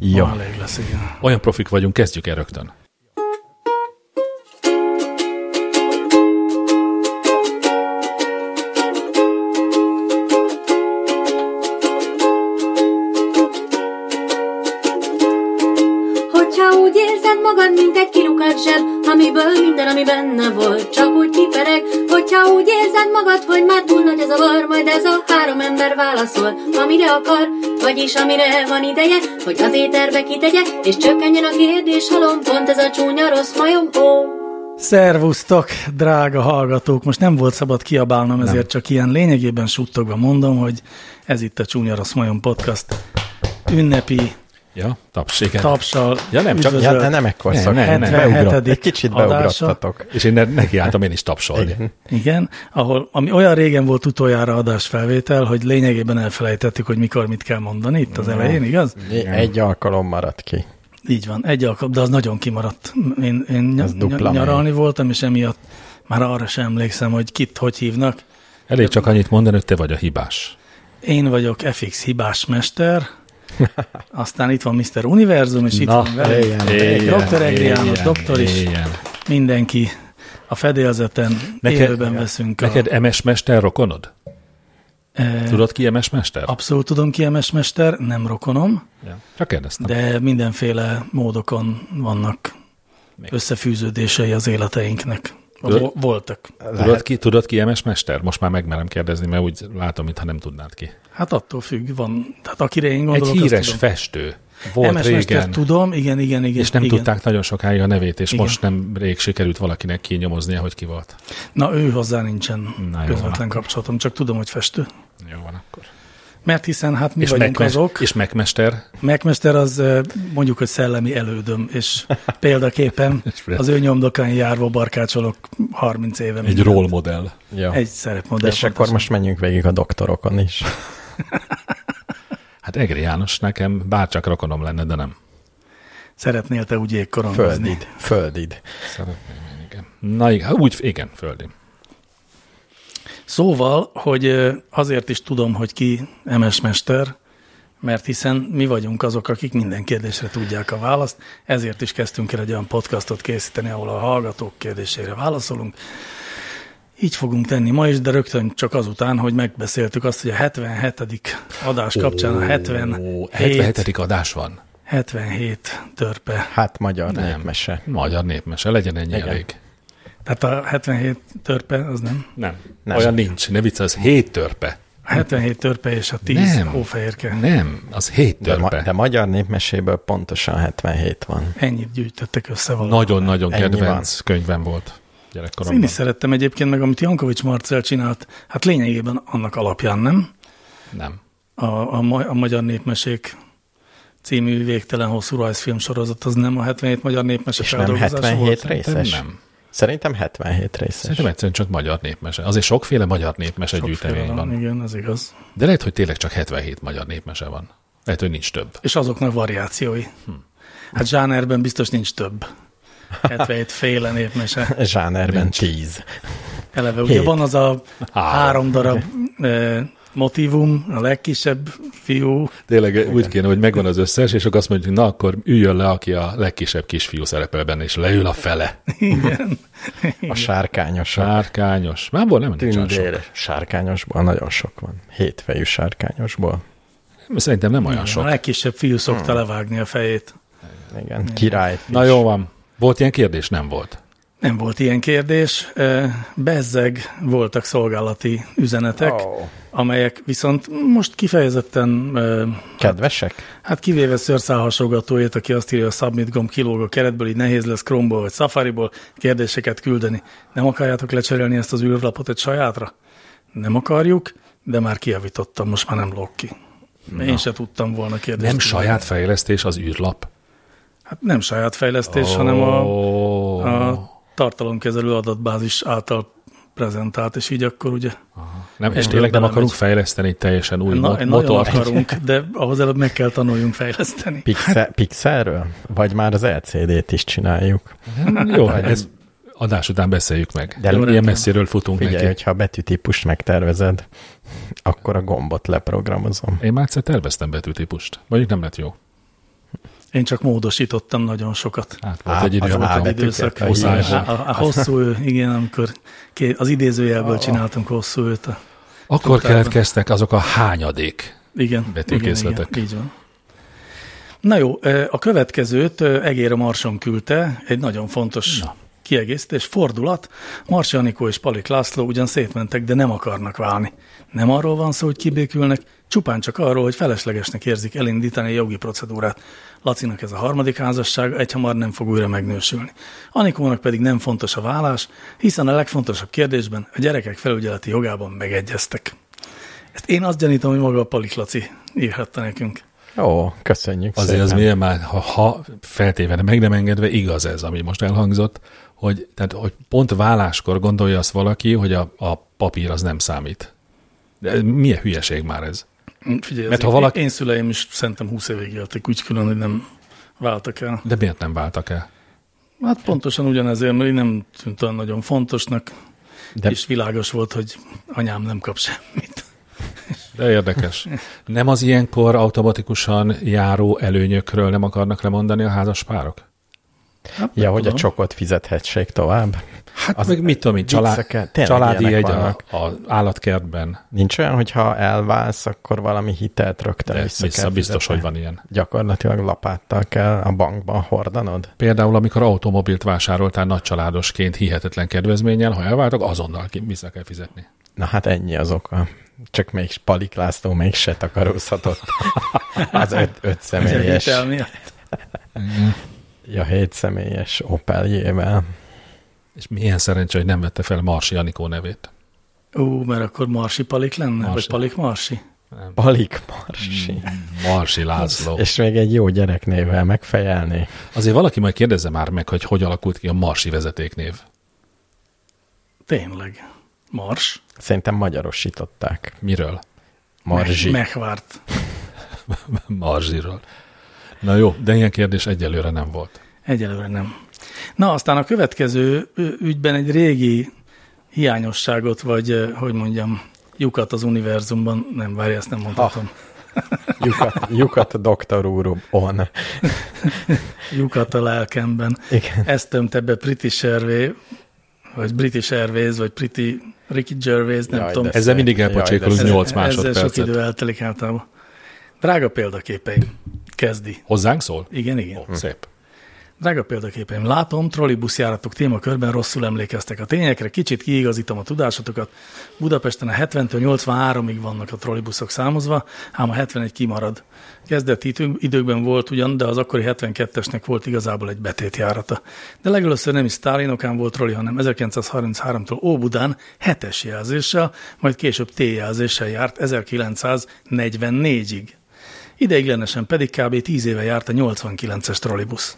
Ja. Elég lesz, igen. Olyan profik vagyunk, kezdjük el rögtön. Hogyha úgy érzed magad, mint egy kilukat zseb, amiből minden, ami benne volt, csak úgy kipereg. Hogyha úgy érzed magad, hogy már túl nagy az a var, majd ez a három ember válaszol, amire akar, vagyis amire van ideje, hogy az éterbe kitegye, és csökkenjen a kérdés halom, pont ez a csúnya rossz majom, ó. Szervusztok, drága hallgatók! Most nem volt szabad kiabálnom, ezért csak ilyen lényegében suttogva mondom, hogy ez itt a Csúnya Rossz Majom Podcast ünnepi Ja, taps, igen. tapsal Ja, nem, csak- üdvözölt Zöld. Ja, hát de nem ekkor Nem, szokott. nem, nem. Beugrott. 77. Egy kicsit adása. beugrottatok. És én ne- nekiálltam én is tapsolni. Igen, ahol, ami olyan régen volt utoljára adásfelvétel, hogy lényegében elfelejtettük, hogy mikor mit kell mondani itt az elején, igaz? Egy alkalom maradt ki. Így van, egy alkalom, de az nagyon kimaradt. Én, én Ez ny- dupla ny- mely. nyaralni voltam, és emiatt már arra sem emlékszem, hogy kit hogy hívnak. Elég csak annyit mondani, hogy te vagy a hibás. Én vagyok FX hibás mester, aztán itt van Mr. Univerzum, és itt Na, van velem Dr. Egri János, doktor is, Éljen. mindenki a fedélzeten Neked- élőben veszünk. a- Neked MS Mester rokonod? Eh, Tudod ki MS Mester? Abszolút tudom ki MS Mester, nem rokonom, Ja. Csak kérdeztem. de mindenféle módokon vannak Még. összefűződései az életeinknek. Tudod- Vo- Voltak. Tudod ki, tudod ki MS Mester? Most már megmerem kérdezni, mert úgy látom, mintha nem tudnád ki. Hát attól függ, van. Tehát akire én Egy gondolok, híres azt tudom. festő volt MS Mester régen, tudom, igen, igen, igen. és nem igen. tudták nagyon sokáig a nevét, és Igen. most nem rég sikerült valakinek kinyomoznia, hogy ki volt. Na ő hozzá nincsen Na, Na, jó, közvetlen kapcsolatom, csak tudom, hogy festő. Jó van akkor. Mert hiszen hát mi és vagyunk Mac- azok. És... És megmester. Megmester az eh, mondjuk, hogy szellemi elődöm, és példaképpen az ő nyomdokán járva barkácsolok 30 éve. mindent. modell. Ja. Egy szerepmodell. és akkor pontosan. most menjünk végig a doktorokon is. Hát Egri János nekem bárcsak rokonom lenne, de nem. Szeretnél te úgy jégkorongozni? Földid. Földid. Szeretném én, igen. Na igen, hát úgy, igen, földi. Szóval, hogy ö, azért is tudom, hogy ki MS Mester, mert hiszen mi vagyunk azok, akik minden kérdésre tudják a választ, ezért is kezdtünk el egy olyan podcastot készíteni, ahol a hallgatók kérdésére válaszolunk. Így fogunk tenni ma is, de rögtön csak azután, hogy megbeszéltük azt, hogy a 77. adás kapcsán a 77, 77. adás van. 77 törpe. Hát magyar Nem. népmese. Magyar népmese, legyen ennyi Igen. elég. Tehát a 77 törpe, az nem? Nem. Nem. Olyan nincs, ne vicc, az hét törpe. A 77 törpe és a 10 Nem. hófehérke. Nem, az hét De, ma, törpe. de magyar népmeséből pontosan 77 van. Ennyit gyűjtöttek össze valahol. Nagyon-nagyon Ennyi kedvenc könyvem volt Ezt én gyerekkoromban. is szerettem egyébként, meg amit Jankovics Marcel csinált, hát lényegében annak alapján, nem? Nem. A, a, ma- a Magyar Népmesék című végtelen hosszú rajzfilm sorozat, az nem a 77 Magyar Népmese És nem feldolgozása 77 volt? Szerintem részes? nem. Szerintem 77 részes. Szerintem egyszerűen csak magyar népmese. Azért sokféle magyar népmese Sokféle gyűjtemény van. Igen, ez igaz. De lehet, hogy tényleg csak 77 magyar népmese van. Lehet, hogy nincs több. És azoknak variációi. Hát zsánerben biztos nincs több. 77 féle népmese. Zsánerben Nincs. 10. Eleve ugye Hét. van az a Három. három darab eh, motivum, a legkisebb fiú, Tényleg Igen. úgy kéne, hogy megvan az összes, és akkor azt mondjuk, na akkor üljön le, aki a legkisebb kisfiú szerepel benne, és leül a fele. igen, A sárkányosok. Sárkányos. Már abból nem nincs olyan sok. Tündér. Sárkányosból nagyon sok van. Hétfejű sárkányosból. Szerintem nem olyan a sok. legkisebb fiú szokta levágni a fejét. Igen. Király. Na jó van. Volt ilyen kérdés? Nem volt. Nem volt ilyen kérdés. Ö, Bezzeg voltak szolgálati üzenetek, oh. Ó, amelyek viszont most kifejezetten, ö, Kedvesek? hát kivéve szőrszálhasogatójét, aki azt írja, a submit gomb kilóg a keretből, így nehéz lesz Chrome-ból vagy Safari-ból kérdéseket küldeni. Nem akarjátok lecserélni ezt az űrlapot egy sajátra? Nem akarjuk, de már kijavítottam, most már nem lóg ki. Én se tudtam volna kérdést. Nem küldeni. saját fejlesztés az űrlap. Hát nem saját fejlesztés, oh. hanem a Ó. a tartalomkezelő adatbázis által prezentált, és így akkor ugye, Nem, és Egyből tényleg nem belemegy. akarunk fejleszteni egy teljesen új na, Na, nagyon motort. akarunk, de ahhoz előbb meg kell tanuljunk fejleszteni. Hát- Pixel, pixelről? Vagy már az LCD-t is csináljuk? Jó, hát ez adás után beszéljük meg. De De ilyen rendben. messziről futunk Figyelj, neki. hogyha a betűtípust megtervezed, akkor a gombot leprogramozom. Én már egyszer terveztem betűtípust. Mondjuk nem lett jó. Én csak módosítottam nagyon sokat. Hát volt Á, egy idő, az amikor áll. Időszak, A a, hosszú- a, a hosszú ő, igen, amikor ké- az idézőjelből csináltunk hosszú őt. A, akkor Tudtál. keletkeztek azok a hányadék. igen, igen, igen, Betűkészletek. így van. Na jó, ö, a következőt ö, Egér a Marson küldte, egy nagyon fontos Na. kiegészítés, fordulat. Marsi Anikó és Palik László ugyan szétmentek, de nem akarnak válni. Nem arról van szó, hogy kibékülnek, csupán csak arról, hogy feleslegesnek érzik elindítani a jogi procedúrát. Lacinak ez a harmadik házasság egyhamar nem fog újra megnősülni. Anikónak pedig nem fontos a vállás, hiszen a legfontosabb kérdésben a gyerekek felügyeleti jogában megegyeztek. Ezt én azt gyanítom, hogy maga a Palik Laci írhatta nekünk. Ó, köszönjük Azért az milyen már, ha, ha feltéve meg nem engedve, igaz ez, ami most elhangzott, hogy, tehát, hogy pont válláskor gondolja azt valaki, hogy a, a papír az nem számít. De milyen hülyeség már ez? Figyelj, Mert Mert ha ha valaki- valaki... én szüleim is szerintem 20 évig éltek, úgy külön, hogy nem váltak el. De miért nem váltak el? Hát pontosan ugyanezért, mert így nem tűnt olyan nagyon fontosnak, De- De... és világos volt, hogy anyám nem kap semmit. De érdekes. Nem az ilyenkor automatikusan járó előnyökről nem akarnak lemondani a házas párok? Hát, Ja, nem hogy a tudom. csokot fizethessék tovább. Hát az meg mit tudom én, család, vicceken tényleg családi ilyenek egy a, vannak. a állatkertben. Nincs olyan, hogyha elválsz, akkor valami hitelt rögtön De vissza, vissza, kell biztos, hogy fizetni. van ilyen. Gyakorlatilag lapáttal kell a bankban hordanod. Például, amikor automobilt vásároltál nagycsaládosként hihetetlen kedvezménnyel, ha elváltak, azonnal ki- vissza kell fizetni. Na hát ennyi az oka. Csak még Palik László még se takarózhatott. Az öt, Ez öt egy személyes, hitel miatt. ja, hét személyes Opeljével. És milyen szerencse, hogy nem vette fel Marsi Anikó nevét. Ú, mert akkor Marsi Palik lenne, Marsi. vagy Marsi. Palik Marsi? Palik Hmm. Marsi. Marsi László. És még egy jó gyereknével megfejelni. Azért valaki majd kérdezze már meg, hogy hogy alakult ki a Marsi vezetéknév. Tényleg. Mars? Szerintem magyarosították. Miről? Marzsi. Mechvárt. Marsiról. Na jó, de ilyen kérdés egyelőre nem volt. Egyelőre nem. Na, aztán a következő ö, ügyben egy régi hiányosságot, vagy ö, hogy mondjam, lyukat az univerzumban, nem várja, ezt nem mondhatom. Lyukat, lyukat doktor úr on. Lyukat a lelkemben. Igen. Ezt tömte be British Airways, vagy British Airways, vagy Pretty Ricky Gervais, nem Jaj, Jaj, tudom. de Ezzel mindig Jaj, de elpocsékolunk szép. 8 Ezzel sok másodpercet. idő eltelik általában. Drága példaképeim. Kezdi. Hozzánk szól? Igen, Hm. igen. Ó, szép. Drága példaképeim, látom, trollibuszjáratok témakörben rosszul emlékeztek a tényekre, kicsit kiigazítom a tudásotokat. Budapesten a 70-től 83-ig vannak a trollibuszok számozva, ám a 71 kimarad. Kezdeti idő- időkben volt ugyan, de az akkori 72-esnek volt igazából egy betétjárata. De legelőször nem is Sztálinokán volt trolli, hanem 1933-tól Óbudán hetes jelzéssel, majd később T jelzéssel járt 1944-ig. Ideiglenesen pedig kb. 10 éve járt a 89-es trollibusz.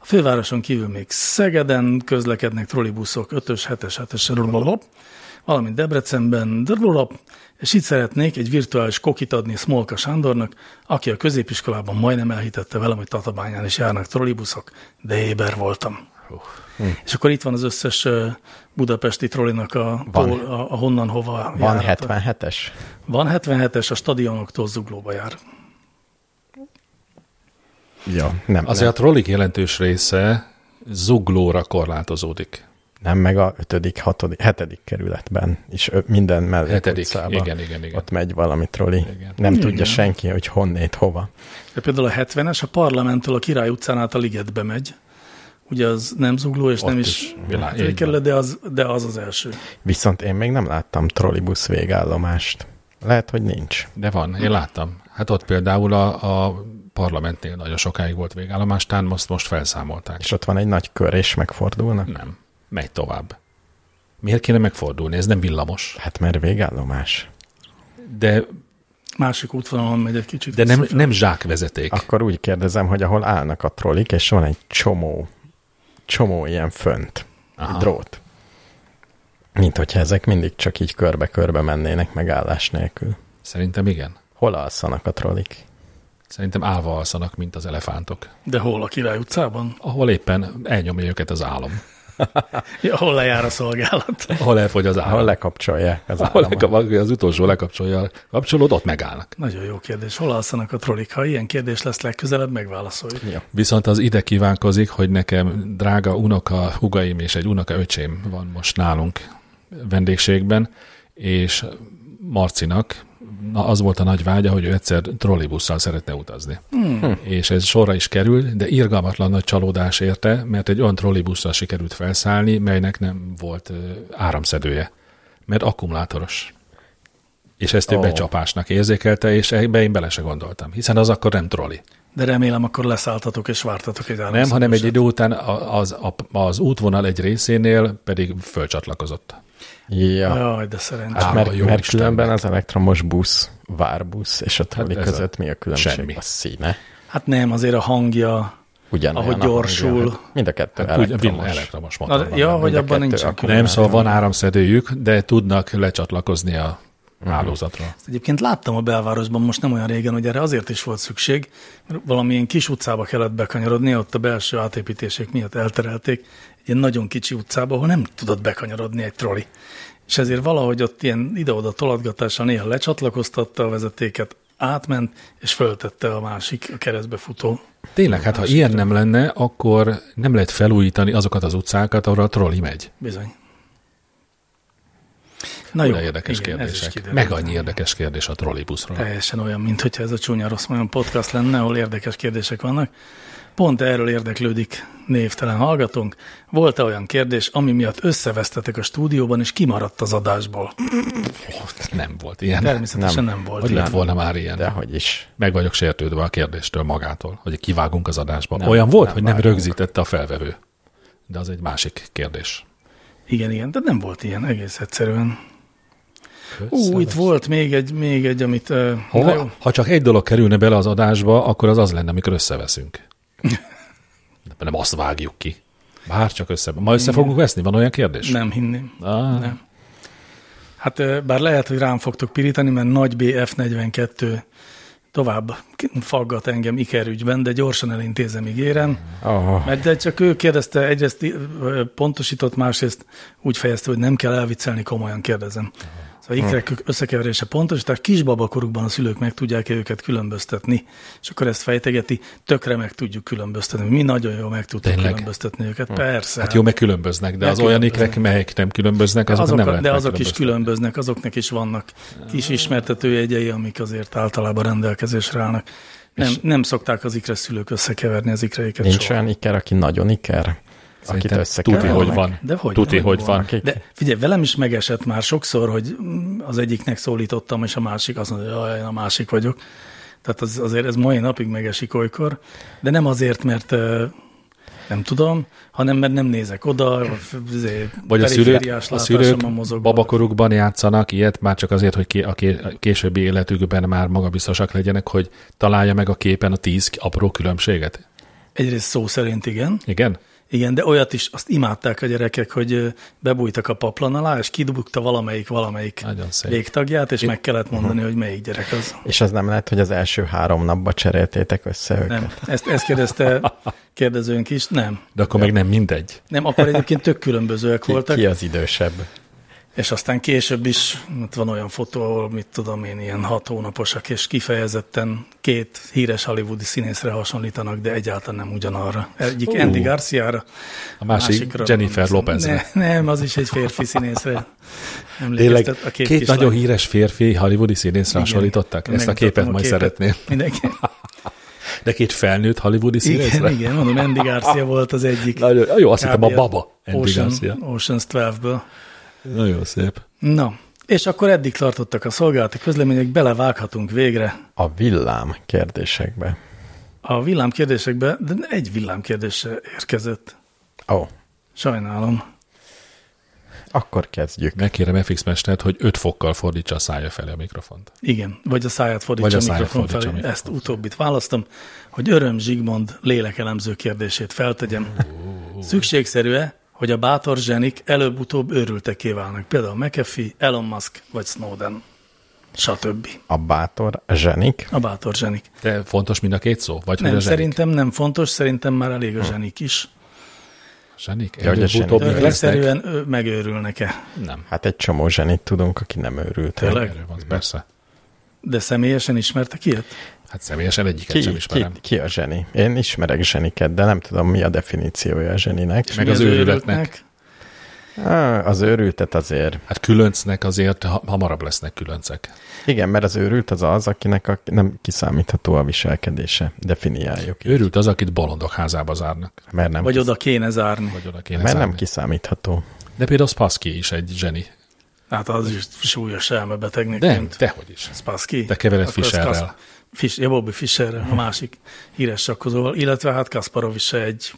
A fővároson kívül még Szegeden közlekednek trollibuszok 5-ös, 7-es, 7-es, valamint Debrecenben, drulap, és itt szeretnék egy virtuális kokit adni Smolka Sándornak, aki a középiskolában majdnem elhitette velem, hogy Tatabányán is járnak trollibuszok, de éber voltam. Hm. És akkor itt van az összes ö, budapesti trollinak a, Van. hol- a, a honnan hova Van járata. 77-es? Van 77-es, a stadionoktól zuglóba jár. Jó. Nem, Azért a trollik jelentős része zuglóra korlátozódik. nem, nem, meg a 5., 6., 7. kerületben is ö, minden mellé Hetedik. utcában. Igen, igen, igen. Ott megy valami troli. Igen. Igen. Nem igen. tudja senki, hogy honnét, hova. De például a 70-es a parlamenttől a Király utcán át a Ligetbe megy. Ugye az nem zugló, és Ott nem is is, világ- így van. is kerület, de az, de az az első. Viszont én még nem láttam trollibusz végállomást. Lehet, hogy nincs. De van, én láttam. Hát ott például a, a parlamentnél nagyon sokáig volt végállomás, tán most, most felszámolták. És ott van egy nagy kör, és megfordulnak. Nem, megy tovább. Miért kéne megfordulni? Ez nem villamos. Hát mert végállomás. De, Másik útvonalon megy egy kicsit. de nem, visszafelé. nem zsákvezeték. Akkor úgy kérdezem, hogy ahol állnak a trollik, és van egy csomó, csomó ilyen fönt, Aha. Aha. drót. Mint hogyha ezek mindig csak így körbe-körbe mennének megállás nélkül. Szerintem igen. Hol alszanak a trollik? Szerintem állva alszanak, mint az elefántok. De hol a Király utcában? Ahol éppen elnyomja őket az álom. Ja, hol lejár a szolgálat? Ahol elfogy az Ahol áram. lekapcsolják az Ahol áramot. lekap- az utolsó lekapcsolja a kapcsolód, ott megállnak. Nagyon jó kérdés. Hol alszanak a trollik? Ha ilyen kérdés lesz legközelebb, megválaszoljuk. Viszont az ide kívánkozik, hogy nekem drága unoka hugaim és egy unoka öcsém van most nálunk vendégségben, és Marcinak na, az volt a nagy vágya, hogy ő egyszer trollibusszal szeretne utazni. Hmm. És ez sorra is kerül, de irgalmatlan nagy csalódás érte, mert egy olyan trollibusszal sikerült felszállni, melynek nem volt ö, áramszedője, mert akkumulátoros. És ezt ő Ó. oh. becsapásnak érzékelte, és ebbe én bele se gondoltam, hiszen az akkor nem trolli. De remélem, akkor leszálltatok és vártatok egy Nem, hanem egy áramszakosat. idő után a- az, a- az útvonal egy részénél pedig fölcsatlakozott. Ja. Jaj, de szerencsés. Á, Mert, jó mert Istennek. különben az elektromos busz, várbusz és a trolli Hát ez a- között mi a különbség? semmi. A színe. Hát nem, azért a hangja. Ugyanolyan Ahogy a hangja, gyorsul. hát Mind a kettő Hát úgy a villany- elektromos. elektromos motor Na, van. ja, hogy mind a abban kettő nincsen akkor. külön. Nem, szóval van áramszedőjük, de tudnak lecsatlakozni a Mhm. hálózatra. Egyébként láttam a belvárosban most nem olyan régen, hogy erre azért is volt szükség, mert valamilyen kis utcába kellett bekanyarodni, ott a belső átépítések miatt elterelték, egy ilyen nagyon kicsi utcába, ahol nem tudott bekanyarodni egy troli. És ezért valahogy ott ilyen ide-oda tolatgatással néha lecsatlakoztatta a vezetéket, átment, és föltette a másik, a keresztbe futó. Tényleg, hát ha ilyen nem lenne, akkor nem lehet felújítani azokat az utcákat, ahol a trolli megy. Bizony. Na Nagyon érdekes igen, ez is kérdések. kiderült. Meg annyi érdekes kérdés a trollibuszról. Teljesen olyan, mint hogyha ez a csúnya rossz olyan podcast lenne, ahol érdekes kérdések vannak. Pont erről érdeklődik névtelen hallgatónk. Volt-e olyan kérdés, ami miatt összevesztetek a stúdióban, és kimaradt az adásból? Nem volt ilyen. Természetesen nem, nem volt Hogy lett ilyen. volna már ilyen? De hogy is. Meg vagyok sértődve a kérdéstől magától, hogy kivágunk az adásba. Olyan volt, nem hogy nem vágunk. rögzítette a felvevő. De az egy másik kérdés. Igen, igen, de nem volt ilyen, egész egyszerűen. Ú, itt volt még egy, még egy, amit... ö, na jó. Hova, ha csak egy dolog kerülne bele az adásba, akkor az az lenne, amikor összeveszünk. De nem azt vágjuk ki. Bár csak össze. Ma össze fogunk veszni? Van olyan kérdés? Nem hinném. Ah, Nem. Hát ö, bár lehet, hogy rám fogtok pirítani, mert nagy BF42 tovább faggat engem ikerügyben, de gyorsan elintézem, ígérem. Oh, Mert de csak ő kérdezte, egyrészt ö, pontosított, másrészt úgy fejezte, hogy nem kell elviccelni, komolyan kérdezem. Szóval ikrek Hm. összekeverése pontos, tehát kisbabakorukban a szülők meg tudják-e őket különböztetni, és akkor ezt fejtegeti, tökre meg tudjuk különböztetni. Mi nagyon jól meg tudjuk Tényleg? különböztetni őket, persze. Hát jó, meg különböznek, de Meg az olyan különböznek. ikrek, melyek nem különböznek, azok, azok, nem a- lehet de azok is megkülönböztetni. különböznek, azoknak is vannak kis ismertetőjegyei, amik azért általában rendelkezésre állnak. Nem, nem szokták az ikre szülők összekeverni az ikreiket nincs soha. olyan iker, aki nagyon iker, akit Szerintem összekevernek. tudni, hogy van. De hogy, Tuti, hogy van. Akik- De figyelj, velem is megesett már sokszor, hogy mm, az egyiknek szólítottam, és a másik azt mondja, hogy jaj, én a másik vagyok. Tehát az, azért ez mai napig megesik olykor, de nem azért, mert ö, nem tudom, hanem mert nem nézek oda, vagy f- izé, Vagy a szülők, perifériás a látásom szülők mozog. babakorukban játszanak ilyet, már csak azért, hogy ki- a ké- a későbbi életükben már magabiztosak legyenek, hogy találja meg a képen a tíz apró különbséget. Egyrészt szó szerint igen, Igen? igen, de olyat is, azt imádták a gyerekek, hogy ö, bebújtak a paplan alá, és kidugta valamelyik valamelyik Nagyon szép. végtagját, és meg kellett mondani, hogy melyik gyerek az. És az nem lehet, hogy az első három napba cseréltétek össze őket. Nem, ezt, ezt kérdezte kérdezőnk is, nem. De akkor meg nem mindegy. Nem, akkor egyébként tök különbözőek Ki, voltak, ki az idősebb? és aztán később is ott van olyan fotó, ahol mit tudom én, ilyen hat hónaposak, és kifejezetten két híres hollywoodi színészre hasonlítanak, de egyáltalán nem ugyanarra. Egyik Ú. Andy Garciára, A másik Jennifer Lopezre. Ne, nem, az is egy férfi színészre emlékeztet. A két, két kislány. nagyon híres férfi hollywoodi színészre Igen. hasonlították. Ezt a Megmutatom képet majd szeretném. Mindenki. De két felnőtt hollywoodi színészre? Igen, igen, mondom, Andy Garcia volt az egyik. Nagyon, jó, azt hittem a Kb. baba. Andy Ocean, Garcia. Ocean's 12-ből. Nagyon szép. Na, és akkor eddig tartottak a szolgálati közlemények, belevághatunk végre A villám kérdésekbe. a villámkérdésekbe, de egy villámkérdésre érkezett. Ó, oh, Sajnálom. akkor kezdjük. Megkérem FX mestert, hogy 5 fokkal fordítsa a szája felé a mikrofont. Igen, vagy a száját fordítsa Vagy a a száját mikrofon fordítsa felé. a mikrofon Ezt utóbbit választom, hogy Öröm Zsigmond lélekelemző kérdését feltegyem. Szükségszerű-e, hogy a bátor zsenik előbb-utóbb őrülteké válnak? Például McAfee, Elon Musk vagy Snowden, stb. A bátor zsenik. A bátor zsenik. De fontos mind a két szó? Vagy hogy Nem, a zsenik? Hm. szerintem nem fontos, szerintem már elég a zsenik is. Zsenik? Ja, hogy a Előbb-utóbb zsenik. ők lesznek? Egyszerűen ö, megőrülnek-e. Nem. Hát egy csomó zsenit tudunk, aki nem őrült. el. Tényleg? Erről van, persze. De személyesen ismertek ilyet? Hát személyesen egyiket sem Ki, ki, ismerem. ki a zseni? Én ismerek zseniket, de nem tudom, mi a definíciója a zseninek. Meg Mi az őrületnek. Á, Az őrültet azért. Hát különcnek azért ha- hamarabb lesznek különcek. Igen, mert az őrült az az, akinek a, nem kiszámítható a viselkedése. Definiáljuk. így. Őrült az, akit balondok házába zárnak. Mert nem, Vagy kisz, oda kéne zárni. Vagy oda kéne mert nem zárni. kiszámítható. De például Spassky is egy zseni. Hát az is súlyos elmebetegnek. Nem, tűnt. dehogy is. Spassky. Te kevered Akkor az Fischerrel. Kasp- Fisch, ja, Bobby Fischerrel, a másik híres sakkozóval, illetve hát Kasparov is egy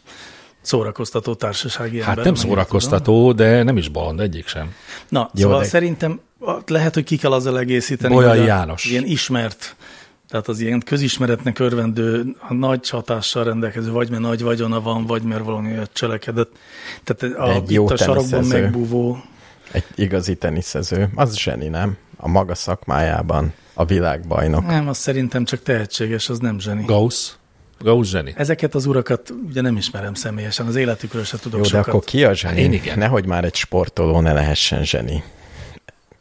szórakoztató társasági Hát ember. nem amennyire szórakoztató, de nem is balond egyik sem. tudom. Na, Jó, Jó, szóval de- de... szerintem a- lehet, hogy ki kell azzal egészíteni. Bolyai hogy a- János. Ilyen ismert, tehát az ilyen közismeretnek örvendő, a nagy hatással rendelkező, vagy mert nagy vagyona van, vagy mert valami olyat cselekedett. Tehát a, Egy jó itt a sarokban teniszező. megbúvó Egy igazi teniszező, az zseni, nem? A maga szakmájában, a világbajnok. Nem, az szerintem csak tehetséges, az nem zseni. Gauss? Gauss zseni. Ezeket az urakat ugye nem ismerem személyesen, az életükről se tudok Jó, de sokat. akkor ki a zseni? Hát én igen. Nehogy már egy sportoló ne lehessen zseni.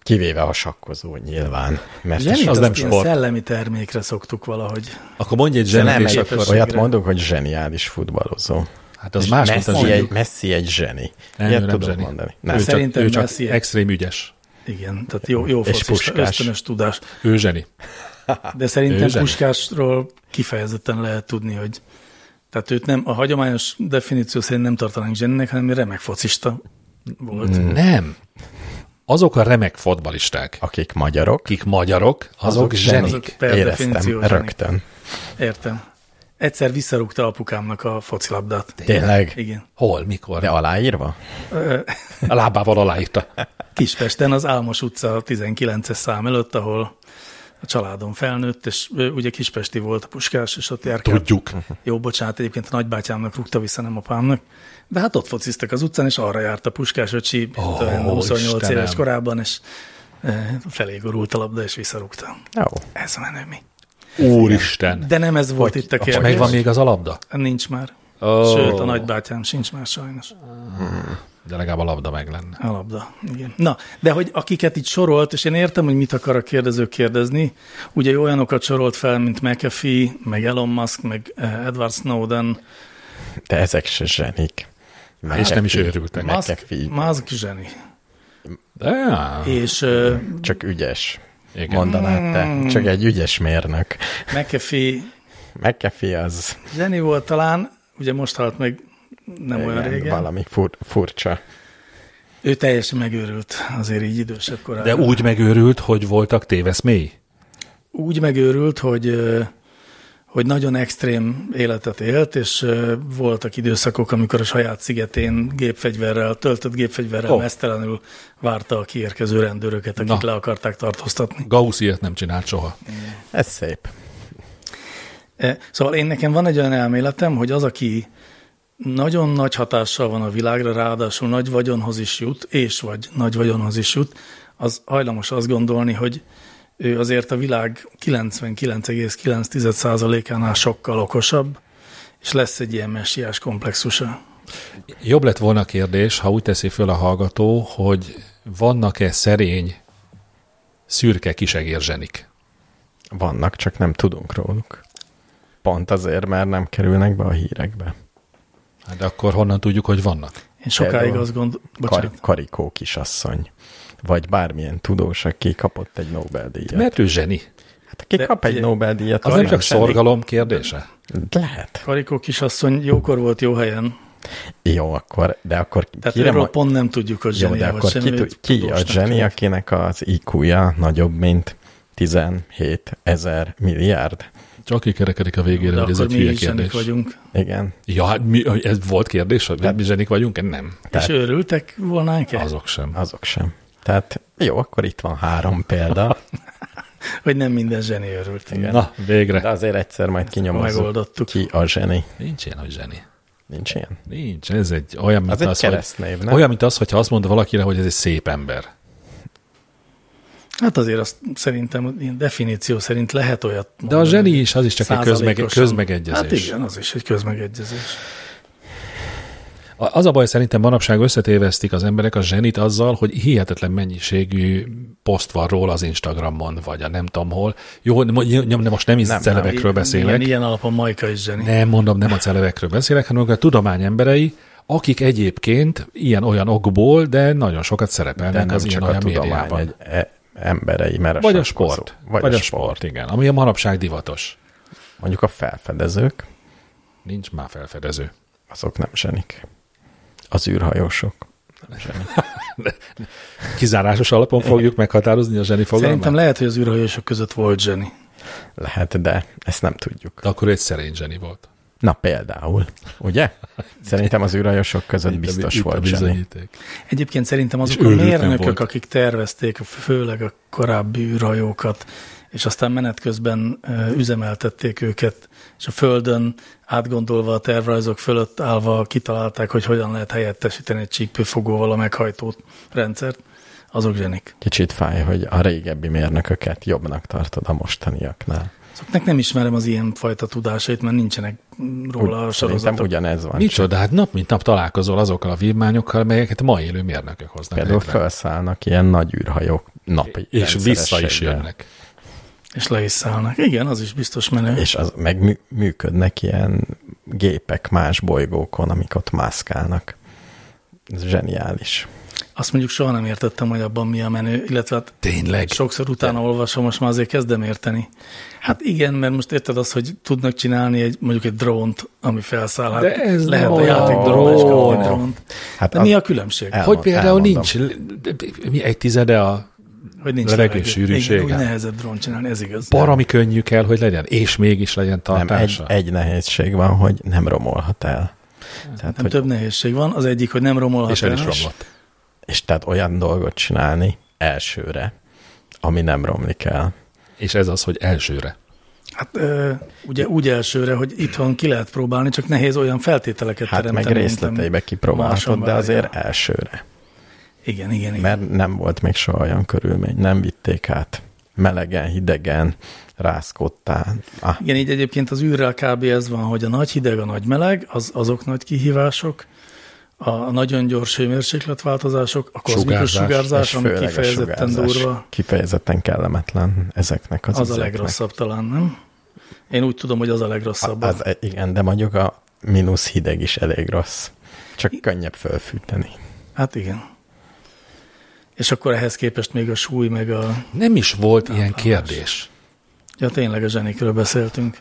Kivéve a sakkozó nyilván. Mert Zseni, az az nem nem ilyen sport. szellemi termékre szoktuk valahogy. Akkor mondj egy De zseni, nem, és egy, akkor... képességre. olyat mondok, hogy zseniális futballozó. Hát az más, mint a Messi, zseni. egy, Messi egy zseni. Nem, Ilyet ő nem tudom zseni. mondani. Ő Nem. csak, Szerintem ő csak Messi- extrém ügyes. Igen, tehát jó, jó És focista, Puskás. ösztönös tudás. Ő zseni. De Ő szerintem zseni. Puskásról kifejezetten lehet tudni, hogy tehát őt nem, a hagyományos definíció szerint nem tartanánk zseninek, hanem remek focista volt. Hmm. Mm. Nem. Azok a remek fotbalisták, Akik magyarok, akik magyarok, azok, zsenik. azok- Per éreztem definíció zseni. rögtön. Értem. Egyszer visszarúgta apukámnak a focilabdát. Tényleg? Igen. Hol, mikor? De aláírva? A lábával aláírta. Kispesten az Álmos utca 19-es szám előtt, ahol a családom felnőtt, és ő ugye Kispesti volt a puskás, és ott járkált. Tudjuk. Jó, bocsánat, egyébként a nagybátyámnak rúgta vissza, nem apámnak. De hát ott fociztak az utcán, és arra járt a puskás öcsi Ó, oh, 28 Istenem. éves korában, és e, felé gurult a labda, és visszarúgta. Jó. Ez menő mi. Úristen. De nem ez volt Hogy- itt a hogy kérdés. Megvan még az alapda? Nincs már. Ó. Oh. Sőt, a nagybátyám sincs már sajnos. De legalább a labda meg lenne. A labda, igen. Na, de hogy akiket itt sorolt, és én értem, hogy mit akar a kérdező kérdezni, ugye olyanokat sorolt fel, mint McAfee, meg Elon Musk, meg eh, Edward Snowden, De ezek se zsenik. És nem is McAfee. őrültek. Musk, McAfee. Musk zseni, De, já, és eh, Csak ügyes. igen. Mondanád Hmm. te. Csak egy ügyes mérnök. McAfee McAfee az zseni volt talán, ugye most halt meg nem igen, olyan igen, régen. valami fur, furcsa. Ő teljesen megőrült, azért így idősebb korában. De úgy megőrült, hogy voltak téveszmély. úgy megőrült, hogy ö, hogy nagyon extrém életet élt, és ö, voltak időszakok, amikor a saját szigetén gépfegyverrel, töltött gépfegyverrel Ó. oh. mesztelenül várta a kiérkező rendőröket, akik Na. Na. le akarták tartóztatni. Gauss ilyet nem csinált soha. Ez szép. E, Szóval én nekem van egy olyan elméletem, hogy az, aki nagyon nagy hatással van a világra, ráadásul nagy vagyonhoz is jut, és vagy nagy vagyonhoz is jut, az hajlamos azt gondolni, hogy ő azért a világ 99,9%-ánál sokkal okosabb, és lesz egy ilyen messiás komplexusa. Jobb lett volna a kérdés, ha úgy teszi föl a hallgató, hogy vannak-e szerény, szürke kisegérzsenik. Vannak, csak nem tudunk róluk. Pont azért, mert nem kerülnek be a hírekbe. Hát De akkor honnan tudjuk, hogy vannak? Én sokáig Például azt gondolom, Kar- bocsánat, karikó kisasszony. Vagy bármilyen tudós, aki kapott egy Nobel-díjat. Mert ő zseni. hát aki de kap egy figyelj, Nobel-díjat, Az nem csak sem- szorgalom kérdése. Lehet. Karikó kisasszony jókor volt jó helyen, Jó, akkor, de akkor tehát kire őről ma- pont nem tudjuk, hogy Jó, zseni de vagy akkor sem, ki, őt tud- ki a tudósnak zseni, tartjuk. akinek az IQ-ja nagyobb, mint 17 ezer milliárd? Csak kikerekedik a végére, De hogy ez akkor egy mi hülye is zsenik kérdés. vagyunk. Igen. Ja, hát mi, ez volt kérdés, hogy mi zsenik vagyunk? Nem, Tehát- És őrültek volnánk -e? azok sem. Azok sem. Tehát jó, akkor itt van három példa, Hogy nem minden zseni örült. Igen. Na, de végre. azért egyszer majd kinyomozzuk. Megoldottuk. Ki a zseni? Nincs ilyen, hogy zseni. Nincs ilyen? Nincs, ez egy olyan, mint Az egy az, hogy, keresztnév, nem? olyan, mint az, hogyha azt mond valakire, hogy ez egy szép ember. Hát azért azt szerintem ilyen definíció szerint lehet olyat De a mondani. zseni is, az Hát is csak egy közmeg, Százalékosan. közmegegyezés. Hát igen, az is egy közmegegyezés. A- Az a baj, szerintem manapság összetévesztik az emberek a zsenit azzal, hogy hihetetlen mennyiségű poszt van róla az Instagramon, vagy a nem tudom hol. Jó, nem, nem, nem, most nem is Nem, nem, nem, celebekről Ilyen- beszélek. Ilyen, ilyen alapon Majka is zseni. Nem mondom, nem a celebekről beszélek, hanem a tudomány emberei, akik egyébként ilyen-olyan okból, de nagyon sokat De szerepelnek nem az csak a ilyen-olyan tudomány médiában. egy e- emberei, mert Vagy a sakkozó- sport. Vagy, vagy a sport, igen. Ami a manapság divatos. Mondjuk a felfedezők, Nincs már felfedező. azok nem zsenik. Az űrhajósok. nem zsenik. Kizárásos alapon fogjuk meghatározni a zseni fogalmát? Szerintem lehet, hogy az űrhajósok között volt zseni. Lehet, de ezt nem tudjuk. De akkor egy szerény zseni volt. Na például, ugye? Szerintem az űrhajósok között biztos Itt a volt zseni. bizonyíték. Egyébként szerintem azok És a őrült nem mérnökök, volt. akik tervezték főleg a korábbi űrhajókat, és aztán menet közben ö, üzemeltették őket, és a Földön átgondolva a tervrajzok fölött állva kitalálták, hogy hogyan lehet helyettesíteni egy csípőfogóval a meghajtó rendszert, azok zsenik. Kicsit fáj, hogy a régebbi mérnököket jobbnak tartod a mostaniaknál. Azoknak Szóval nem ismerem az ilyen fajta tudásait, mert nincsenek mm, róla a Szerintem sorozatok. ugyanez van. csak Micsoda, hát nap mint nap találkozol azokkal a vívmányokkal, melyeket ma élő mérnökök hoznak. Például létre. felszállnak ilyen nagy űrhajók napi És vissza is rendszerességgel. jönnek. És le is szállnak. Igen, az is biztos menő. És az, meg mű- működnek ilyen gépek más bolygókon, amik ott mászkálnak. Ez zseniális. Azt mondjuk soha nem értettem, hogy abban mi a menő, illetve hát Tényleg. Sokszor utána olvasom, most már azért kezdem érteni. Hát igen, mert most érted azt, hogy tudnak csinálni egy, mondjuk egy drónt, ami felszáll. Hát De ez lehet a olyan játék is kapni drón. drónt. Hát De mi a különbség? el- Hogy például elmondom. nincs l- mi egy tizede a hogy nincs levegő levegő. sűrűsége. Igen, Úgy nehezebb drón csinálni, ez igaz. baromi könnyű kell, hogy legyen, és mégis legyen nem, egy, tartása. egy nehézség van, hogy nem romolhat el. Tehát, nem hogy, több nehézség van. Az egyik, hogy nem romolhat hát, és el is el. romlott. és tehát olyan dolgot csinálni elsőre, ami nem romlik el. És ez az, hogy elsőre. Hát ö, ugye úgy elsőre, hogy itthon ki lehet próbálni, csak nehéz olyan feltételeket Hát meg teremteni. mint ami részleteibe máson kipróbálhatod, de várja. azért elsőre. Igen, igen, igen. Mert nem volt még soha olyan körülmény, nem vitték át. Melegen, hidegen, rászkodtál. Ah, Igen, így egyébként az űrrel kb. ez van, hogy a nagy hideg, a nagy meleg, az, azok nagy kihívások, a nagyon gyors hőmérsékletváltozások, a kozmikus Sugárzás, sugárzás, ami főleg a kifejezetten sugárzás durva, Kifejezetten kellemetlen ezeknek az az, a izéknek. legrosszabb talán, nem? Én úgy tudom, hogy az a legrosszabb. Az, e- igen, de mondjuk a mínusz hideg is elég rossz. Csak könnyebb fölfűteni. Hát igen. És akkor ehhez képest még a súly, meg a... Nem is volt ilyen kérdés. Ja, tényleg a zsenikről beszéltünk.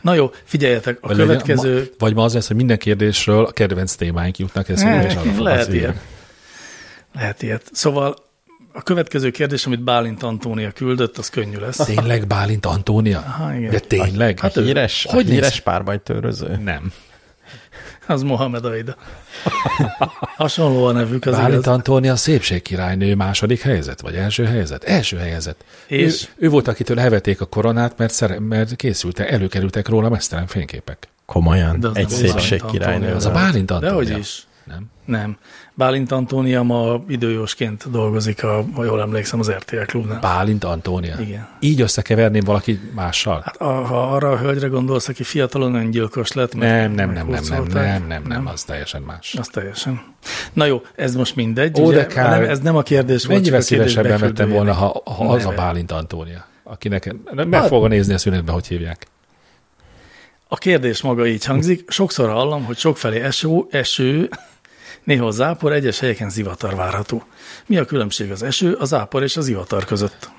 Na jó, figyeljetek, a Vagy legyen- következő... ma- Vagy ma az lesz, hogy minden kérdésről a kedvenc témáink jutnak eszünkbe, és arra Ne, fogunk lehet beszélni. ilyet. Lehet ilyet. Szóval a következő kérdés, amit Bálint Antónia küldött, az könnyű lesz. Tényleg Bálint Antónia? Aha, igen. De tényleg? Hát híres, Hogy hogy híres néz? párbajtőröző. Nem. Az Mohamed Aida. Hasonló a nevük, az Bálint igaz. Antónia a szépségkirálynő második helyzet, vagy első helyzet? Első helyzet. És? Ő, ő volt, akitől elvették a koronát, mert, szere, mert készültek, előkerültek róla mesztelen fényképek. Komolyan. De az nem Egy Bálint szépség Antónia, királynő. Az a Bálint Antónia. Dehogy is. Nem? Nem. Bálint Antónia ma időjósként dolgozik, a, ha jól emlékszem, az RTL klubnál. Bálint Antónia. Igen. Így összekeverném valaki mással? Hát a, ha arra a hölgyre gondolsz, aki fiatalon öngyilkos lett, nem, nem, nem, nem, nem, meghurcolták. nem, nem, nem, az teljesen más. Az teljesen. Na jó, ez most mindegy. Ó, de ugye, kár. nem, ez nem a kérdés volt. Mennyivel csak a kérdés szívesebben vettem volna, beküldőjének. ha, ha az a Nem. Bálint Antónia, akinek Hát- meg fogom nézni a szünetben, hogy hívják. A kérdés maga így hangzik. Sokszor hallom, hogy sokfelé eső, eső, néhol zápor, egyes helyeken zivatar várható. Mi a különbség az eső, a zápor és a zivatar között?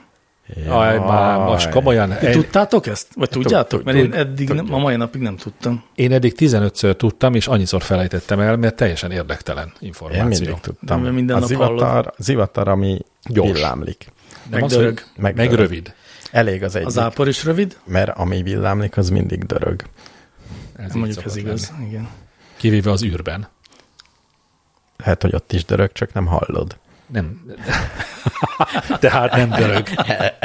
Aj, már most komolyan. Ti Én, tudtátok ezt? Vagy tudjátok? tud- Mert én tud- eddig, nem, tudjuk. a mai napig nem tudtam. én eddig 15-ször tudtam, és annyiszor felejtettem el, mert teljesen érdektelen Én információ. mindig tudtam. Nem, minden a nap zivatar, zivatar, ami Gyors. Gyors. villámlik. Nem Meg az, hogy- dörög. meg, meg Megdörög. rövid. Elég az egyik, A zápor is rövid? Hát mert ami villámlik, az mindig dörög. Ez így Mondjuk ez szokott igaz. lenni. Igen. Kivéve az űrben. Lehet, hogy ott is dörög, csak nem hallod. Nem. Tehát nem dörög. E,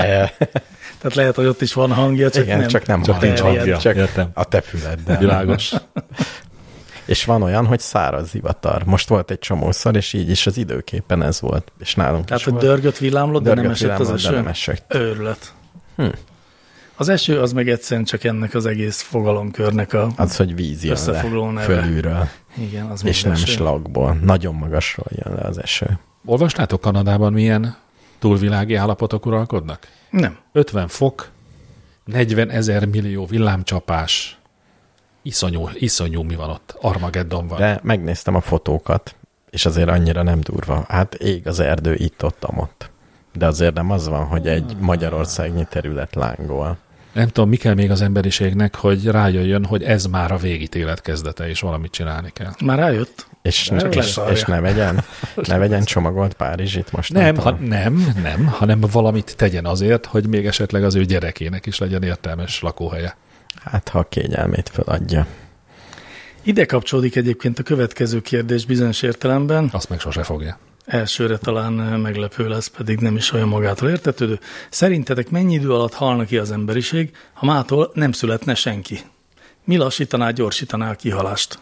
Tehát lehet, hogy ott is van hangja, csak Igen, nem. csak nem Csak nincs terjed. hangja. Csak Értem. a te füleddel. Világos. És van olyan, hogy száraz zivatar. Most volt egy csomószor, és így is az időképpen ez volt. És nálunk Tehát, is hogy volt. dörgött villámlott, de nem esett az villámot, de eső? nem esett. Őrület. Hm. Az eső az meg egyszerűen csak ennek az egész fogalomkörnek a... Az, hogy víz jön Összefoglaló le neve. fölülről, Igen, az és nem minden eső. slagból. Nagyon magasról jön le az eső. Olvastátok Kanadában milyen túlvilági állapotok uralkodnak? Nem. 50 fok, 40 ezer millió villámcsapás, iszonyú, iszonyú mi van ott, Armageddon van. De megnéztem a fotókat, és azért annyira nem durva. Hát ég az erdő itt-ott, ott. De azért nem az van, hogy egy magyarországnyi terület lángol. Nem tudom, mi kell még az emberiségnek, hogy rájöjjön, hogy ez már a végítélet kezdete, és valamit csinálni kell. Már rájött? És, Nem és, leszarja. és ne vegyen, ne vegyen csomagolt Párizsit most. Nem, ha, tudom. nem, nem, hanem valamit tegyen azért, hogy még esetleg az ő gyerekének is legyen értelmes lakóhelye. Hát, ha a kényelmét feladja. Ide kapcsolódik egyébként a következő kérdés bizonyos értelemben. Azt meg sose fogja. Elsőre talán eh, meglepő lesz, pedig nem is olyan magától értetődő. Szerintetek mennyi idő alatt halna ki az emberiség, ha mától nem születne senki? Mi lassítaná, gyorsítaná a kihalást?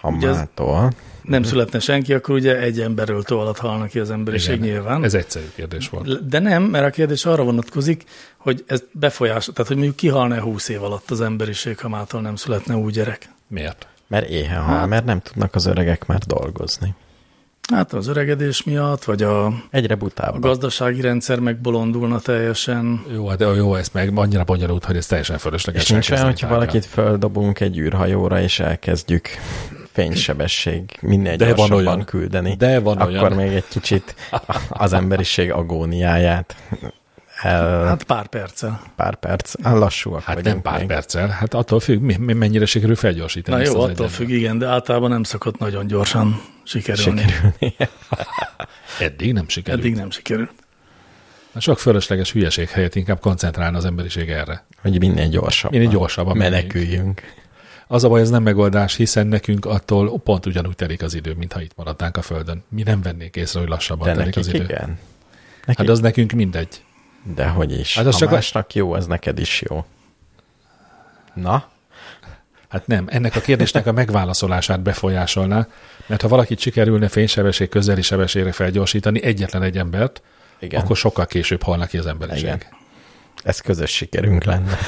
Ha Ugye ez- mától. Nem Mhm. születne senki, akkor ugye egy emberöltő alatt halna ki az emberiség Igen, nyilván. Ez egyszerű kérdés volt. De nem, mert a kérdés arra vonatkozik, hogy ez befolyás, tehát hogy mondjuk kihalna 20 év alatt az emberiség, ha mától nem születne új gyerek. Miért? Mert éhen hal, Hát- mert nem tudnak az öregek már dolgozni. Hát az öregedés miatt, vagy a, Egyre a butább. gazdasági rendszer megbolondulna teljesen. Jó, de jó, ez meg annyira bonyolult, hogy ez teljesen fölösleges. És nincs olyan, elkezdeni hogyha tárgyalni. valakit földobunk egy űrhajóra, és elkezdjük fénysebesség minél De van gyorsabban olyan. küldeni. De van Akkor olyan. még egy kicsit az emberiség agóniáját el Hát pár perccel. pár perc, hát lassúak Hát vagyunk nem pár még. perccel, hát attól függ, mi, mi, mennyire sikerül felgyorsítani. Na ezt jó, az attól egyenlet. függ, igen, de általában nem szokott nagyon gyorsan sikerülni. Sikerül. Eddig nem sikerült. Eddig Eddig. nem sikerült. Sok fölösleges hülyeség helyett inkább koncentrálna az emberiség erre. Hogy minél gyorsabban. Minél gyorsabban meneküljünk. Az a baj, ez nem megoldás, hiszen nekünk attól pont ugyanúgy telik az idő, mintha itt maradnánk a Földön. Mi nem vennénk észre, hogy lassabban De telik az nekik idő. igen. Hát Nekik, az nekünk mindegy. de hogy is. Hát az Hát az ha csak a- másnak jó, az neked is jó. Na, Hát nem, ennek a kérdésnek a megválaszolását befolyásolná, mert ha valakit sikerülne fénysebesség közeli sebességre felgyorsítani egyetlen egy embert, Igen. Igen. akkor sokkal később halna ki az emberiség. Igen. ez közös sikerünk lenne.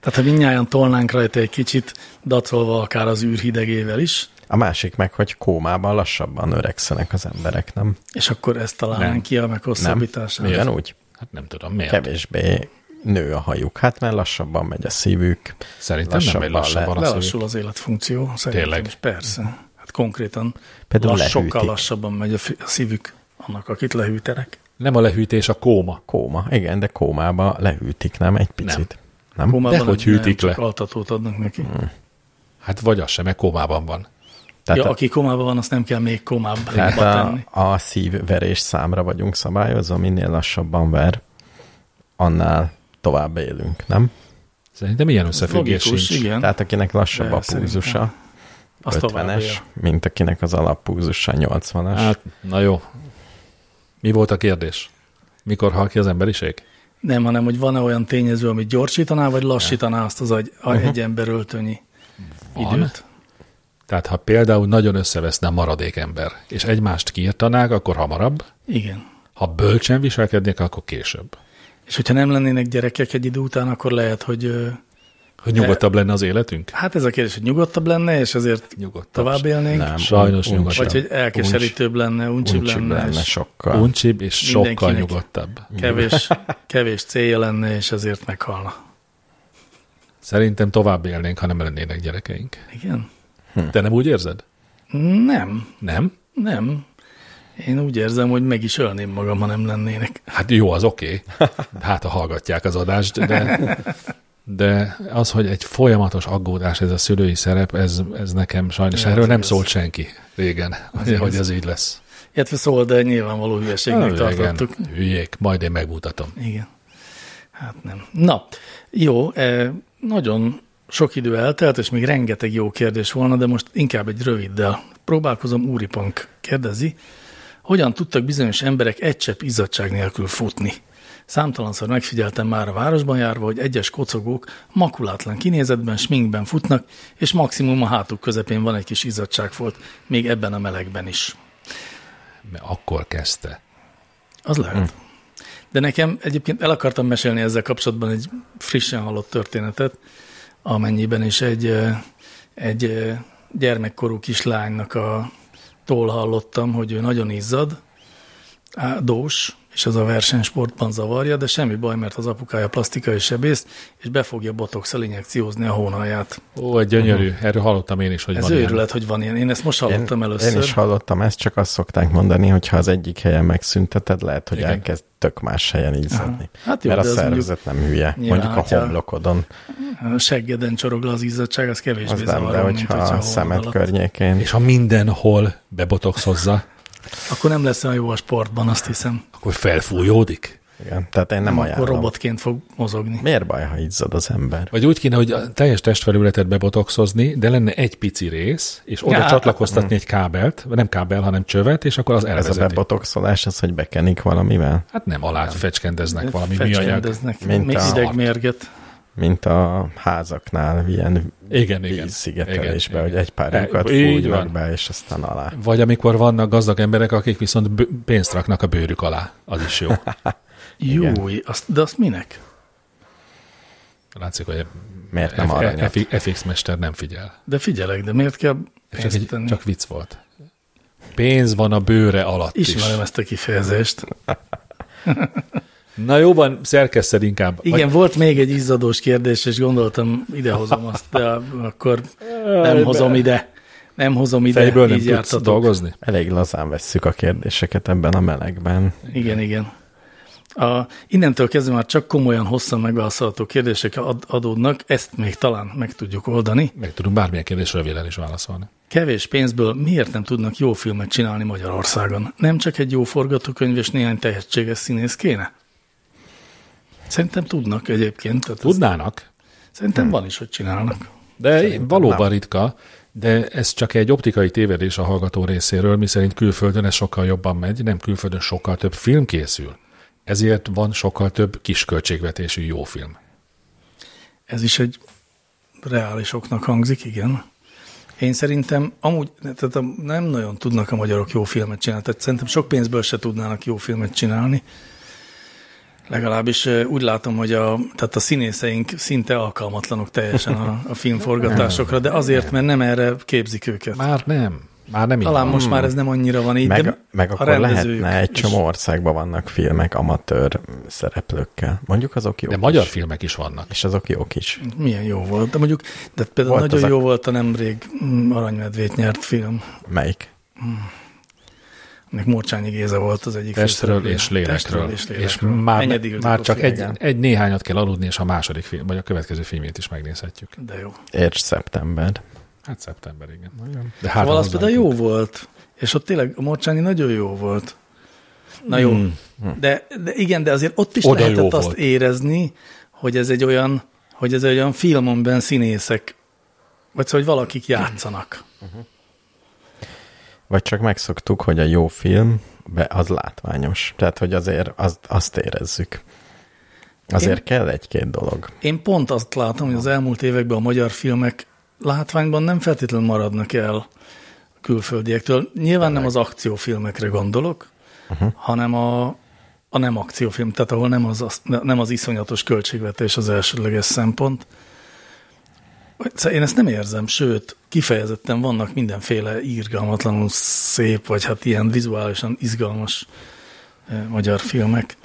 Tehát ha mindnyáján tolnánk rajta egy kicsit, dacolva akár az űr hidegével is, A másik meg, hogy kómában lassabban öregszenek az emberek, nem? és akkor ezt találnánk Nem. ki a Nem? meghosszabbítását. Ugyanúgy? Hát nem tudom, miért. Kevésbé nő a hajuk. Hát mert lassabban megy a szívük. Szerintem nem megy lassabban a szívük. Lelassul az életfunkció, szerintem Tényleg? is, persze. Hát konkrétan Például lass, sokkal lehűtik. lassabban megy a, fi- a szívük annak, akit lehűtenek. Nem a lehűtés, a kóma. Kóma. Igen, de kómába lehűtik, nem? Egy picit. Nem. nem? Kómában Dehogy nem- hűtik nem, le. csak altatót adnak neki. Hmm, Hát vagy az sem, mert kómában van. Tehát ja, aki kómában van, azt nem kell még kómába tehát tenni. a, a szívverés számra vagyunk szabályozva, minél lassabban ver, annál tovább élünk, nem? Szerintem ilyen összefüggés Logikus, sincs. igen. Tehát akinek lassabb De a szerintem púzusa, Azt tovább 50-es, él. mint akinek az alappúzusa 80-as. Hát, na jó. Mi volt a kérdés? Mikor hal ki az emberiség? Nem, hanem hogy van-e olyan tényező, amit gyorsítaná, vagy lassítaná azt az agy, a, Mhm. egy ember öltönyi Van. időt. Tehát ha például nagyon összeveszne a maradék ember, és egymást kiirtanák, akkor hamarabb, Igen. ha bölcsen viselkednék, akkor később. És hogyha nem lennének gyerekek egy idő után, akkor lehet, hogy ö, Hogy De- nyugodtabb lenne az életünk? hát ez a kérdés, hogy nyugodtabb lenne, és ezért Nyugodtabb. tovább élnénk, Nem, sajnos un- nyugodtan. vagy uncsibb- hogy elkeserítőbb lenne, uncsibb, uncsibb lenne, lenne lenne sokkal. Uncsibb és sokkal Mindenkinek. nyugodtabb. kevés, kevés célja lenne, és ezért meghalna. Szerintem tovább élnénk, ha nem lennének gyerekeink. Igen? Te nem úgy érzed? Nem, Nem? nem. Én úgy érzem, hogy meg is ölném magam, ha nem lennének. Hát jó, az oké. Hát, ha hallgatják az adást, de, de az, hogy egy folyamatos aggódás ez a szülői szerep, ez, ez nekem sajnos. Ja, Erről az nem igaz. szólt senki régen, hogy, hogy ez így lesz. Illetve szól, de nyilvánvaló hülyeségnek tartottuk. hülyék, majd én megmutatom. Igen. Hát nem. Na, jó, eh, nagyon sok idő eltelt, és még rengeteg jó kérdés volna, de most inkább egy röviddel próbálkozom. Úri Pank kérdezi, hogyan tudtak bizonyos emberek egy csepp izzadság nélkül futni? Számtalanszor megfigyeltem már a városban járva, hogy egyes kocogók makulátlan kinézetben, sminkben futnak, és maximum a hátuk közepén van egy kis izzadságfolt, még ebben a melegben is. Mert akkor kezdte. Hm. Az lehet. De nekem egyébként el akartam mesélni ezzel kapcsolatban egy frissen hallott történetet, amennyiben is egy, egy gyermekkorú kislánynak a tól hallottam, hogy ő nagyon izzad, á, dós, és az a versenysportban zavarja, de semmi baj, mert az apukája plastikai sebész, és be fogja botoxal injekciózni a hónalját. Ó, egy gyönyörű, uh-huh. erről hallottam én is, hogy Ez van ilyen. őrület, hogy van ilyen. Én ezt most hallottam én, először. Én is hallottam ezt, csak azt szokták mondani, hogy ha az egyik helyen megszünteted, lehet, hogy Igen. Igen. elkezd tök más helyen izzadni. Hát jó, Mert a de az mondjuk- szervezet nem hüye. Nyilván, mondjuk a hogyha- homlokodon, A seggeden csorog le az izzadság, az az kevésbé nem, de zavaró, mint hogyha hogyha a szemed szemed alatt. környékén. És ha mindenhol bebotoxozza, Akkor nem lesz olyan jó a sportban, azt hiszem. akkor felfújódik. Igen. Tehát én nem Akkor ajánlom. robotként fog mozogni. Miért baj, ha izzad az ember? Vagy úgy kéne, hogy a teljes testfelületet bebotoxozni, de lenne egy pici rész, és oda Já. Hm. csatlakoztatni egy kábelt, vagy nem kábel, hanem csövet, és akkor az Ez a elvezeti. bebotoxolás, az, hogy bekenik valamivel? hát nem, alá fecskendeznek valami műanyag. Fecskendeznek, Mint még a- idegmérget. Mint a házaknál, ilyen Igen, igen. vízszigetelésbe, Igen, hogy egy E, pár igen. lyukat Így fújnak van. be, és aztán alá. Vagy amikor vannak gazdag emberek, akik viszont bő- pénzt raknak a bőrük alá. Az is jó. Júj, azt, de azt minek? Látszik, hogy Miért nem F- aranyat? F- FX mester nem figyel. De figyelek, de miért kell Csak, pénzt egy, tenni? csak vicc volt. Pénz van a bőre alatt Ismerem is. ezt a kifejezést. Na jó van, szerkeszted inkább. Vagy- Igen, volt még egy izzadós kérdés, és gondoltam, idehozom azt, de akkor nem hozom ide. Nem hozom ide, fejből nem tudsz jártatok. dolgozni? Elég lazán vesszük a kérdéseket ebben a melegben. Igen, igen. A, innentől kezdve már csak komolyan hosszan megválaszolható kérdések ad, adódnak, ezt még talán meg tudjuk oldani. Meg tudunk bármilyen kérdésre röviden is válaszolni. Kevés pénzből miért nem tudnak jó filmet csinálni Magyarországon? Nem csak egy jó forgatókönyv és néhány tehetséges színész kéne? Szerintem tudnak egyébként. Tehát ez, Tudnának, szerintem van is, hogy csinálnak. De valóban ritka, de ez csak egy optikai tévedés a hallgató részéről, miszerint külföldön ez sokkal jobban megy, nem külföldön sokkal több film készül. Ezért van sokkal több kisköltségvetésű jó film. Ez is egy reális oknak hangzik, igen. Én szerintem amúgy tehát a- nem nagyon tudnak a magyarok jó filmet csinálni, tehát szerintem sok pénzből se tudnának jó filmet csinálni. Legalábbis ö, úgy látom, hogy a, tehát a színészeink szinte alkalmatlanok teljesen a, a filmforgatásokra, de azért, mert nem erre képzik őket. Már nem. Már nem Talán így van. most már ez nem annyira van így, Hmm. Meg, de meg a akkor rendezők lehetne, egy is. csomó országban vannak filmek amatőr szereplőkkel. Mondjuk azok jók De magyar is. filmek is vannak. És azok jók is. Milyen jó volt. De mondjuk, de például Volt nagyon az a- jó volt a nemrég mm, Aranymedvét nyert film. Melyik? Nek Morcsányi Géza volt az egyik Testről főszereplője. és lélekről. Testről és lélekről. már, Enyedi ne, Ildikó már csak egy, Szigligán. egy néhányat kell aludni, és a második film, vagy a következő filmét is megnézhetjük. De jó. És szeptember. Hát szeptember, igen. De Hát szóval az hozzánk. például jó volt. És ott tényleg a Morcsányi nagyon jó volt. Na jó. De, de igen, de azért ott is Hmm. Oda jó lehetett azt volt. érezni, hogy ez egy olyan, hogy ez egy olyan filmonben színészek, vagy szóval, hogy valakik játszanak. Vagy csak megszoktuk, hogy a jó film be az látványos. Tehát, hogy azért azt, azt érezzük. Azért Én- kell egy-két dolog. Én pont azt látom, hogy az elmúlt években a magyar filmek látványban nem feltétlenül maradnak el a külföldiektől. Nyilván nem az akciófilmekre gondolok, uh-huh. hanem a, a nem akciófilm, tehát ahol nem az, az, nem az iszonyatos költségvetés az elsődleges szempont. Szóval Én ezt nem érzem, sőt, kifejezetten vannak mindenféle írgalmatlanul szép, vagy hát ilyen vizuálisan izgalmas eh, magyar filmek.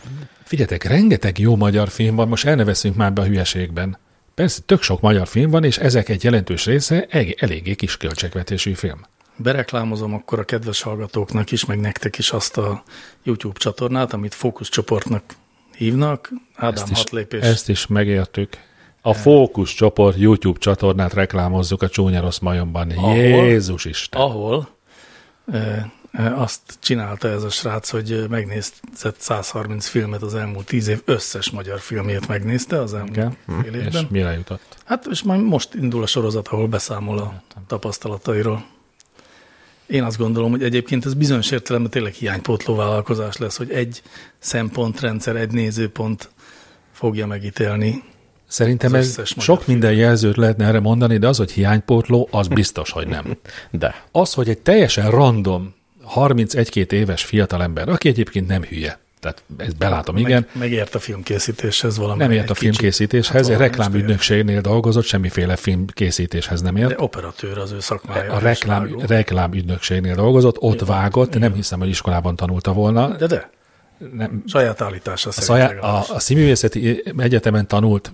Figyeljetek, rengeteg jó magyar film van, most elneveszünk már be a hülyeségben. Persze, tök sok magyar film van, és ezek egy jelentős része el- eléggé kis költségvetésű film. Bereklámozom akkor a kedves hallgatóknak is, meg nektek is azt a YouTube csatornát, amit fókuszcsoportnak hívnak. Ádám hat lépés. ezt is megértük. A Fókusz csoport YouTube csatornát reklámozzuk a Csúnya Rossz Majomban. Ahol? Jézus Isten! ahol e, e, azt csinálta ez a srác, hogy e, megnézett 130 filmet az elmúlt 10 év, összes magyar filmjét megnézte az elmúlt Igen. fél És évben. mire jutott? Hát és majd most indul a sorozat, ahol beszámol a tapasztalatairól. Én azt gondolom, hogy egyébként ez bizonyos értelemben tényleg hiánypótló vállalkozás lesz, hogy egy szempontrendszer, egy nézőpont fogja megítélni. Szerintem Az ez összes magyar sok minden jelzőt lehetne erre mondani, de az, hogy hiánypótló, az biztos, hogy nem. De Az, hogy egy teljesen random 31-2 éves fiatalember, aki egyébként nem hülye, Tehát ezt belátom, igen. Meg, megért a filmkészítéshez valami. Nem ért a egy kicsit. filmkészítéshez, Hát hát valami reklámügynökségnél dolgozott, semmiféle filmkészítéshez nem ért. De operatőr az ő szakmája. A és reklám, vágó. reklámügynökségnél dolgozott, ott vágott, nem hiszem, hogy iskolában tanulta volna. De de, Nem, saját állítása a, szerint. szajá, legalábbis. a, a színművészeti egyetemen tanult,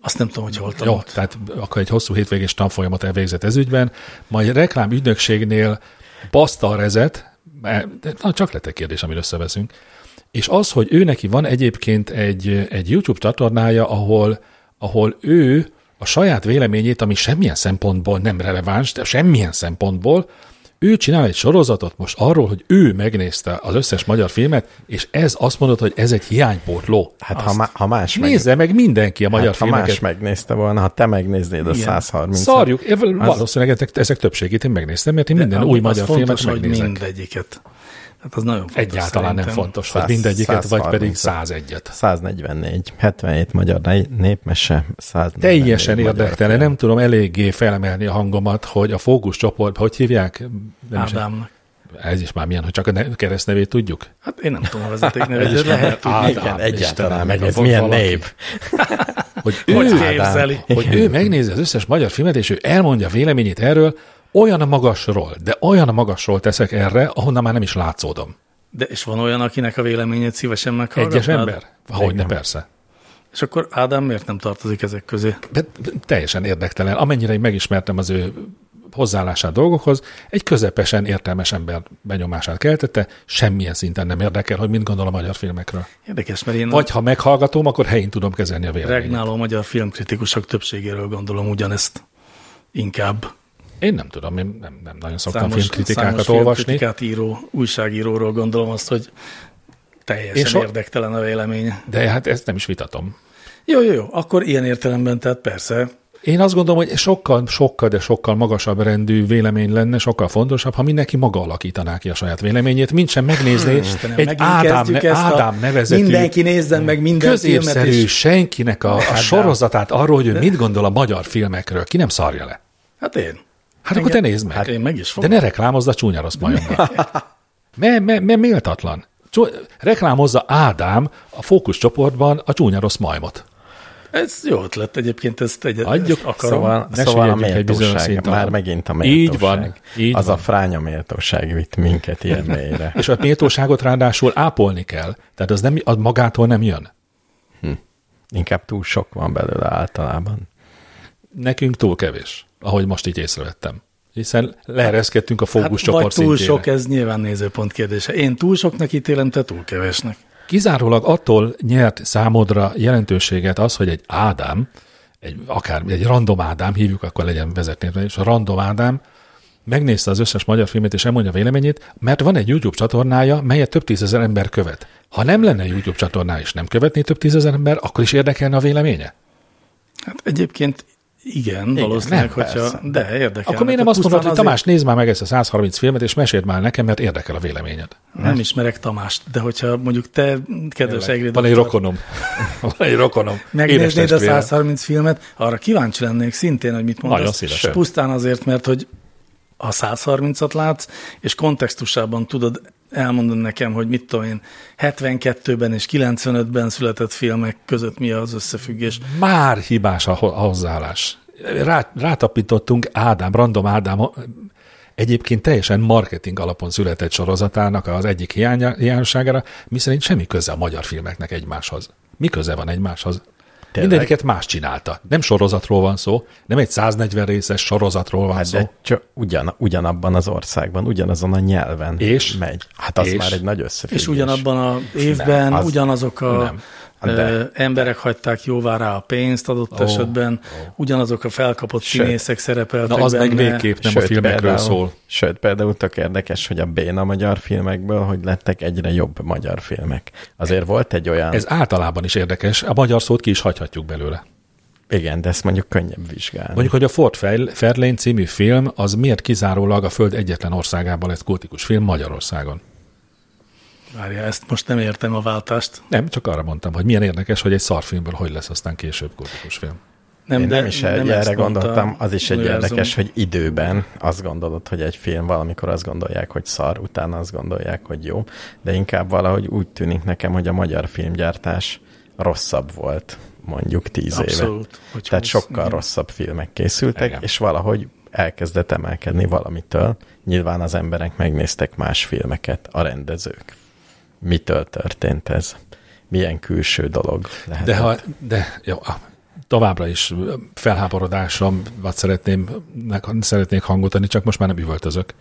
Azt nem tudom, hogy hol jó, tanult. tehát akkor egy hosszú hétvégés tanfolyamot elvégzett ez ügyben, majd reklámügynökségnél basztalrezett, mert- de- na, csak lett egy kérdés, amit összeveszünk, és az, hogy ő neki van egyébként egy, egy YouTube csatornája, ahol, ahol ő a saját véleményét, ami semmilyen szempontból nem releváns, de semmilyen szempontból, ő csinál egy sorozatot most arról, hogy ő megnézte az összes magyar filmet, és ez azt mondod, hogy ez egy hiánypótló. Hát ha, má, ha más meg, Nézze meg mindenki a magyar hát, ha filmeket. más megnézte volna, ha te megnéznéd a Igen. 130 Szarjuk, én Hát valószínűleg ezek, ezek többségét én megnéztem, mert én minden De új az magyar fontos, filmet hogy megnézek. mindegyiket. Tehát az nagyon fontos Egyáltalán nem szerintem. fontos, hogy Száz- mindegyiket, vagy 130-at. pedig 101-et. 144, 77 magyar né- népmese, 144 Teljesen magyar érdektelen, film. nem tudom eléggé felemelni a hangomat, hogy a fókuszcsoportban, hogy hívják? Nem is, Ádámnak. ez is már milyen, hogy csak a ne- keresztnevét tudjuk? Hát én nem tudom a vezetéknevet, Ez de is lehet lehet. Ádám, Igen, egyáltalán Istenem, meg ez van milyen valaki. név. Hogy Hogy ő, képzeli. hogy ő megnézi az összes magyar filmet, és ő elmondja véleményét erről, olyan a magasról, de olyan a magasról teszek erre, ahonnan már nem is látszódom. De és van olyan, akinek a véleményét szívesen meghallgatnád? Egyes ember? Hogyne, persze. És akkor Ádám miért nem tartozik ezek közé? de teljesen érdektelen. Amennyire én megismertem az ő hozzáállását dolgokhoz, egy közepesen értelmes ember benyomását keltette, semmilyen szinten nem érdekel, hogy mit gondol a magyar filmekről. Érdekes, mert én Vagy ha meghallgatom, akkor helyén tudom kezelni a a véleményét. regnáló magyar filmkritikusok többségéről gondolom ugyanezt inkább. Én nem tudom, én nem, nem nagyon szoktam filmkritikákat olvasni. filmkritikát író, újságíróról gondolom azt, hogy teljesen És és ho- érdektelen a véleménye. De hát ezt nem is vitatom. Jó, jó, jó, akkor ilyen értelemben, tehát persze, Én azt gondolom, hogy sokkal, sokkal, de sokkal magasabb rendű vélemény lenne, sokkal fontosabb, ha mindenki maga alakítaná ki a saját véleményét, mint sem megnézni Istenem, egy megint Ádám, kezdjük ne, ezt a- Ádám nevezetű Mindenki nézzen meg minden filmet, Hát középszerű és, senkinek a, a sorozatát arról, hogy ő mit gondol a magyar filmekről. Ki nem szarja le? hát én. Hát akkor te nézd meg. Hát én meg is De fogom. ne reklámozd a csúnya rossz majomra. Mert me, me, méltatlan. Csú- Reklámozza Ádám a fókuszcsoportban a csúnya rossz majmot. Ez jó ötlet egyébként, ezt, egy, Adjuk. ezt akarom. Szóval, ne szóval a süllyedjünk egy bizonyos méltóság, szint már alá. megint a méltóság. Így van, így Az van. a fránya méltóság vitt minket ilyen mélyre. És a méltóságot ráadásul ápolni kell. Tehát az, nem, az magától nem jön. Inkább túl sok van belőle általában. Nekünk túl kevés, ahogy most így észrevettem. Hiszen leereszkedtünk a Hát, vagy fókuszcsoport túl szintjére. sok, ez nyilván nézőpont kérdése. Én túl soknak ítélem, te túl kevesnek. Kizárólag attól nyert számodra jelentőséget az, hogy egy Ádám, egy, akár egy random Ádám, hívjuk, akkor legyen vezetnévre és a random Ádám megnézte az összes magyar filmet és elmondja a véleményét, mert van egy YouTube csatornája, melyet több tízezer ember követ. Ha nem lenne YouTube csatornája és nem követné több tízezer ember, akkor is érdekelne a véleménye? Hát egyébként igen, igen valószínűleg, nem, hogyha, persze. de érdekel. akkor miért nem Hát azt mondod, hogy pusztán Tamás, nézd már meg ezt a 130 filmet, és meséld már nekem, mert érdekel a véleményed. azért Nem ismerek Tamást, de hogyha mondjuk te, kedves Egrid, Van egy doktor, rokonom. Van egy rokonom. Édes megnéznéd a testvére. 130 filmet, arra kíváncsi lennék szintén, hogy mit mondasz. Nagyon szívesen. Pusztán azért, mert hogy ha 130-at látsz, és kontextusában tudod elmondani nekem, hogy mit tudom én, 72-ben és 95-ben született filmek között mi az összefüggés. Már hibás a ho- a hozzáállás. Rá, rátapintottunk Ádám, random Ádám, egyébként teljesen marketing alapon született sorozatának az egyik hiánya, hiányosságára, miszerint semmi köze a magyar filmeknek egymáshoz. Mi köze van egymáshoz? Tényleg? Mindegyiket más csinálta. Nem sorozatról van szó, nem egy 140 részes sorozatról van hát Hát szó. de csak ugyan, ugyanabban az országban, ugyanazon a nyelven És? megy. Hát az És? már egy nagy összefüggés. És ugyanabban a évben nem, az- az, ugyanazok a nem. Ö, emberek hagyták jóvá rá a pénzt adott oh, esetben, oh. ugyanazok a felkapott Sőt. színészek szerepeltek Na, az benne. meg végképp nem a filmekről szól. Sőt, például tök érdekes, hogy a béna magyar filmekből, hogy lettek egyre jobb magyar filmek. Azért volt egy olyan, ez, Ez általában is érdekes, a magyar szót ki is hagyhatjuk belőle. igen, de ezt mondjuk könnyebb vizsgálni. Mondjuk, hogy a Ford Fair- Fairlane című film, az miért kizárólag a föld egyetlen országában lett kultikus film Magyarországon? Várja, ezt most nem értem a váltást. Nem, csak arra mondtam, hogy milyen érdekes, hogy egy szarfilmből hogy lesz aztán később kultikus film. Nem, Én de, nem is nem erre mondta, gondoltam, az is egy univerzum. érdekes, hogy időben azt gondolod, hogy egy film valamikor azt gondolják, hogy szar, utána azt gondolják, hogy jó, de inkább valahogy úgy tűnik nekem, hogy a magyar filmgyártás rosszabb volt mondjuk tíz Abszolút, éve. Tehát 20, sokkal igen. rosszabb filmek készültek, igen. és valahogy elkezdett emelkedni valamitől. Nyilván az emberek megnéztek más filmeket, a rendezők. Mitől történt ez? Milyen külső dolog lehetett? De, ha, de jó, továbbra is felháborodásomat szeretném, szeretnék hangot adni, csak most már nem üvöltözök.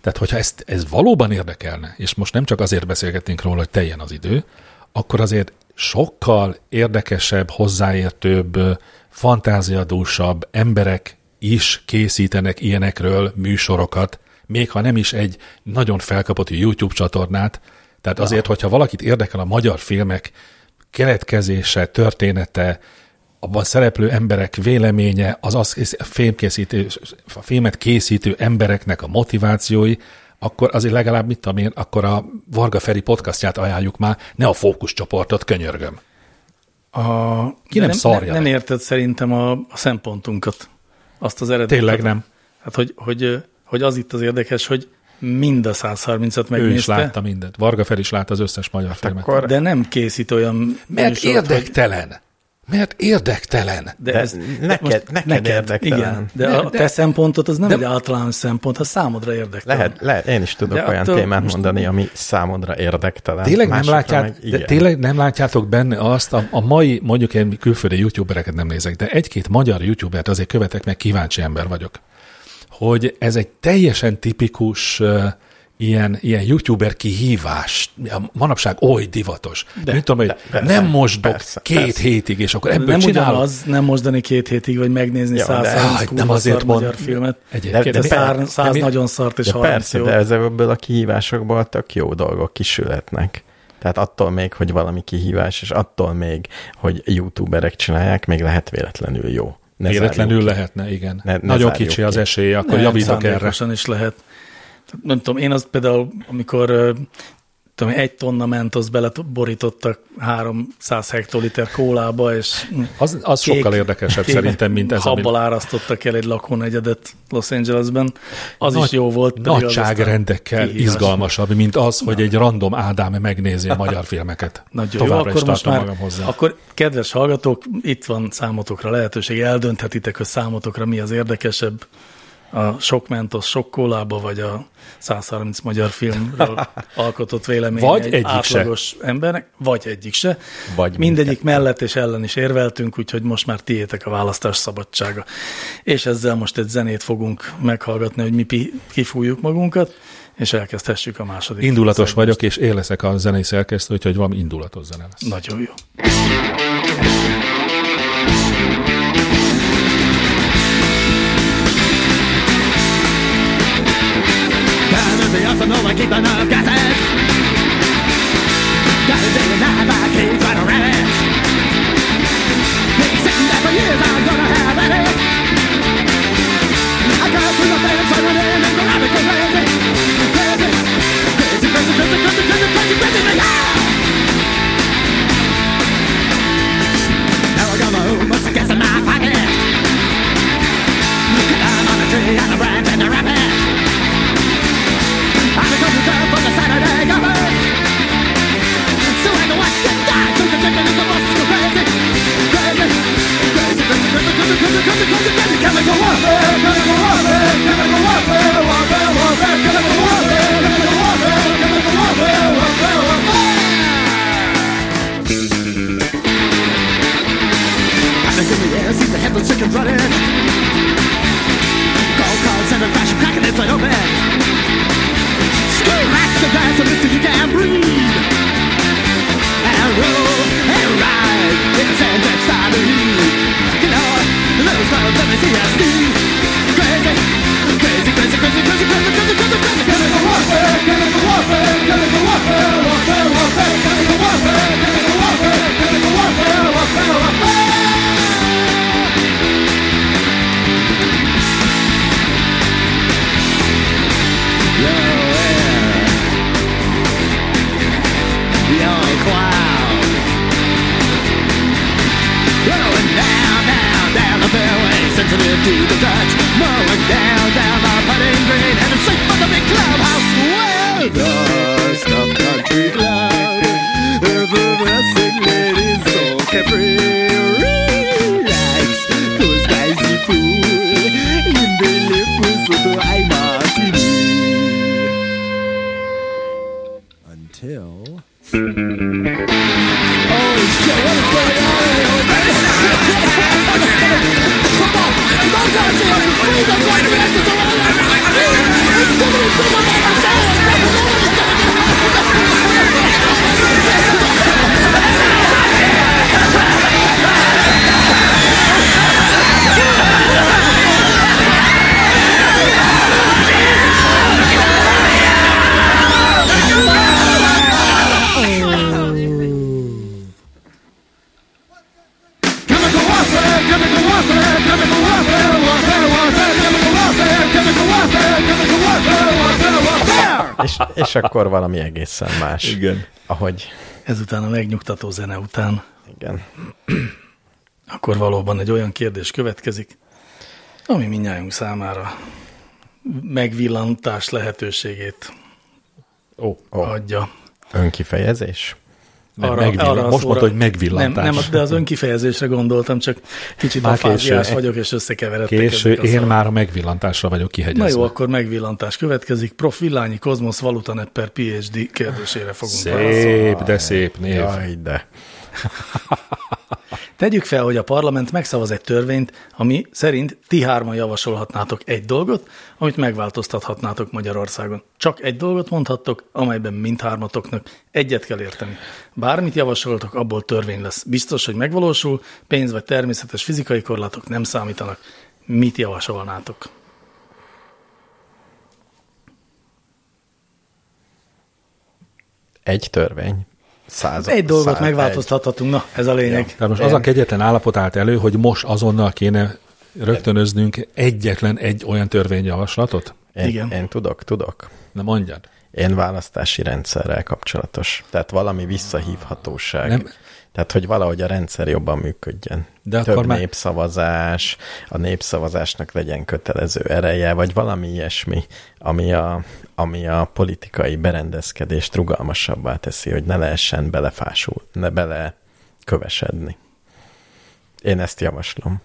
Tehát, hogyha ezt, ez valóban érdekelne, és most nem csak azért beszélgetnénk róla, hogy teljen az idő, akkor azért sokkal érdekesebb, hozzáértőbb, fantáziadúsabb emberek is készítenek ilyenekről műsorokat, még ha nem is egy nagyon felkapott YouTube csatornát. Tehát azért, hogyha valakit érdekel a magyar filmek keletkezése, története, abban szereplő emberek véleménye, az az filmkészítő, a filmet készítő embereknek a motivációi, akkor azért legalább mit tudom én, akkor a Varga Feri podcastját ajánljuk már, ne a fókuszcsoportot, könyörgöm. A, Ki nem, nem szarja Nem, nem érted szerintem a, a szempontunkat, azt az eredetet. Tényleg nem. Hát, hogy, hogy, hogy az itt az érdekes, hogy mind a 130-at megnézte. Ő is látta mindent. Varga Feri is látta az összes magyar hát filmet. Akkor, de nem készít olyan... Mert műsort, érdektelen. Hogy... Mert érdektelen. De, de ez, neked, most, neked, neked érdektelen. Igen, de, de a te de, szempontod az nem de, egy általános szempont, az számodra érdektelen. Lehet, lehet én is tudok de olyan témát mondani, ami számodra érdektelen. Tényleg nem, látját, meg, de tényleg nem látjátok benne azt, a, a mai, mondjuk én külföldi youtubereket nem nézek, de egy-két magyar youtubert azért követek, mert kíváncsi ember vagyok, hogy ez egy teljesen tipikus uh, ilyen, ilyen youtuber kihívás, manapság oly divatos. De, Mint tudom, hogy de, persze, nem mosdok persze, két persze. hétig, és akkor ebből nem csinálom. az nem mosdani két hétig, vagy megnézni ja, száz nem azért mond... magyar filmet. Egyébként de, de, de szár, száz de, nagyon szart és de Persze, jó. de ezekből a kihívásokból tök jó dolgok kisületnek. Tehát attól még, hogy valami kihívás, és attól még, hogy youtuberek csinálják, még lehet véletlenül jó. Ne véletlenül lehetne, igen. Ne, ne Nagyon kicsi ki. az esélye, akkor ne, javítok erre. is lehet nem tudom, én azt például, amikor tudom, egy tonna mentosz borítottak 300 hektoliter kólába, és az, az kék, sokkal érdekesebb kék szerintem, mint ez. Habbal ami... árasztottak el egy lakónegyedet Los Angelesben. Az Nagy, is jó volt. Nagyságrendekkel izgalmasabb, mint az, hogy Na. egy random Ádám megnézi a magyar filmeket. Nagyon Továbbra jó, akkor most már, magam hozzá. Akkor kedves hallgatók, itt van számotokra lehetőség, eldönthetitek, hogy számotokra mi az érdekesebb a sok mentos sok kólába, vagy a 130 magyar filmről alkotott vélemény vagy egy egyik átlagos se. embernek, vagy egyik se. Vagy Mindegyik minket. mellett és ellen is érveltünk, úgyhogy most már tiétek a választás szabadsága. És ezzel most egy zenét fogunk meghallgatni, hogy mi kifújjuk magunkat, és elkezdhessük a második. Indulatos szegmest. vagyok, és én leszek a zenei szerkesztő, úgyhogy valami indulatos zene lesz. Nagyon jó. the earth and all I keep the nerve gases Got a day and night by King trying to ram it Been sitting there for years, I'm gonna have at it I got through the fence, I run in and grab it, go crazy Crazy, crazy, crazy, crazy, crazy, crazy, crazy, crazy, crazy, yeah! Now I got my own muscle gas in my pocket Look down on the tree and the branch and the rabbit I'm a couple girl from the Saturday Gubbers So I know what's the die So the chicken is the boss go crazy Crazy Crazy, crazy, crazy, crazy, crazy, crazy, crazy, crazy Chemical warfare, chemical warfare, chemical warfare Warfare, warfare, chemical warfare Chemical warfare, chemical warfare Warfare, warfare Panic in the air, see the headless chickens running Call, call, send és, és akkor valami egészen más. Igen. Ahogy, Ezután a megnyugtató zene után, igen. akkor valóban egy olyan kérdés következik, ami mindnyájunk számára megvillantás lehetőségét Ó, Ó, adja. önkifejezés? nem, megvill... a most szóra- mondta, hogy megvillantás. Nem, nem, de az önkifejezésre gondoltam, csak kicsit Már afáziás késő. vagyok, és összekeveredtek. Késő, ezek a én szavak. már a megvillantásra vagyok Na kihegyezve. jó, akkor megvillantás következik. Prof. Villányi Kozmosz Valuta per PhD kérdésére fogunk válaszolni. Szép, de szép név. Jaj, de. Tegyük fel, hogy a parlament megszavaz egy törvényt, ami szerint ti hárman javasolhatnátok egy dolgot, amit megváltoztathatnátok Magyarországon. Csak egy dolgot mondhattok, amelyben mindhármatoknak egyet kell érteni. Bármit javasoltok, abból törvény lesz. Biztos, hogy megvalósul, pénz vagy természetes fizikai korlátok nem számítanak. Mit javasolnátok? Egy törvény. Század, Egy dolgot száz- megváltoztathatunk, na ez a lényeg. Tehát most az a kegyetlen állapot állt elő, hogy most azonnal kéne rögtönöznünk egyetlen egy olyan törvényjavaslatot? Egy, én, Igen. én tudok, tudok. Na mondjad. Én választási rendszerrel kapcsolatos. Tehát valami visszahívhatóság. Nem. Nem. Tehát, hogy valahogy a rendszer jobban működjön. De Több akkor már- népszavazás, a népszavazásnak legyen kötelező ereje, vagy valami ilyesmi, ami a, ami a politikai berendezkedést rugalmasabbá teszi, hogy ne lehessen belefásul, ne bele kövesedni. Én ezt javaslom.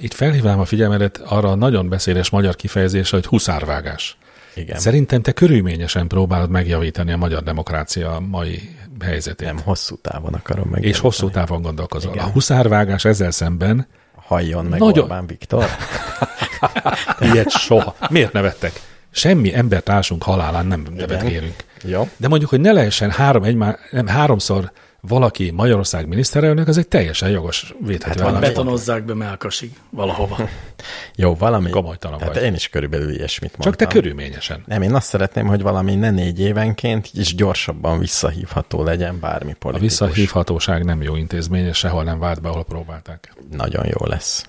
Itt felhívnám a figyelmedet arra a nagyon beszédes magyar kifejezésre, hogy huszárvágás. Igen. Szerintem te körülményesen próbálod megjavítani a magyar demokrácia mai helyzetét. Nem, hosszú távon akarom meg. És hosszú távon gondolkozol. Igen. A huszárvágás ezzel szemben Halljon meg Nagyon- Nagyon. Orbán Viktor. ilyet soha. Miért nevettek? Semmi embertársunk halálán nem nevetkérünk. Jó. De mondjuk, hogy ne lehessen három egymá, nem, háromszor valaki Magyarország miniszterelnök, az egy teljesen jogos védhető vagy hát, állás. Betonozzák be melkasig valahova. Jó, valami. Komolytalan Tehát vagy. én is körülbelül ilyesmit Csak mondtam. te körülményesen. Nem, én azt szeretném, hogy valami ne négy évenként, és gyorsabban visszahívható legyen bármi A politikus. visszahívhatóság nem jó intézmény, és sehol nem vált be, ahol próbálták. Nagyon jó lesz.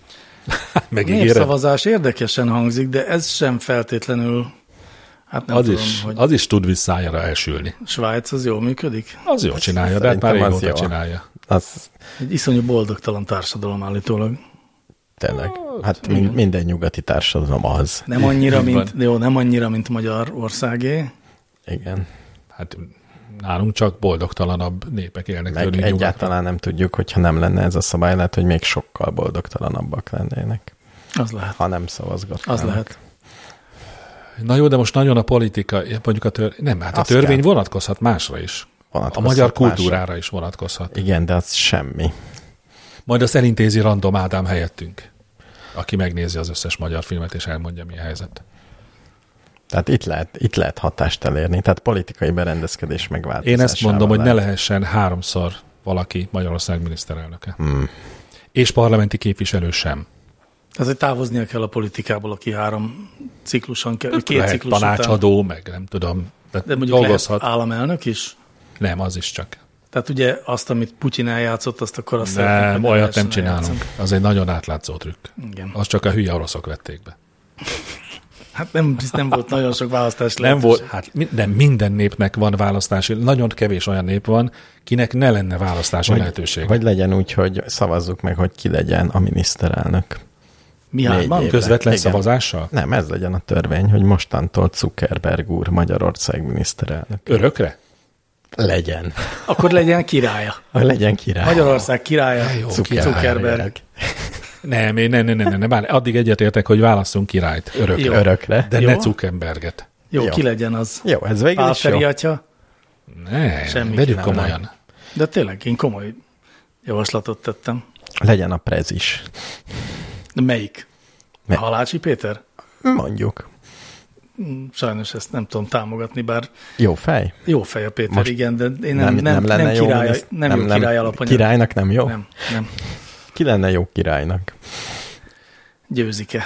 Megígéred? Népszavazás érdekesen hangzik, de ez sem feltétlenül, hát nem Az tudom, is, hogy az is tud visszájára elsülni. Svájc az jól működik. Az jól csinálja, de hát már Szerintem az régóta jó. csinálja. Az Egy iszonyú boldogtalan társadalom állítólag. tényleg, hát mind, minden nyugati társadalom az. Nem annyira, mint, jó, nem annyira, mint Magyarországé. Igen. Hát nálunk csak boldogtalanabb népek élnek Meg tőlünk nyugaton. egyáltalán nem tudjuk, hogyha nem lenne ez a szabály, lehet, hogy még sokkal boldogtalanabbak lennének, Az lehet. ha nem szavazgatnak. Az lehet. Na jó, de most nagyon a politika, mondjuk a tör... nem, hát a Azt törvény kell. vonatkozhat másra is. A Vonatkozhat magyar másra. kultúrára is vonatkozhat. Igen, de az semmi. Majd azt elintézi random Ádám helyettünk, aki megnézi az összes magyar filmet, és elmondja, mi a helyzet. Tehát itt lehet, itt lehet hatást elérni, tehát politikai berendezkedés Én megváltozásával. ezt mondom, hogy ne lehet. lehessen háromszor valaki Magyarország miniszterelnöke. Hmm. És parlamenti képviselő sem. Azért távoznia kell a politikából, aki három cikluson, ke- két Lehet ciklus után. tanácsadó, meg nem tudom. De De mondjuk dolgozhat. lehet államelnök is? Nem, az is csak. Tehát ugye azt, amit Putyin eljátszott, azt akkor azt szeretnénk, hogy Nem, ne olyat lehessen nem csinálunk. eljátszani. Az egy nagyon átlátszó trükk. Igen. Az csak a hülye oroszok vették be. Hát nem, nem volt nagyon sok választás Nem lehetőség. volt, hát mi- nem, minden népnek van választási, nagyon kevés olyan nép van, kinek ne lenne választási vagy, lehetőség. Vagy Vagy legyen úgy, hogy szavazzuk meg, hogy ki legyen a miniszterelnök. Mi hárman? év. közvetlen Igen. szavazással? Nem, ez legyen a törvény, hogy mostantól Zuckerberg úr Magyarország miniszterelnök. Örökre? Legyen. Akkor legyen királya. Hogy legyen király. Magyarország királya, jó, Zuckerberg. Zuckerberg. Nem, én nem, nem, nem, nem, nem. Addig egyetértek, hogy válasszunk királyt örökre. Jó. Örökre. De Jó. ne Zuckerberget. Jó, Jó. ki legyen az. Jó, ez végül Pál is jó. Feri atya. Ne, Semmi vegyük nem, komolyan. De tényleg, én komoly javaslatot tettem. Legyen a prez is. De melyik? Ne. Halácsi Péter? Mm, Mondjuk. Sajnos ezt nem tudom támogatni, bár Jó fej. jó fej a Péter, Most igen, de én nem, nem, nem, nem, lenne nem, jó király, miniszt- nem, nem, jó király alapanyag. Királynak nem jó? Nem. Nem, nem. Ki lenne jó királynak? Győzike.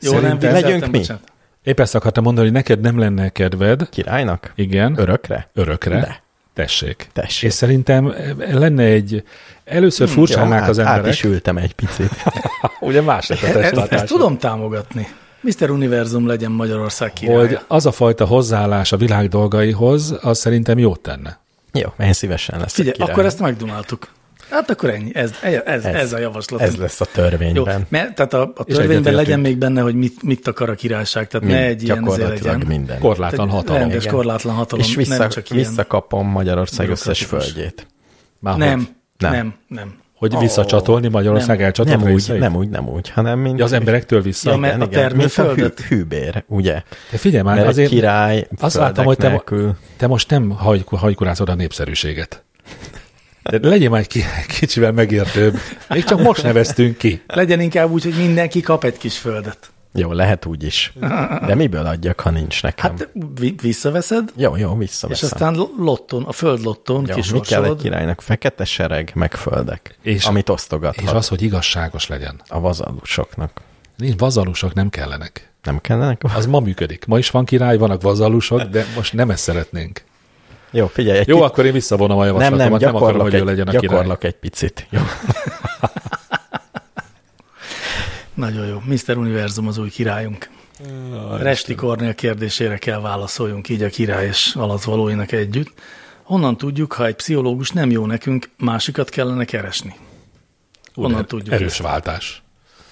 Jó, Szerintem nem vicceltem, legyünk mi? bocsánat. Épp ezt akartam mondani, hogy neked nem lenne kedved, Királynak? igen, Örökre? örökre. De. Tessék. Tessék. Hm, És szerintem lenne egy, először furcsálnák hát át, az emberek. Át is ültem egy picit. Ugye más lett a Ezt, ezt tudom támogatni. Mr. Univerzum legyen Magyarország királya. hogy az a fajta hozzáállás a világ dolgaihoz, az szerintem jót tenne. Jó, én szívesen leszek Figyelj, király. akkor ezt megdumáltuk. Hát akkor ennyi, ez, ez, ez, ez a javaslat. Ez lesz a törvényben. mert, tehát a, a törvényben egyetértünk. legyen legyen még benne, hogy mit, mit akar a királyság, tehát ne egy ilyen izé Gyakorlatilag Hát minden. Korlátlan hatalom. Rendes korlátlan hatalom, és vissza, nem csak ilyen. visszakapom Magyarország összes bürokratikus. földjét. Már Nem, Hogy, Nem. Oh, nem, nem. nem. hogy visszacsatolni Magyarország Nem. elcsatolt Nem úgy, részeit? nem úgy, nem úgy, hanem mint... Ja, az emberektől vissza. Ja, mert- a mint a hű, termőföldet. hűbér, ugye? De figyelj már, Mert azért egy király azt láttam, hogy te, nélkül... te most nem hajku- hajkurázod a népszerűséget. De legyél már egy ki- kicsivel megértőbb. Még csak most neveztünk ki. Legyen inkább úgy, hogy mindenki kap egy kis földet. Jó, lehet úgy is. De miből adjak, ha nincs nekem? Hát vi- visszaveszed, jó, jó, és visszaveszem. aztán lotton, a föld lotton jó, mi kell egy kisorsolod. királynak? Fekete sereg, meg földek, És- és, amit És osztogathat az, hogy igazságos legyen. a vazalusoknak. Nincs vazalusok, nem kellenek. Nem kellenek? Az ma működik. Ma is van király, vannak vazalusok, de most nem ezt szeretnénk. Jó, figyelj, egy Jó, akkor én visszavonom a nem, javaslatomat. nem, nem akarom, gyakorlok, hogy ő egy, legyen a király. gyakorlok egy picit. Jó. Nagyon jó. Mr. Univerzum az új királyunk. Resti Kornél kérdésére kell válaszoljunk így a király és alattvalóinak együtt. Honnan tudjuk, ha egy pszichológus nem jó nekünk, másikat kellene keresni? Ú, Honnan de tudjuk Erős ezt? Hm. váltás.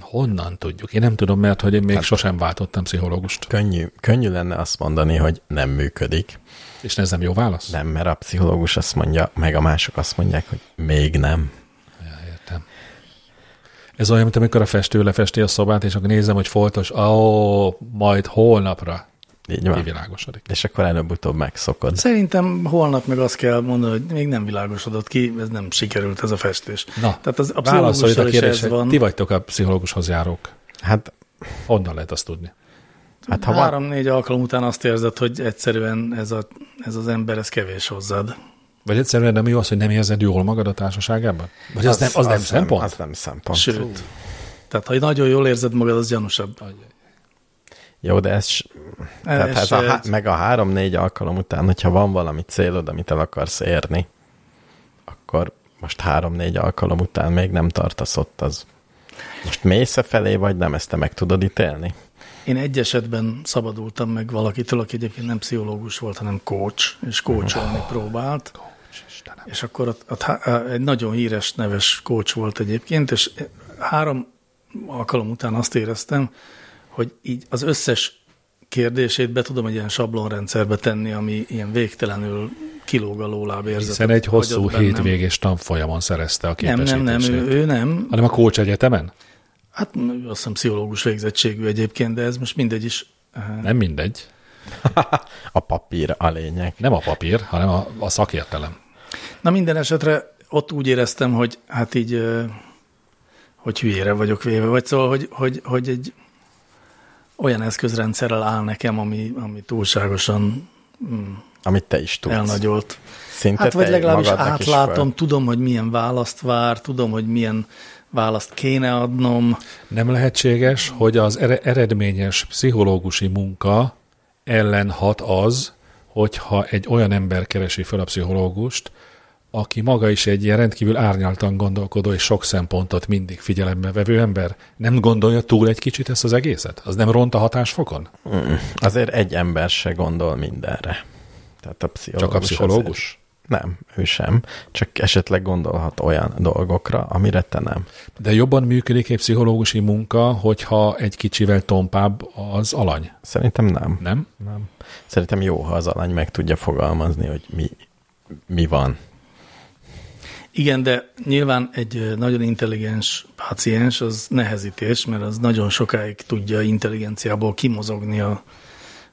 Honnan tudjuk? Én nem tudom, mert hogy én Hát- még sosem váltottam pszichológust. Könnyű, könnyű lenne azt mondani, hogy nem működik. És ez nem jó válasz? Nem, mert a pszichológus azt mondja, meg a mások azt mondják, hogy még nem. Ja, értem. Ez olyan, mint amikor a festő lefesti a szobát, és akkor nézem, hogy foltos, ó, majd holnapra Így van. kivilágosodik. És akkor előbb-utóbb megszokod. Szerintem holnap meg azt kell mondani, hogy még nem világosodott ki, ez nem sikerült ez a festés. Na, Tehát az, a Válaszolj a pszichológussal is ez kérdésre, van. ti vagytok a pszichológushoz járók. Hát, Honnan lehet azt tudni? hát ha van, Három-négy alkalom után azt érzed, hogy egyszerűen ez, a, ez az ember, ez kevés hozzád. Vagy egyszerűen nem jó az, hogy nem érzed jól magad a társaságában? Vagy az, nem, az, nem szempont? az nem szempont. Sőt. Tehát ha nagyon jól érzed magad, az gyanúsabb. Jó, de ez, s- tehát ez a, se há- egy- meg a három-négy alkalom után, hogyha van valami célod, amit el akarsz érni, akkor most három-négy alkalom után még nem tartasz ott az. Most mész felé, vagy nem, ezt te meg tudod ítélni? Én egy esetben szabadultam meg valakitől, aki egyébként nem pszichológus volt, hanem coach, és Mhm. coacholni próbált. És akkor ott, ott há- á, egy nagyon híres, neves coach volt egyébként, és három alkalom után azt éreztem, hogy így az összes kérdését be tudom egy ilyen sablonrendszerbe tenni, ami ilyen végtelenül kilóg a lóláb érzetet. Hiszen egy hosszú hagyott bennem. hétvégés tanfolyamon szerezte a Nem, nem, képesítését. nem, ő, ő nem. Hanem a Kócs Egyetemen? Hát ő azt hiszem pszichológus végzettségű egyébként, de ez most mindegy is. eh, Nem mindegy. A papír a lényeg. Nem a papír, hanem a, a szakértelem. Na minden esetre ott úgy éreztem, hogy hát így, ö, hogy hülyére vagyok véve, vagy szóval, hogy, hogy, hogy egy olyan eszközrendszerrel áll nekem, ami, ami túlságosan Amit te is tudsz. elnagyolt. Szinte Hát vagy te legalábbis magadnak is átlátom, föl. tudom, hogy milyen választ vár, tudom, hogy milyen választ kéne adnom. Nem lehetséges, hogy az ere- eredményes pszichológusi munka ellen hat az, hogyha egy olyan ember keresi fel a pszichológust, aki maga is egy ilyen rendkívül árnyaltan gondolkodó és sok szempontot mindig figyelembe vevő ember, nem gondolja túl egy kicsit ezt az egészet? Az nem ront a hatásfokon? Mm. Azért egy ember se gondol mindenre. Tehát a pszichológus Csak a azért- pszichológus? Nem, ő sem. Csak esetleg gondolhat olyan dolgokra, amire te nem. De jobban működik egy pszichológusi munka, hogyha egy kicsivel tompább az alany, Szerintem nem. nem? Szerintem jó, ha az alany meg tudja fogalmazni, hogy mi, mi van. Igen, de nyilván egy ö, nagyon intelligens páciens az nehezítés, mert az nagyon sokáig tudja intelligenciából kimozogni a,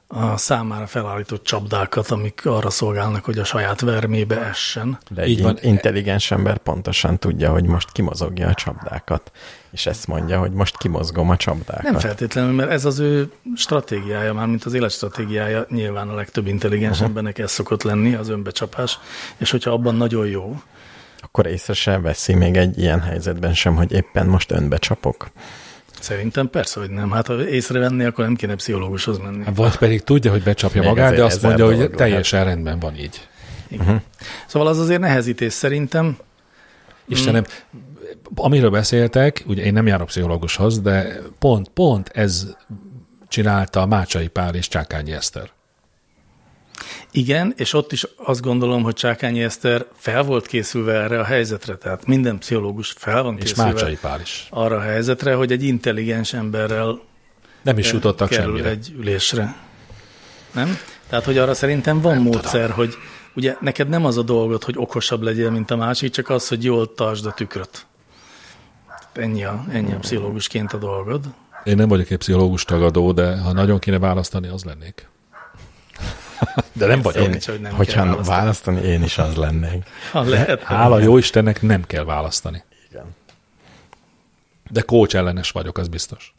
a számára felállított csapdákat, amik arra szolgálnak, hogy a saját vermébe essen. De egy Így Így van. van. intelligens ember pontosan tudja, hogy most kimozogja a csapdákat. És ezt mondja, hogy most kimozgom a csapdákat. Nem feltétlenül, mert ez az ő stratégiája, már mint az életstratégiája, nyilván a legtöbb intelligens embernek ez szokott lenni, az önbecsapás, és hogyha abban nagyon jó, Akkor észre sem veszi még egy ilyen helyzetben sem, hogy éppen most önbe csapok. szerintem persze, hogy nem. Hát ha észrevenni, akkor nem kéne pszichológushoz menni. Vagy pedig tudja, hogy becsapja Még magát, ez de egy azt ezer mondja, hogy dolog teljesen rendben van így. Szóval az azért nehezítés szerintem, Istenem, amiről beszéltek, ugye én nem járok pszichológushoz, de pont, pont ez csinálta Mácsai Pál és Csákányi Eszter. Igen, és ott is azt gondolom, hogy Csákányi Eszter fel volt készülve erre a helyzetre, tehát minden pszichológus fel van És készülve Mácsai Pál is. arra a helyzetre, hogy egy intelligens emberrel Nem is jutottak kerül semmire. egy ülésre. Nem? Tehát, hogy arra szerintem van nem módszer, tudom. hogy ugye neked nem az a dolgod, hogy okosabb legyél, mint a másik, csak az, hogy jól tartsd a tükröt. Ennyi a, ennyi a pszichológusként a dolgod. Én nem vagyok egy pszichológus tagadó, de ha nagyon kéne választani, az lennék. De nem vagyok. Nincs, hogy nem Hogyha kell választani. választani, én is az lennék. Ha lehet, Hála jó Istennek nem kell választani. Hát Igen. De coach ellenes vagyok, az biztos.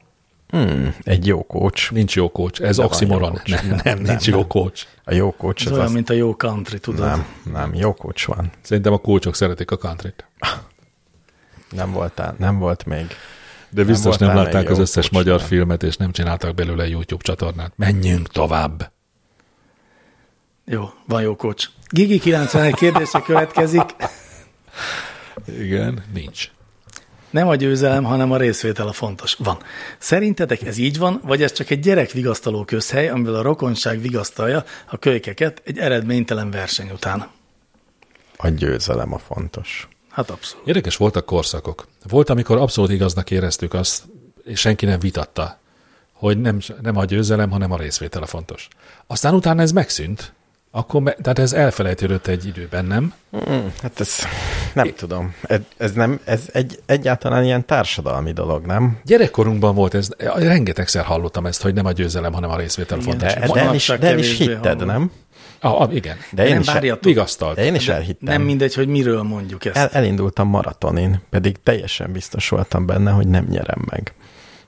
Hmm, egy jó kócs. Nincs jó coach. Ez De van jó oximoron. coach. Nem, nem, nem, Nem, nincs nem. jó coach. A jó kócs Ez az olyan, az... mint a jó country, tudod? Nem, nem, jó kócs van. Szerintem a coachok szeretik a countryt. Nem voltál, nem volt még. De biztos nem, voltál nem még látták jó az összes coach, magyar nem. filmet, és nem csináltak belőle YouTube csatornát. Menjünk tovább. Jó, van jó kocs. Gigi 91 kérdése következik. Igen. Nincs. Nem a győzelem, hanem a részvétel a fontos. Van. Szerintetek ez így van, vagy ez csak egy gyerek vigasztaló közhely, amivel a rokonság vigasztalja a kölykeket egy eredménytelen verseny után? A győzelem a fontos. Hát abszolút. Érdekes voltak korszakok. Volt, amikor abszolút igaznak éreztük azt, és senki nem vitatta, hogy nem, nem a győzelem, hanem a részvétel a fontos. Aztán utána ez megszűnt. Akkor me, tehát ez elfelejtődött egy időben, nem? Hát ez nem tudom. Ez, ez, nem, ez egy, egyáltalán ilyen társadalmi dolog, nem? Gyerekkorunkban volt ez, rengetegszer hallottam ezt, hogy nem a győzelem, hanem a részvétel Igen. fontos. De, de, el, is, Manapság de el is kevésbé hitted, hallom. nem? Ah, ah, igen. De én Nem, is, el- várjatok. Vigasztalt. de én is elhittem. Nem mindegy, hogy miről mondjuk ezt. El, elindultam maratonin, pedig teljesen biztos voltam benne, hogy nem nyerem meg.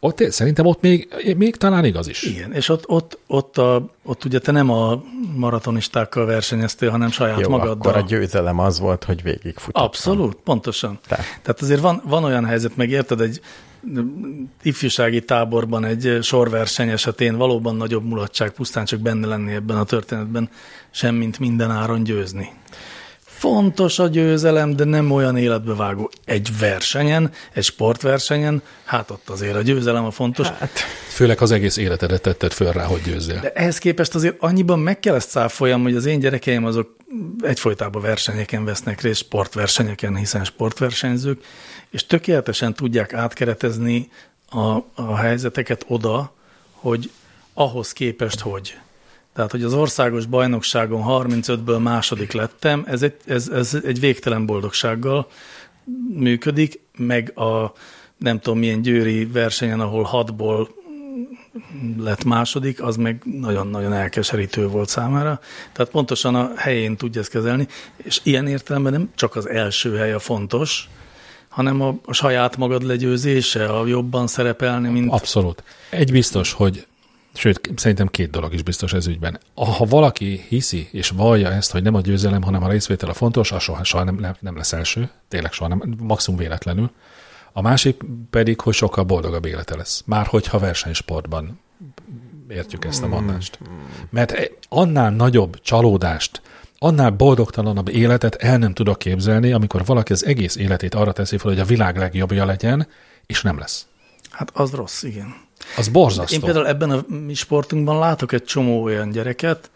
Ott, szerintem ott még, még talán igaz is. Igen, és ott, ott, ott, a, ott ugye te nem a maratonistákkal versenyeztél, hanem saját Jó, Hát magaddal. Ah, akkor a győzelem az volt, hogy végigfutottam. Abszolút, pontosan. Te. Tehát azért van, van olyan helyzet, meg érted, egy ifjúsági táborban egy sorverseny esetén valóban nagyobb mulatság pusztán csak benne lenni ebben a történetben, semmint minden áron győzni. Fontos a győzelem, de nem olyan életbevágó. Egy versenyen, egy sportversenyen, hát ott azért a győzelem a fontos. Hát. Főleg az egész életedet tetted föl rá, hogy győzzél. De ehhez képest azért annyiban meg kell ezt cáfoljam, hogy az én gyerekeim azok egyfolytában versenyeken vesznek részt, sportversenyeken, hiszen sportversenyzők, és tökéletesen tudják átkeretezni a, a helyzeteket oda, hogy ahhoz képest hogy. Tehát, hogy az országos bajnokságon 35-ből második lettem, ez egy, ez, ez egy végtelen boldogsággal működik, meg a nem tudom milyen győri versenyen, ahol hatból lett második, az meg nagyon-nagyon elkeserítő volt számára. Tehát pontosan a helyén tudja ezt kezelni, és ilyen értelemben nem csak az első hely a fontos, hanem a, a saját magad legyőzése, a jobban szerepelni, mint... Abszolút. Egy biztos, hogy, sőt, szerintem két dolog is biztos ez ügyben. Ha valaki hiszi és vallja ezt, hogy nem a győzelem, hanem a részvétel a fontos, az soha, soha nem, nem lesz első, tényleg soha nem, maximum véletlenül. A másik pedig, hogy sokkal boldogabb élete lesz. Már hogyha versenysportban értjük ezt a mondást. Mert e- annál nagyobb csalódást, annál boldogtalanabb életet el nem tudok képzelni, amikor valaki az egész életét arra teszi fel, hogy a világ legjobbja legyen, és nem lesz. Hát az rossz, igen. Az borzasztó. Én például ebben a mi sportunkban látok egy csomó olyan gyereket,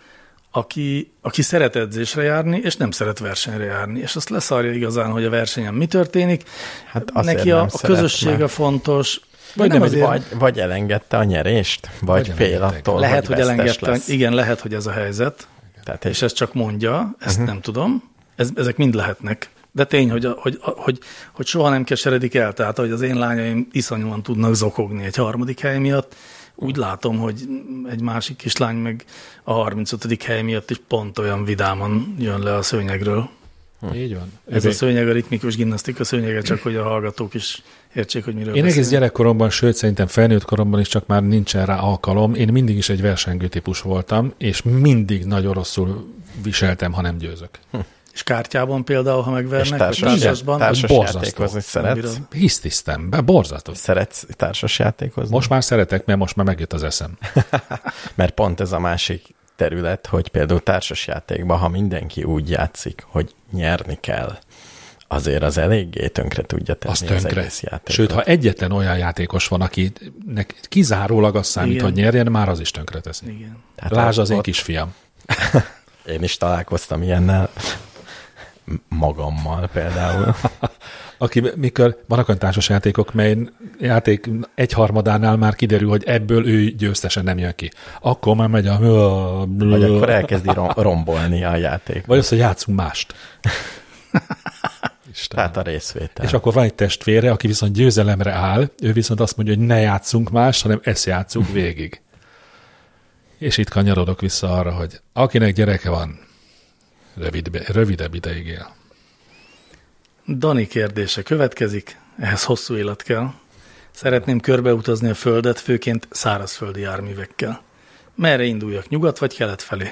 aki, aki szeret edzésre járni, és nem szeret versenyre járni. És azt leszarja igazán, hogy a versenyen mi történik. Hát azért Neki a, nem a szeret, közösség a mert- fontos. Vagy nem, azért- Vagy, vagy elengedte a nyerést, vagy, Vagy vagy fél elengedtek. attól, Lehet, hogy hogy vesztes elengedte. Lesz. Igen, lehet, hogy ez a helyzet, Tehát és és ezt csak mondja, ezt uh-huh. nem tudom. Ez, ezek mind lehetnek. De tény, hogy, a- hogy, a- hogy, hogy soha nem keseredik el, tehát hogy az én lányaim iszonyúan tudnak zokogni egy harmadik hely miatt, úgy látom, hogy egy másik kislány meg a 35. hely miatt is pont olyan vidáman jön le a szőnyegről. Így van. Hm. Ez a szőnyeg a ritmikus gimnasztika szőnyege, csak hogy a hallgatók is értsék, hogy miről Én egész beszélünk. gyerekkoromban, sőt szerintem felnőtt koromban is csak már nincsen rá alkalom. Én mindig is egy versengő típus voltam, és mindig nagyon rosszul viseltem, ha nem győzök. Hm. És kártyában például, ha és megvernek, vagy társas, társasban, társas borzasztó. játékozni Bírod. szeretsz? Hisztisztem, be borzasztó. Szeretsz társas játékozni? Most már szeretek, mert most már megjött az eszem. Mert pont ez a másik terület, hogy például társasjátékban, ha mindenki úgy játszik, hogy nyerni kell, azért az eléggé tönkre tudja tenni Azt az, tönkre. tönkre. egész játékot. Sőt, ha egyetlen olyan játékos van, akinek kizárólag az számít, Igen. Hát hogy nyerjen, már az is tönkre teszi. Igen. Tehát Lázs ott- az én ott kisfiam. Én is találkoztam ilyennel magammal például. Aki, mikor vannak olyan társas játékok, mely játék egyharmadánál már kiderül, hogy ebből ő győztesen nem jön ki. Akkor már megy a... Vagy akkor elkezdi rom- rombolni a játék. Vagy az, hogy játszunk mást. Tehát Hát a részvétel. És akkor van egy testvére, aki viszont győzelemre áll, ő viszont azt mondja, hogy ne játszunk más, hanem ezt játszunk végig. És itt kanyarodok vissza arra, hogy akinek gyereke van, rövid, rövidebb ideig él. Dani kérdése következik, ehhez hosszú élet kell. Szeretném körbeutazni a Földet, főként szárazföldi járművekkel. Merre induljak, nyugat vagy kelet felé?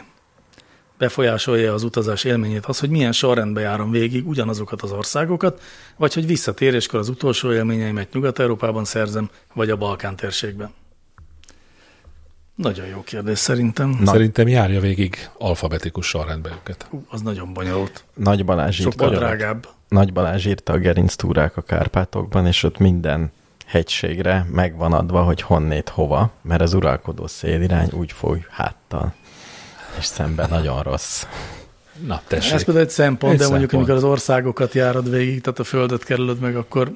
Befolyásolja az utazás élményét az, hogy milyen sorrendben járom végig ugyanazokat az országokat, vagy hogy visszatéréskor az utolsó élményeimet Nyugat-Európában szerzem, vagy a Balkán térségben. Nagyon jó kérdés szerintem. Na. Na. Szerintem járja végig alfabetikus sorrendben őket. Ú, Az nagyon bonyolult. Nagy Balázs Sokkal írta, drágább. Nagy Balázs írta a gerinc túrák a Kárpátokban, és ott minden hegységre megvan adva, hogy honnét hova, mert az uralkodó szélirány úgy foly háttal. És szemben nagyon rossz. Na, Ez tessék. például egy szempont, Egy egy de mondjuk szempont. amikor az országokat járod végig, tehát a földet kerülöd meg, akkor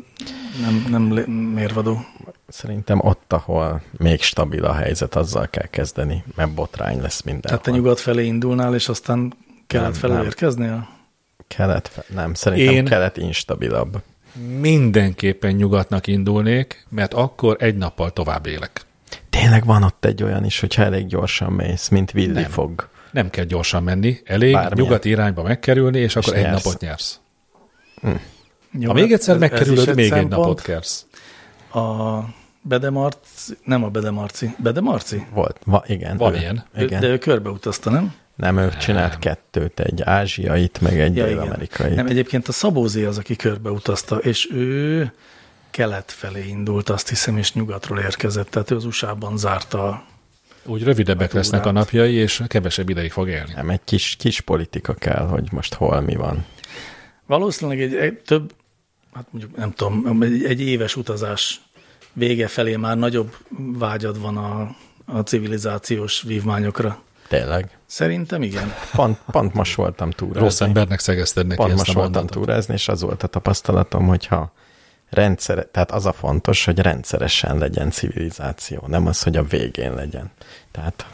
nem, nem lé- mérvadó. Szerintem ott, ahol még stabil a helyzet, azzal kell kezdeni, mert botrány lesz minden. Tehát te Hát nyugat felé indulnál, és aztán kelet Nem, felé nem. érkeznél? Kelet, fe- nem, szerintem Én- Én... kelet instabilabb. Mindenképpen nyugatnak indulnék, mert akkor egy nappal tovább élek. Tényleg van ott egy olyan is, hogyha elég gyorsan mész, mint Willy Nem. fog. Nem kell gyorsan menni, elég Bármilyen. nyugati irányba megkerülni, és akkor egy nyersz. napot nyersz. Ha Nyugat, még egyszer ez- ez is megkerülöd, még egy szempont. napot kersz. A Bedemarci, nem a Bedemarci, Bedemarci? Volt, va, igen. Van ő, ilyen. Igen. De ő körbeutazta, nem? Nem, ő csinált kettőt, egy ázsiait, meg egy Ja, dél-amerikai. Nem, egyébként a Szabózi az, aki körbeutazta, és ő kelet felé indult, azt hiszem, és nyugatról érkezett, tehát ő az USA-ban zárta a Úgy rövidebbek túrát. lesznek a napjai, és kevesebb ideig fog élni. Nem, egy kis, kis politika kell, hogy most hol mi van. Valószínűleg egy, egy több, hát mondjuk nem tudom, egy, egy éves utazás vége felé már nagyobb vágyad van a, a civilizációs vívmányokra. Tényleg. Szerintem igen. Pont, pont most voltam túrázni. Rossz embernek szegezted neki Pont ezt most a voltam mondatot. túrázni, és az volt a tapasztalatom, hogyha rendszere, tehát az a fontos, hogy rendszeresen legyen civilizáció, nem az, hogy a végén legyen. Tehát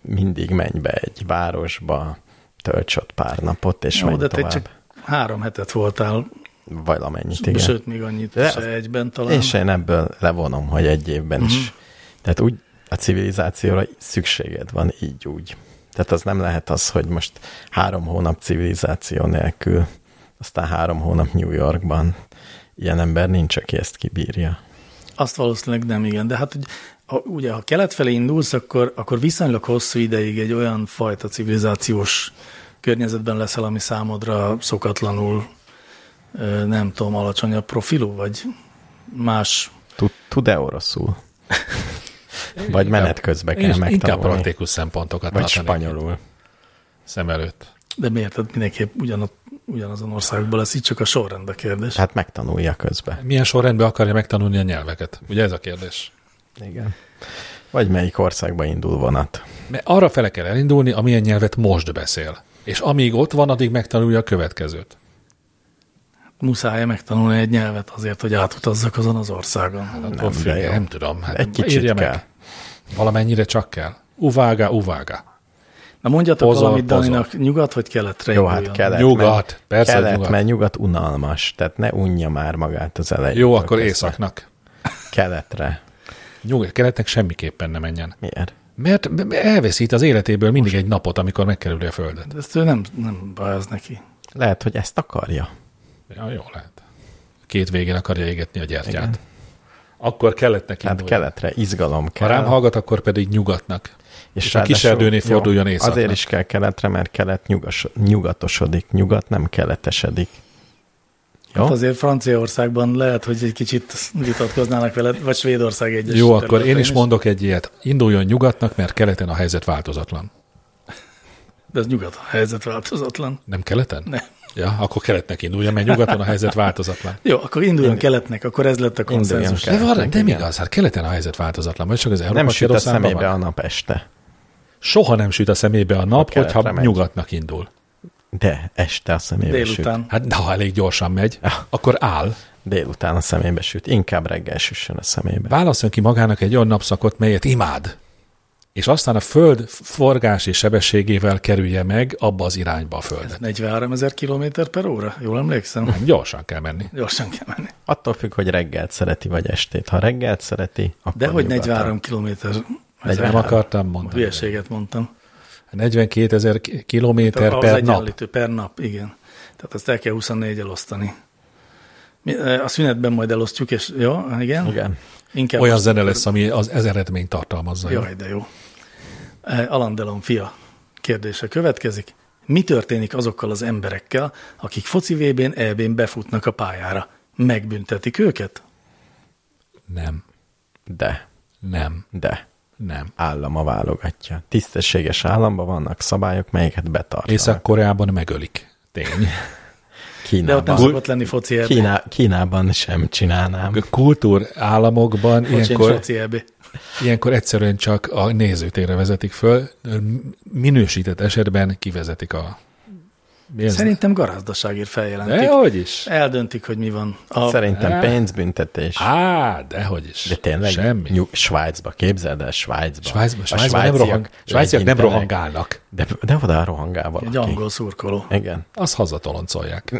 mindig menj be egy városba, tölts ott pár napot, és Jó, Jó, menj de te tovább. csak három hetet voltál, Valamennyit, Igen. igen. sőt, még annyit de De se az- egyben talán. És én ebből levonom, hogy egy évben uh-huh. is. Tehát úgy a civilizációra szükséged van így úgy. Tehát az nem lehet az, hogy most három hónap civilizáció nélkül, aztán három hónap New Yorkban. Ilyen ember nincs, aki ezt kibírja. Azt valószínűleg nem, igen. De hát ugye, ha, ugye, ha kelet felé indulsz, akkor, akkor viszonylag hosszú ideig egy olyan fajta civilizációs környezetben leszel, ami számodra szokatlanul, ö, nem tudom, alacsonyabb profilú, vagy más. Tud- Tud-e oroszul? Vagy menet közben kell És Inkább megtanulni? praktikus szempontokat Vagy tartani spanyolul. szem előtt. De miért? Tehát mindenképp ugyanott, ugyanazon országokban lesz, itt csak a sorrend a kérdés. Hát, Hát megtanulja közben. Milyen sorrendben akarja megtanulni a nyelveket? Ugye ez a kérdés. Igen. Vagy melyik országba indul vonat. Mert arra fele kell elindulni, amilyen nyelvet most beszél. És amíg ott van, addig megtanulja a következőt. Muszáj megtanulni egy nyelvet azért, hogy átutazzak azon az országon. Attól de függ, nem, jó. tudom. Hát Egy kicsit írja kell. Meg. Valamennyire csak kell. Uvága, uvága. Na mondjatok Pozor, valamit pozor. Daninak, nyugat vagy keletre Jó, hát induljon? kelet. Nyugat, mert, persze, hogy kelet, nyugat. mert nyugat unalmas, tehát ne unja már magát az elején. Jó, akkor északnak. Keletre. Nyugat, keletnek semmiképpen ne menjen. Miért? Mert elveszít az életéből mindig egy napot, amikor megkerüli a Földet. Ezt ő nem, nem baj az neki. Lehet, hogy ezt akarja. Ja, jó lehet. Két végén akarja égetni a gyertyát. Igen. Akkor keletnek Tehát induljon. keletre, izgalom kell. Ha rám hallgat, akkor pedig nyugatnak. És, és a ráadásul- kiserdőnél jó, forduljon északnak. Azért is kell keletre, mert kelet nyugas, nyugatosodik, nyugat nem keletesedik. Jó? Hát azért Franciaországban lehet, hogy egy kicsit vitatkoznának veled, vagy Svédország egyes Jó, akkor én területein is mondok egy ilyet. Induljon nyugatnak, mert keleten a helyzet változatlan. De ez nyugat a helyzet változatlan. Nem keleten? Nem. Ja, akkor keletnek indulja, mert nyugaton a helyzet változatlan. Jó, akkor induljon keletnek, akkor ez lett a konszenzus. De van, nem igaz, hát keleten a helyzet változatlan, vagy csak az Európa Nem süt a Svédországban szemébe van. a nap este. Soha nem süt a szemébe a nap, keletre hogyha megy. nyugatnak indul. De este a szemébe süt. Délután. Hát de ha elég gyorsan megy, akkor áll. Délután a szemébe süt. Inkább reggel süssön a szemébe. Válasszon ki magának egy olyan napszakot, melyet imád, és aztán a föld forgási sebességével kerülje meg abba az irányba a földet. 43 ezer kilométer per óra, jól emlékszem? Gyorsan kell menni. Gyorsan kell menni. Attól függ, hogy reggelt szereti, vagy estét. Ha reggelt szereti, akkor De hogy nyugodtan. 43 kilométer, Ezt nem akartam mondani. hülyeséget mondtam. 42 ezer kilométer az per nap. egyenlítő, per nap, igen. Tehát azt el kell 24 elosztani. Mi, eh, a szünetben majd elosztjuk, és jó, igen? Igen. Inkább Olyan most- zene lesz, ami az ez eredményt tartalmazza. Jaj, de jó. Eh, Alandelon fia kérdése következik. Mi történik azokkal az emberekkel, akik foci VB-n, EB-n befutnak a pályára? Megbüntetik őket? Nem, De, nem, de. nem. Állama válogatja. Tisztességes államban vannak szabályok, melyeket betartanak. Észak-Koreában megölik. Tény. De ott nem Kínában. szokott lenni foci e EB. Kíná, Kínában sem csinálnám. Kultúrállamokban Ilyenkor... ilyenkor, foci e EB. ilyenkor egyszerűen csak a nézőtérre vezetik föl, minősített esetben kivezetik a... Mi ez? Szerintem garázdaságért De feljelentik. hogy is. Eldöntik, hogy mi van. A, Szerintem Á. pénzbüntetés. Á, de hogy is. De tényleg? Semmi. Nyug, Svájcba, képzeld el, Svájcba. Svájcban, A Svájcban nem, rohang, svájciak svájciak nem legyintenek. rohangálnak. De, de oda rohangál valaki. egy angol szurkoló. Igen. Azt hazatoloncolják.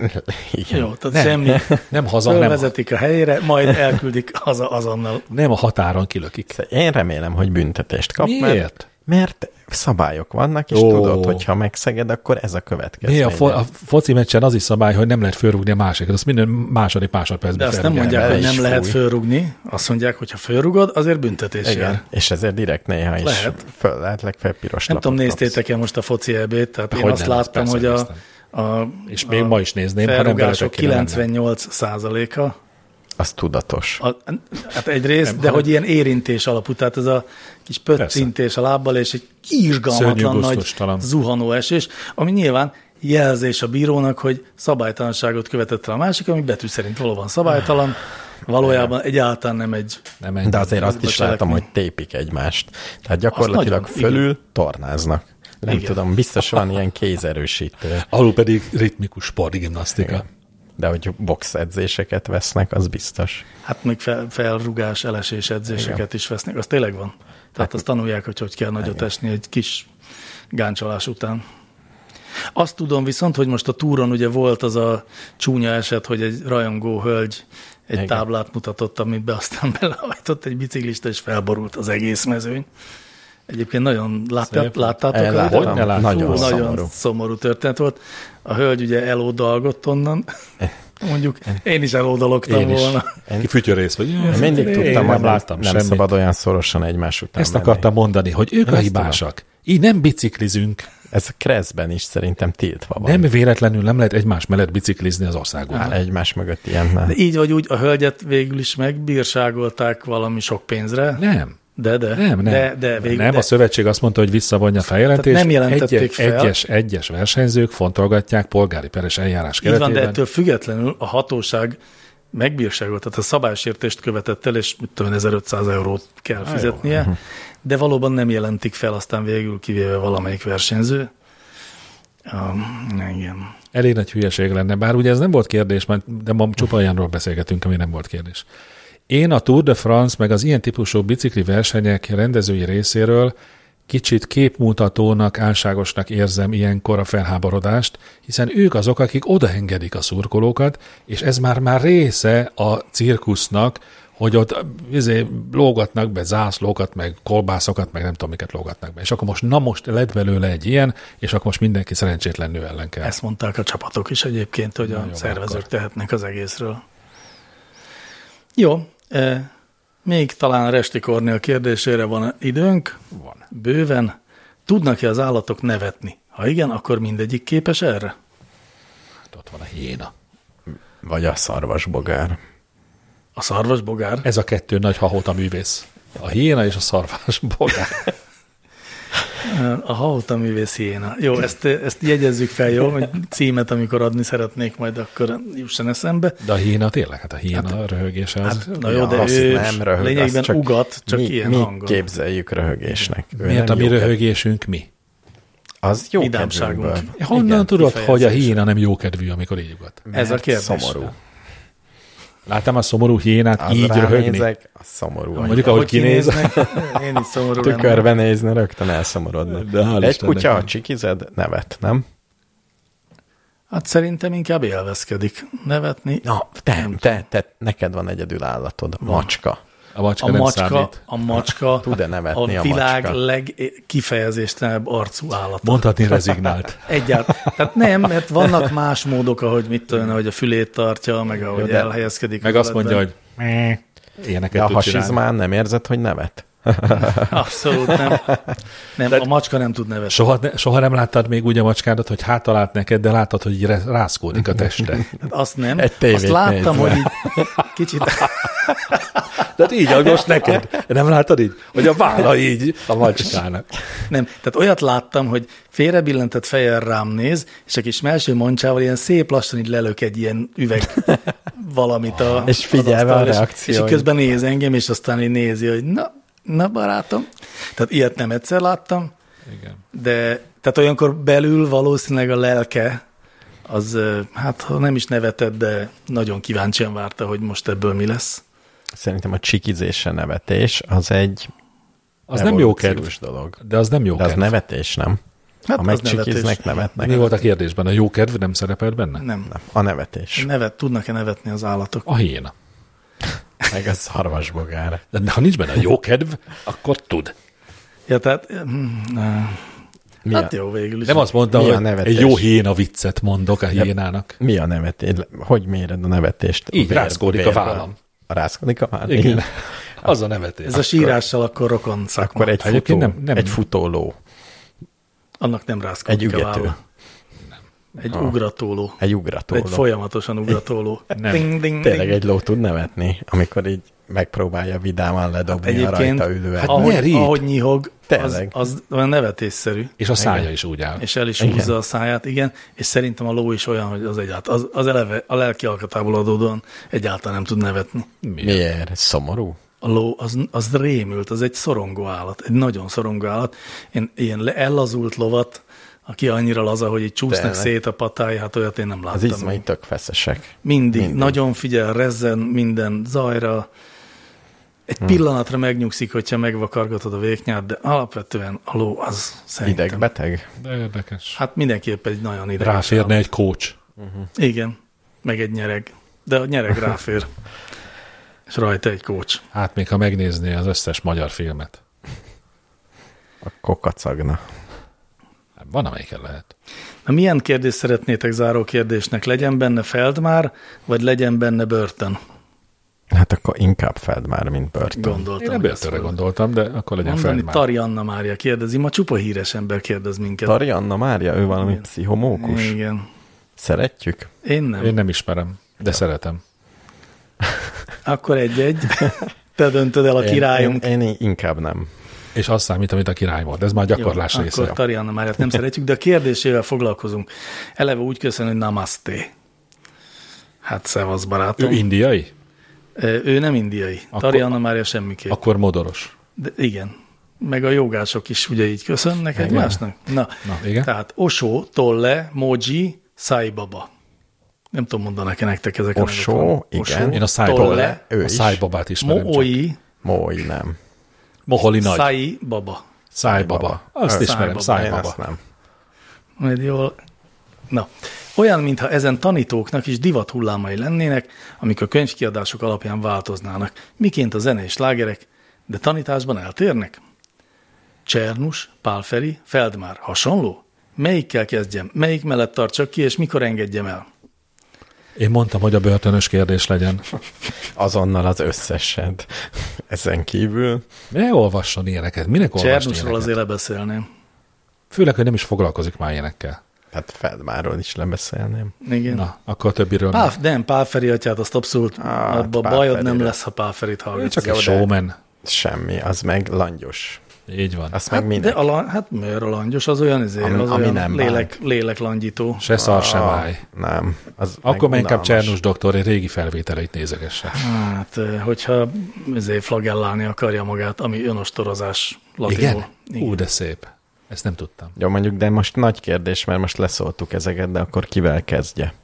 Igen. Jó, Nem. tehát semmi. Nem haza, nem, Fölvezetik a helyére, majd elküldik haza azonnal. nem a határon kilökik. Szóval Én remélem, hogy büntetést kap. Miért? Mert, mert szabályok vannak, és Ó. Ó. tudod, hogy ha megszeged, akkor ez a következő. Néha a, fo- a foci meccsen az is szabály, hogy nem lehet fölrúgni a másikat, azt minden második De másodpercben azt nem felrúgják. mondják, bele hogy nem is fúj. lehet fölrugni. Azt mondják, hogy ha fölrugod, azért büntetés jár. Igen. És ezért direkt néha is Lehet. föl lehet legfeljebb piros Nem tudom, lapot kapsz. néztétek-e most a foci EB-t, tehát én Hogyne, azt láttam, persze, hogy a, néztem. a És még ma is nézném, ha nem felrugások beletek kéne mennem. 98 százaléka, Az tudatos. a, hát egyrészt, de hogy ilyen érintés alapú, tehát ez a kis pöccintés a lábbal, és egy kiizgalmatlan Szörnyű nagy gusztustalan. zuhanó esés, ami nyilván jelzés a bírónak, hogy szabálytalanságot követett el a másik, ami betű szerint valóban szabálytalan, valójában egyáltalán nem egy Nem ennyi. De azért azt Ezekbe is látom, cselekni. hogy tépik egymást. Tehát gyakorlatilag Azt nagyon, fölül tornáznak. Nem Igen. tudom, biztos van ilyen kézerősítő. Alul pedig ritmikus sportgimnasztika. De hogy boxedzéseket vesznek, az biztos. Hát még fel, felrugás, elesés edzéseket Igen. is vesznek, az tényleg van. Tehát azt tanulják, hogy hogy kell nagyot Igen. esni egy kis gáncsolás után. Azt tudom viszont, hogy most a túron ugye volt az a csúnya eset, hogy egy rajongó hölgy egy Igen. Igen. táblát mutatott, amit be aztán belehajtott egy biciklista, és felborult az egész mezőny. Egyébként nagyon láttát, Szép. láttátok? a Elláttam. videót? Hogy ne lássuk? Nagyon Nagyon szomorú. szomorú. szomorú történet volt. A hölgy ugye elódalgott onnan, mondjuk én is elódalogtam Én is. volna. Ki fütyörész vagy. Én mindig Én tudtam, hogy nem nem, láttam nem semmit. szabad olyan szorosan egymás után Ezt menni. akartam mondani, hogy ők a ezt hibásak. Így nem biciklizünk. Ez a kreszben is szerintem tiltva van. Nem véletlenül nem lehet egymás mellett biciklizni az országúton. Hát. Áll egymás mögött ilyen. Nem. De így vagy úgy a hölgyet végül is megbírságolták valami sok pénzre. Nem. De, de. Nem, nem. De, de végül, nem, de, a szövetség azt mondta, hogy visszavonja a feljelentést. nem jelentették egyes, fel. Egyes, egyes versenyzők fontolgatják polgári peres eljárás így van, keretében. de ettől függetlenül a hatóság megbírságolt, tehát a szabálysértést követett el, és mit tudom, én, 1500 eurót kell fizetnie, Mhm. de valóban nem jelentik fel, aztán végül kivéve valamelyik versenyző. Um, igen. Elég nagy hülyeség lenne, bár ugye ez nem volt kérdés, mert- de ma csupa olyanról beszélgetünk, ami nem volt kérdés. Én a Tour de France meg az ilyen típusú bicikli versenyek rendezői részéről kicsit képmutatónak, álságosnak érzem ilyenkor a felháborodást, hiszen ők azok, akik odaengedik a szurkolókat, és ez már már része a cirkusznak, hogy ott izé, lógatnak be zászlókat, meg kolbászokat, meg nem tudom, miket lógatnak be. És akkor most, na most lett belőle egy ilyen, és akkor most mindenki szerencsétlen nő ellen kell. Ezt mondták a csapatok is egyébként, hogy a jó, szervezők akkor. tehetnek az egészről. Jó, eh, még talán Resti Kornél kérdésére van időnk. Van. Bőven. Tudnak-e az állatok nevetni? Ha igen, akkor mindegyik képes erre? Hát ott van a héna. Vagy a szarvasbogár. A szarvasbogár? Ez a kettő nagy hahóta művész. A hiéna és a szarvás bogár. E- A Haóta művész hiéna. Jó, ezt, ezt jegyezzük fel, jó? Hogy címet, amikor adni szeretnék, majd akkor jusson eszembe. De a hiéna tényleg, hát a hiéna hát, röhögése az. Hát, na jó, de azt ő nem röhög, lényegben azt csak csak ugat, csak mi, ilyen mi hangon. képzeljük röhögésnek. Ő Miért a nem mi jó ked- röhögésünk mi? Az jó Vidámságunk. kedvünkből. Honnan Igen, tudod, hogy a kifejezés. hiéna nem jókedvű, amikor így ugat? Ez a Mert kérdés. Szomorú. Láttam a szomorú hiénát Az így röhögni? ránézek, az szomorú. Mondjuk, ahogy kinéz. kinéznek, Én is szomorú lennék. tükörbe nézni, rögtön elszomorodna. De hál' Egy Istennek. kutya, ha csikized, nevet, nem? Hát szerintem inkább élvezkedik nevetni. Na, te, te, te, neked van egyedül állatod, macska. A macska A nem macska, számít. a macska, Tud-e nevetni a a világ macska? legkifejezéstelenebb arcú állat. Mondhatni rezignált. Egyáltalán. Tehát nem, mert vannak más módok, ahogy mit tudom, én, ahogy a fülét tartja, meg ahogy de- elhelyezkedik. Meg a azt mondja, földben. hogy "Meh." De ilyeneket a tud csinálni. hasizmán nem érzed, hogy nevet? Abszolút nem. Nem, a macska nem tud nevetni. Soha, ne, soha nem láttad még úgy a macskádat, hogy hátalált neked, de láttad, hogy így re- rászkódik a teste. Hát Azt nem. Egy tévét Azt láttam, nézve. hogy így kicsit Tehát így agos neked. Nem látod így? Hogy a válla így a macskának. Nem, tehát olyat láttam, hogy félrebillentett fejjel rám néz, és a kis melső mancsával ilyen szép lassan így lelök egy ilyen üveg valamit a És figyelve az a asztalra, és- reakcióit. És így közben néz engem, és aztán így nézi, hogy na, na barátom. Tehát ilyet nem egyszer láttam, Igen. de tehát olyankor belül valószínűleg a lelke az, ö, hát ha nem is nevetett, de nagyon kíváncsian várta, hogy most ebből mi lesz. Szerintem a csikizés, a nevetés, az egy Az nem jó kedv, evolúciós dolog. de az nem jó De az kedv. nevetés, nem? Hát ha az megcsikiznek, nevetés. nevetnek. Mi volt a kérdésben? A jó kedv nem szerepelt benne? Nem. nem. A nevetés. Nevet, tudnak-e nevetni az állatok? A hiéna. Meg a szarvasbogár. De ha nincs benne a jó kedv, akkor tud. Ja, tehát, hmm, Mi, hát a, jó végül is. Nem azt mondta, Mi a hogy nevetés? egy jó hiéna viccet mondok a hiénának. mi a nevetés? Hogy méred a nevetést? Így rászkódik a vállam. Rászkodik a vállam? Igen. Az a nevetés. Ez a sírással akkor rokon szakma. Akkor egy futó, Egyébként nem, nem- nem- nem. egy futóló, Annak nem rászkodik egy a ügető, válla. Egy ugratóló. egy ugratóló. Egy folyamatosan ugratóló. Nem. Ding, ding, Tényleg ding. egy ló tud nevetni, amikor így megpróbálja vidáman ledobni a Egyébként, rajta ülő hát hát ne ahogy, rít. ahogy nyihog, az, Tényleg. az olyan nevetésszerű, És a szája is úgy áll. és el is Igen. húzza a száját, igen, és szerintem a ló is olyan, hogy az egyáltalán, az, az eleve a lelki alkatából adódóan egyáltalán nem tud nevetni. Miért? Miért? Szomorú? A ló az, az rémült, az egy szorongó állat, egy nagyon szorongó állat. Én ilyen le- ellazult lovat, aki annyira laza, hogy így csúsznak Tényleg. szét a patája, hát olyat én nem láttam. Az izmai tök feszesek. Mindig, Mindig. Mindig. nagyon figyel, rezzen minden zajra. Egy Hm. hmm. pillanatra megnyugszik, hogyha megvakargatod a végnyát, de alapvetően a ló az szerintem. Idegbeteg? De érdekes. Hát mindenképp egy nagyon ideges. Ráférne egy kócs. állat. Igen, meg egy nyereg. De a nyereg ráfér. És rajta egy kócs. Hát még ha megnézné az összes magyar filmet. Akkor kacagna. Hát Van, amelyiken lehet. Na milyen kérdést szeretnétek záró kérdésnek? Legyen benne Feldmár, vagy legyen benne Börtön? Hát akkor inkább fed már, mint börtön. Gondoltam. Én nem hogy ezt börtönre fogod gondoltam, de akkor legyen Mondani, fel Tari Anna Mária kérdezi, ma csupa híres ember kérdez minket. Tari Anna Mária, ő valami pszichomókus. Igen. Szeretjük? Én nem. Én nem ismerem, de szeretem. Akkor egy-egy. Te döntöd el a királyunk. Én, én, én inkább nem. És azt számít, amit a király volt. Ez már Jó, gyakorlás része. Akkor Tariana Máriát nem szeretjük, de a kérdésével foglalkozunk. Eleve úgy köszönöm, hogy namaste. Hát szevasz, Ő barátom. Ő, indiai? ő nem indiai. Akkor, Akkor- Tariana Mária semmiképp. Akkor modoros. De igen. Meg a jogások is ugye így köszönnek igen. egymásnak. Na, Na, igen. tehát Osho, Tolle, Moji, Sai Baba. Nem tudom, mondanak-e nektek ezek a Osho, nevek valamit. igen. Én a Tolle, szájbabát, ő a is. szájbabát ismerem csak. Mooi, Mój nem. Moholi nagy. Sai Baba. Szájbaba. Azt Ö, ismerem, Én szájbaba. azt nem. Majd jól... Na, olyan, mintha ezen tanítóknak is divat hullámai lennének, amik a könyvkiadások alapján változnának, miként a zene és lágerek, de tanításban eltérnek? Csernus, Pálferi, Feldmár hasonló? Melyikkel kezdjem, melyik mellett tartsak ki, és mikor engedjem el? Én mondtam, hogy a börtönös kérdés legyen. Azonnal az összesed. Ezen kívül Ne olvasson ilyeneket, minek olvasni Csernusról ilyeneket? azért lebeszélném. Főleg, hogy nem is foglalkozik már ilyenekkel. Hát Feldmáról is lebeszélném. Igen. Na. Na, akkor a többiről nem. Pál, nem, Pálferi atyát, azt abszolút, Hát, abba bajod Pálferire. nem lesz, ha Pálferit Ő hallgatsz. csak jó, egy de- showman. Semmi, az meg langyos. Így van. Azt Hát, meg minek? de a, lan- hát miért a langyos? Az olyan, azért, Ami- az ami olyan nem lélek, léleklangyító. Se szar, se Ah, máj. Nem. Az Akkor meg meg inkább unalmas. Csernus doktor egy régi felvételeit nézegesse. Hát, eh, hogyha ezért flagellálni akarja magát, ami önostorozás latinul. Igen? Ú, de szép. Ezt nem tudtam. Jó, mondjuk, de most nagy kérdés, mert most leszóltuk ezeket, de akkor kivel kezdje?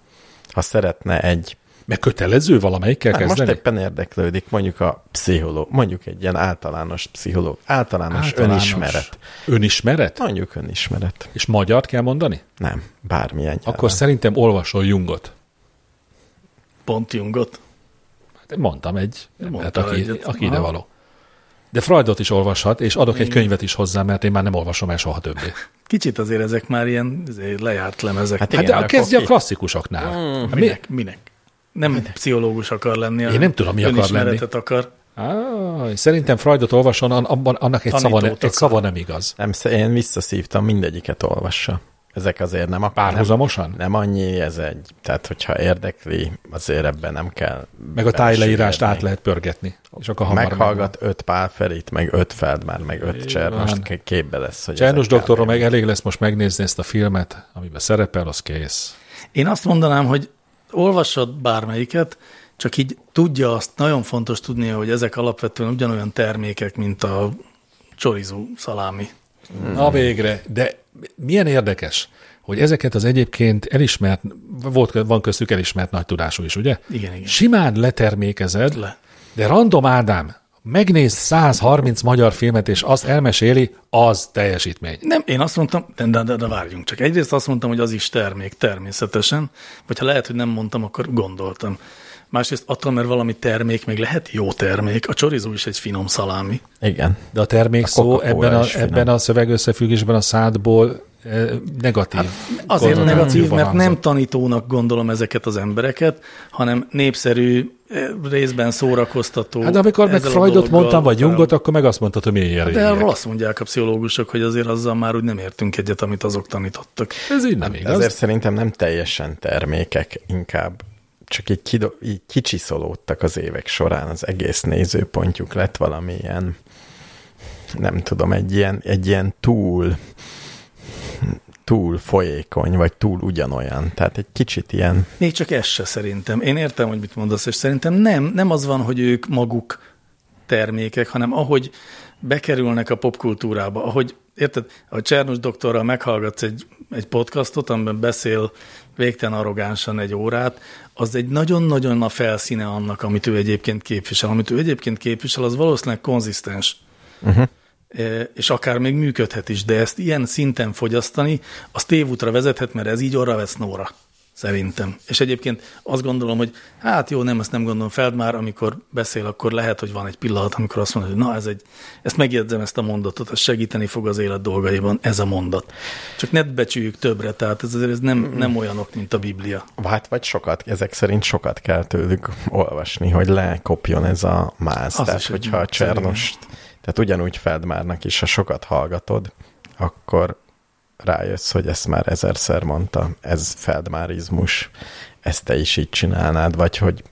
Ha szeretne egy, Meg kötelező valamelyikkel hát most kezdeni? éppen érdeklődik, mondjuk a pszichológ, mondjuk egy ilyen általános pszichológ, általános, általános. önismeret. Önismeret? Mondjuk önismeret. És magyart kell mondani? Nem, bármilyen nyelven. Akkor szerintem olvasol Jungot. Pont Jungot. Hát én mondtam egy, Mondtál hát aki, egyet. aki Aha. ide való. De Freudot is olvashat, és adok egy könyvet is hozzá, mert én már nem olvasom el soha többé. Kicsit azért ezek már ilyen azért lejárt lemezek. Hát Hát Igen, de akkor kezdje a ki? klasszikusoknál. Hát mi- minek? minek? Nem pszichológus akar lenni. hanem nem tudom, mi akar önismeretet akar. Á, szerintem Freudot olvason, an- abban, annak egy szava, ne, Tanítót egy akar. szava nem igaz. Nem, sz- én visszaszívtam, mindegyiket olvassa. Ezek azért nem a Párhuzamosan? Nem, nem annyi, ez egy, tehát hogyha érdekli, azért ebben nem kell. Meg a tájleírást át belesüllyedni. lehet pörgetni. És akkor hamar megvan. Meghallgat öt pálferit, meg öt feldmár, meg öt csernost, van. k- képbe lesz, hogy Csernus ezek doktorról kb. meg elég lesz most megnézni ezt a filmet, amiben szerepel, az kész. Én azt mondanám, hogy olvasod bármelyiket, csak így tudja azt, nagyon fontos tudnia, hogy ezek alapvetően ugyanolyan termékek, mint a chorizo szalámi. Hmm. Na végre, de milyen érdekes, hogy ezeket az egyébként elismert, volt, van köztük elismert nagy tudású is, ugye? Igen, igen. Simán letermékezed, Le. de random Ádám megnéz 130 magyar filmet, és azt elmeséli, az teljesítmény. Nem, én azt mondtam, de, de, de, de várjunk csak. Egyrészt azt mondtam, hogy az is termék, természetesen. Vagy ha lehet, hogy nem mondtam, akkor gondoltam. Másrészt attól, mert valami termék még lehet jó termék. A chorizo is egy finom szalámi. Igen. De a termék szó Coca-Cola ebben a, is finom. ebben a szövegösszefüggésben a szádból eh, negatív. Hát, Azért konnotációban negatív, mert hangzott. nem tanítónak gondolom ezeket az embereket, hanem népszerű, eh, részben szórakoztató. Hát amikor meg ezzel a Freudot dologgal- Hát mondtam, vagy Jungot, akkor meg azt mondtad, hogy milyen De régiek. arról azt mondják a pszichológusok, hogy azért azzal már úgy nem értünk egyet, amit azok tanítottak. Ez így Hát nem igaz. Ezért szerintem nem teljesen termékek, inkább csak így, kido, így kicsiszolódtak az évek során, az egész nézőpontjuk lett valamilyen, nem tudom, egy ilyen, egy ilyen túl, túl folyékony, vagy túl ugyanolyan. Tehát egy kicsit ilyen, Még csak ez se szerintem. Én értem, hogy mit mondasz, és szerintem nem, nem az van, hogy ők maguk termékek, hanem ahogy bekerülnek a popkultúrába, ahogy, érted, a Csernus doktorral meghallgatsz egy, egy podcastot, amiben beszél végtelen arrogánsan egy órát, az egy nagyon-nagyon a felszíne annak, amit ő egyébként képvisel. Amit ő egyébként képvisel, az valószínűleg konzisztens. Eh, és akár még működhet is, de ezt ilyen szinten fogyasztani, az tévútra vezethet, mert ez így arra vesz Nóra, szerintem. És egyébként azt gondolom, hogy hát jó, nem, ezt nem gondolom Feld már, amikor beszél, akkor lehet, hogy van egy pillanat, amikor azt mondod, hogy na, ez egy, ezt megjegyzem ezt a mondatot, ez segíteni fog az élet dolgaiban, ez a mondat. Csak ne becsüljük többre, tehát ez, azért ez nem, nem olyanok, mint a Biblia. hát vagy sokat, ezek szerint sokat kell tőlük olvasni, hogy lekopjon ez a máz. Az Az tehát is egy hogyha a módszer, igen. csernost, tehát ugyanúgy Feldmárnak is, ha sokat hallgatod, akkor rájössz, hogy ezt már ezerszer mondta, ez Feldmárizmus, ezt te is így csinálnád, vagy hogy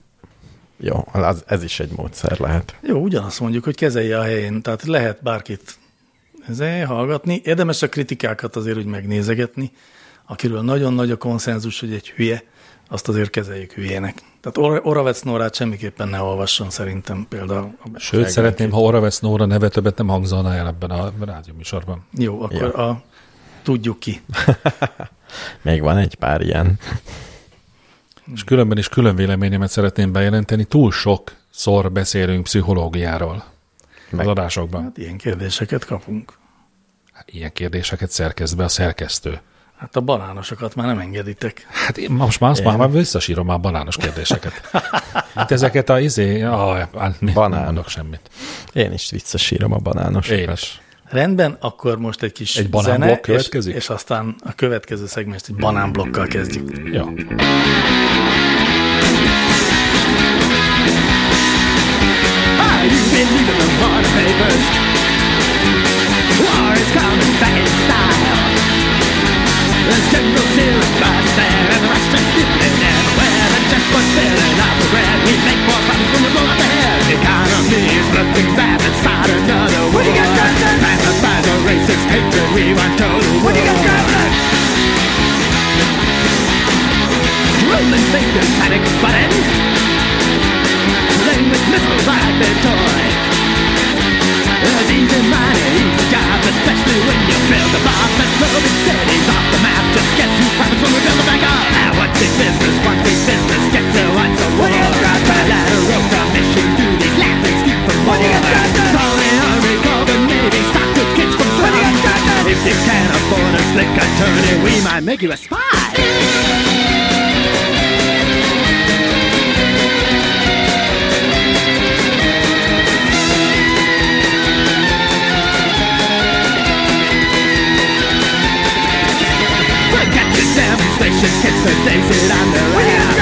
jó, az, ez is egy módszer lehet. Jó, ugyanazt mondjuk, hogy kezelje a helyén, tehát lehet bárkit ezért hallgatni. Érdemes a kritikákat azért úgy megnézegetni, akiről nagyon nagy a konszenzus, hogy egy hülye, azt azért kezeljük hülyének. Tehát Or- Oravec Nórát semmiképpen ne olvasson szerintem például. Sőt, szeretném, ha Oravesz Nóra neve többet nem hangzana el ebben a rádióműsorban. Jó, akkor Ja. a tudjuk ki. Még van egy pár ilyen. És különben is külön véleményemet szeretném bejelenteni, túl sok szor beszélünk pszichológiáról Meg- az adásokban. Hát Hát ilyen kérdéseket kapunk. Ilyen kérdéseket szerkeszt be a szerkesztő. Hát a banánosokat már nem engeditek. Hát én most már, azt már, már visszasírom már banános kérdéseket. Hát ezeket a izé, a, Banán. Banán. nem mondok semmit. Én is visszasírom a banános. Én is. Rendben, akkor most egy kis Egy zene, banánblokk és- következik? és aztán a következő szegmest egy banánblokkal kezdjük. Jó. You've been reading the morning papers. War is coming back in style. There's general series by Sam and the Russian stealing everywhere. And just what's filling up the red. We make more profit from the bullet ahead. The economy is looking bad. Let's start another war. We got guns and we want to What you got going Roman fingers panic buttons Playing with missiles like their toy It's easy money, easy job Especially when you build a bomb And moving cities off the map Just guess who profits when we build a bank up Now what's big business, what's big business Get to what's a war Lateral commission duties Laughing skew from war Phony army, carbon navy Stock with kids from slum If you can't afford a slick attorney We might make you a spy Forget your demonstrations, kids are dazed on their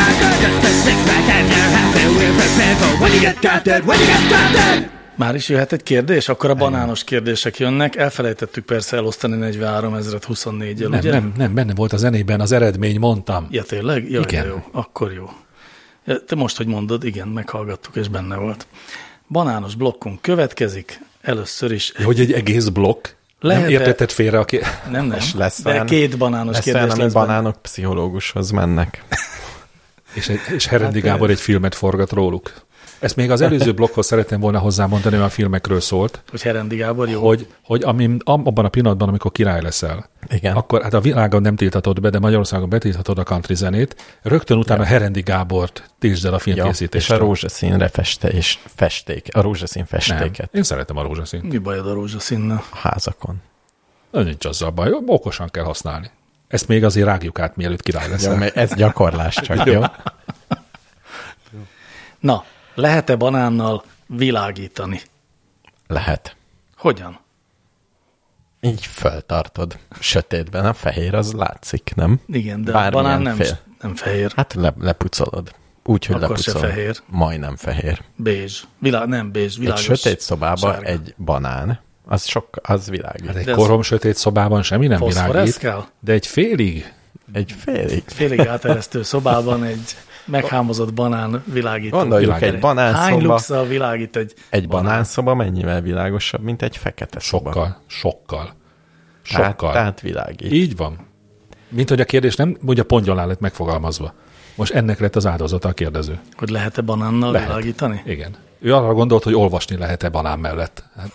ass. Just a six pack and you're happy. We're prepared for when you get drafted. When you get drafted. Már is jöhet egy kérdés? Akkor a banános kérdések jönnek. Elfelejtettük persze elosztani 43 ezeret 24-jel, Nem, ugye? nem, nem, benne volt a zenében az eredmény, mondtam. Ja, tényleg? Jaj, Igen. igen. Jó, akkor jó. Ja, Te most, hogy mondod, igen, meghallgattuk, és benne volt. Banános blokkunk következik, először is. Ja, hogy egy egész blokk? Lehet-e- nem értetted félre a ké... Nem, nem, És lesz de olyan- két banános lesz kérdés olyan, ami lesz benne. banánok pszichológushoz mennek. És, egy- és Herendi Hát, Gábor egy filmet forgat róluk. Ezt még az előző blokkhoz szeretném volna hozzámondani, mert a filmekről szólt, Hogy Herendi Gábor, jó? hogy, hogy amin, am- abban a pillanatban, amikor király leszel, Igen. akkor hát a világon nem tilthatod be, de Magyarországon betilthatod a country zenét, rögtön utána Herendi Gábort tiltsd el a Ja, és a filmkészítésre. rózsaszínre feste és festék, a rózsaszín nem. festéket Én szeretem a rózsaszínt. Mi bajod a rózsaszínnal? a házakon. Na, Nincs azzal baj, okosan kell használni. Ezt még azért rágjuk át, mielőtt király Jó, leszel. mert Szóval ez gyakorlás csak, jó? Na, lehet-e banánnal világítani? Lehet. Hogyan? Így föltartod. Sötétben a fehér az látszik, nem? Igen, de a Bármilyen banán nem, fél. nem fehér, Hát le, lepucolod. Úgy, hogy Akkor se lepucolod. fehér. Majdnem fehér. bézs, világ, nem bézs, Egy világos. sötét szobában sárga. egy banán, az sok, az világít. Hát egy De ez- korom sötét szobában semmi nem világít, Foszforeszkál? de egy félig Egy félig. félig áteresztő szobában egy meghámozott banán világít. Gondoljuk, világít. egy Hány banánszoba, luxa világít egy... egy banánszoba mennyivel világosabb, mint egy fekete szoba. sokkal, sokkal, Tehát, sokkal. tehát világít. Így van. Mint hogy a kérdés nem, ugye pontgyalán lett megfogalmazva. Most ennek lett az áldozata a kérdező. Hogy lehet-e banánnal Lehet. világítani? Igen. Ő arra gondolt, hogy olvasni lehet-e banán mellett. Hát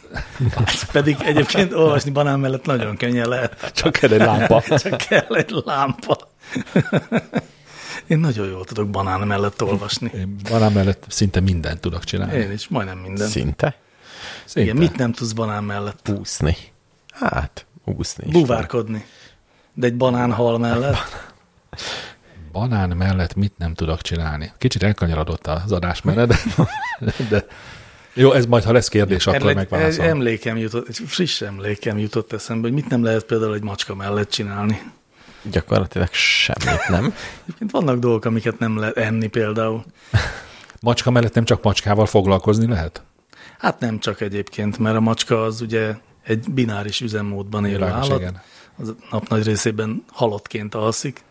Pedig egyébként olvasni banán mellett nagyon könnyen lehet. csak kell egy lámpa. Csak kell egy lámpa. Én nagyon jól tudok banán mellett olvasni. Én banán mellett szinte mindent tudok csinálni. Én is, majdnem minden. Szinte Szinte. Igen, mit nem tudsz banán mellett? úszni. Hát, úszni is. Búvárkodni. De egy banánhal mellett? Banán mellett mit nem tudok csinálni? Kicsit elkanyarodott az adás menet, de, de jó, ez majd, ha lesz kérdés, akkor Erről egy, egy megválaszolom. emlékem jutott, egy friss emlékem jutott eszembe, hogy mit nem lehet például egy macska mellett csinálni. tud. Gyakorlatilag semmit, nem? Egyébként vannak dolgok, amiket nem lehet enni például. Macska mellett nem csak macskával foglalkozni lehet? Hát nem csak egyébként, mert a macska az ugye egy bináris üzemmódban élő Világos, állat. igen. Az a nap nagy részében halottként alszik.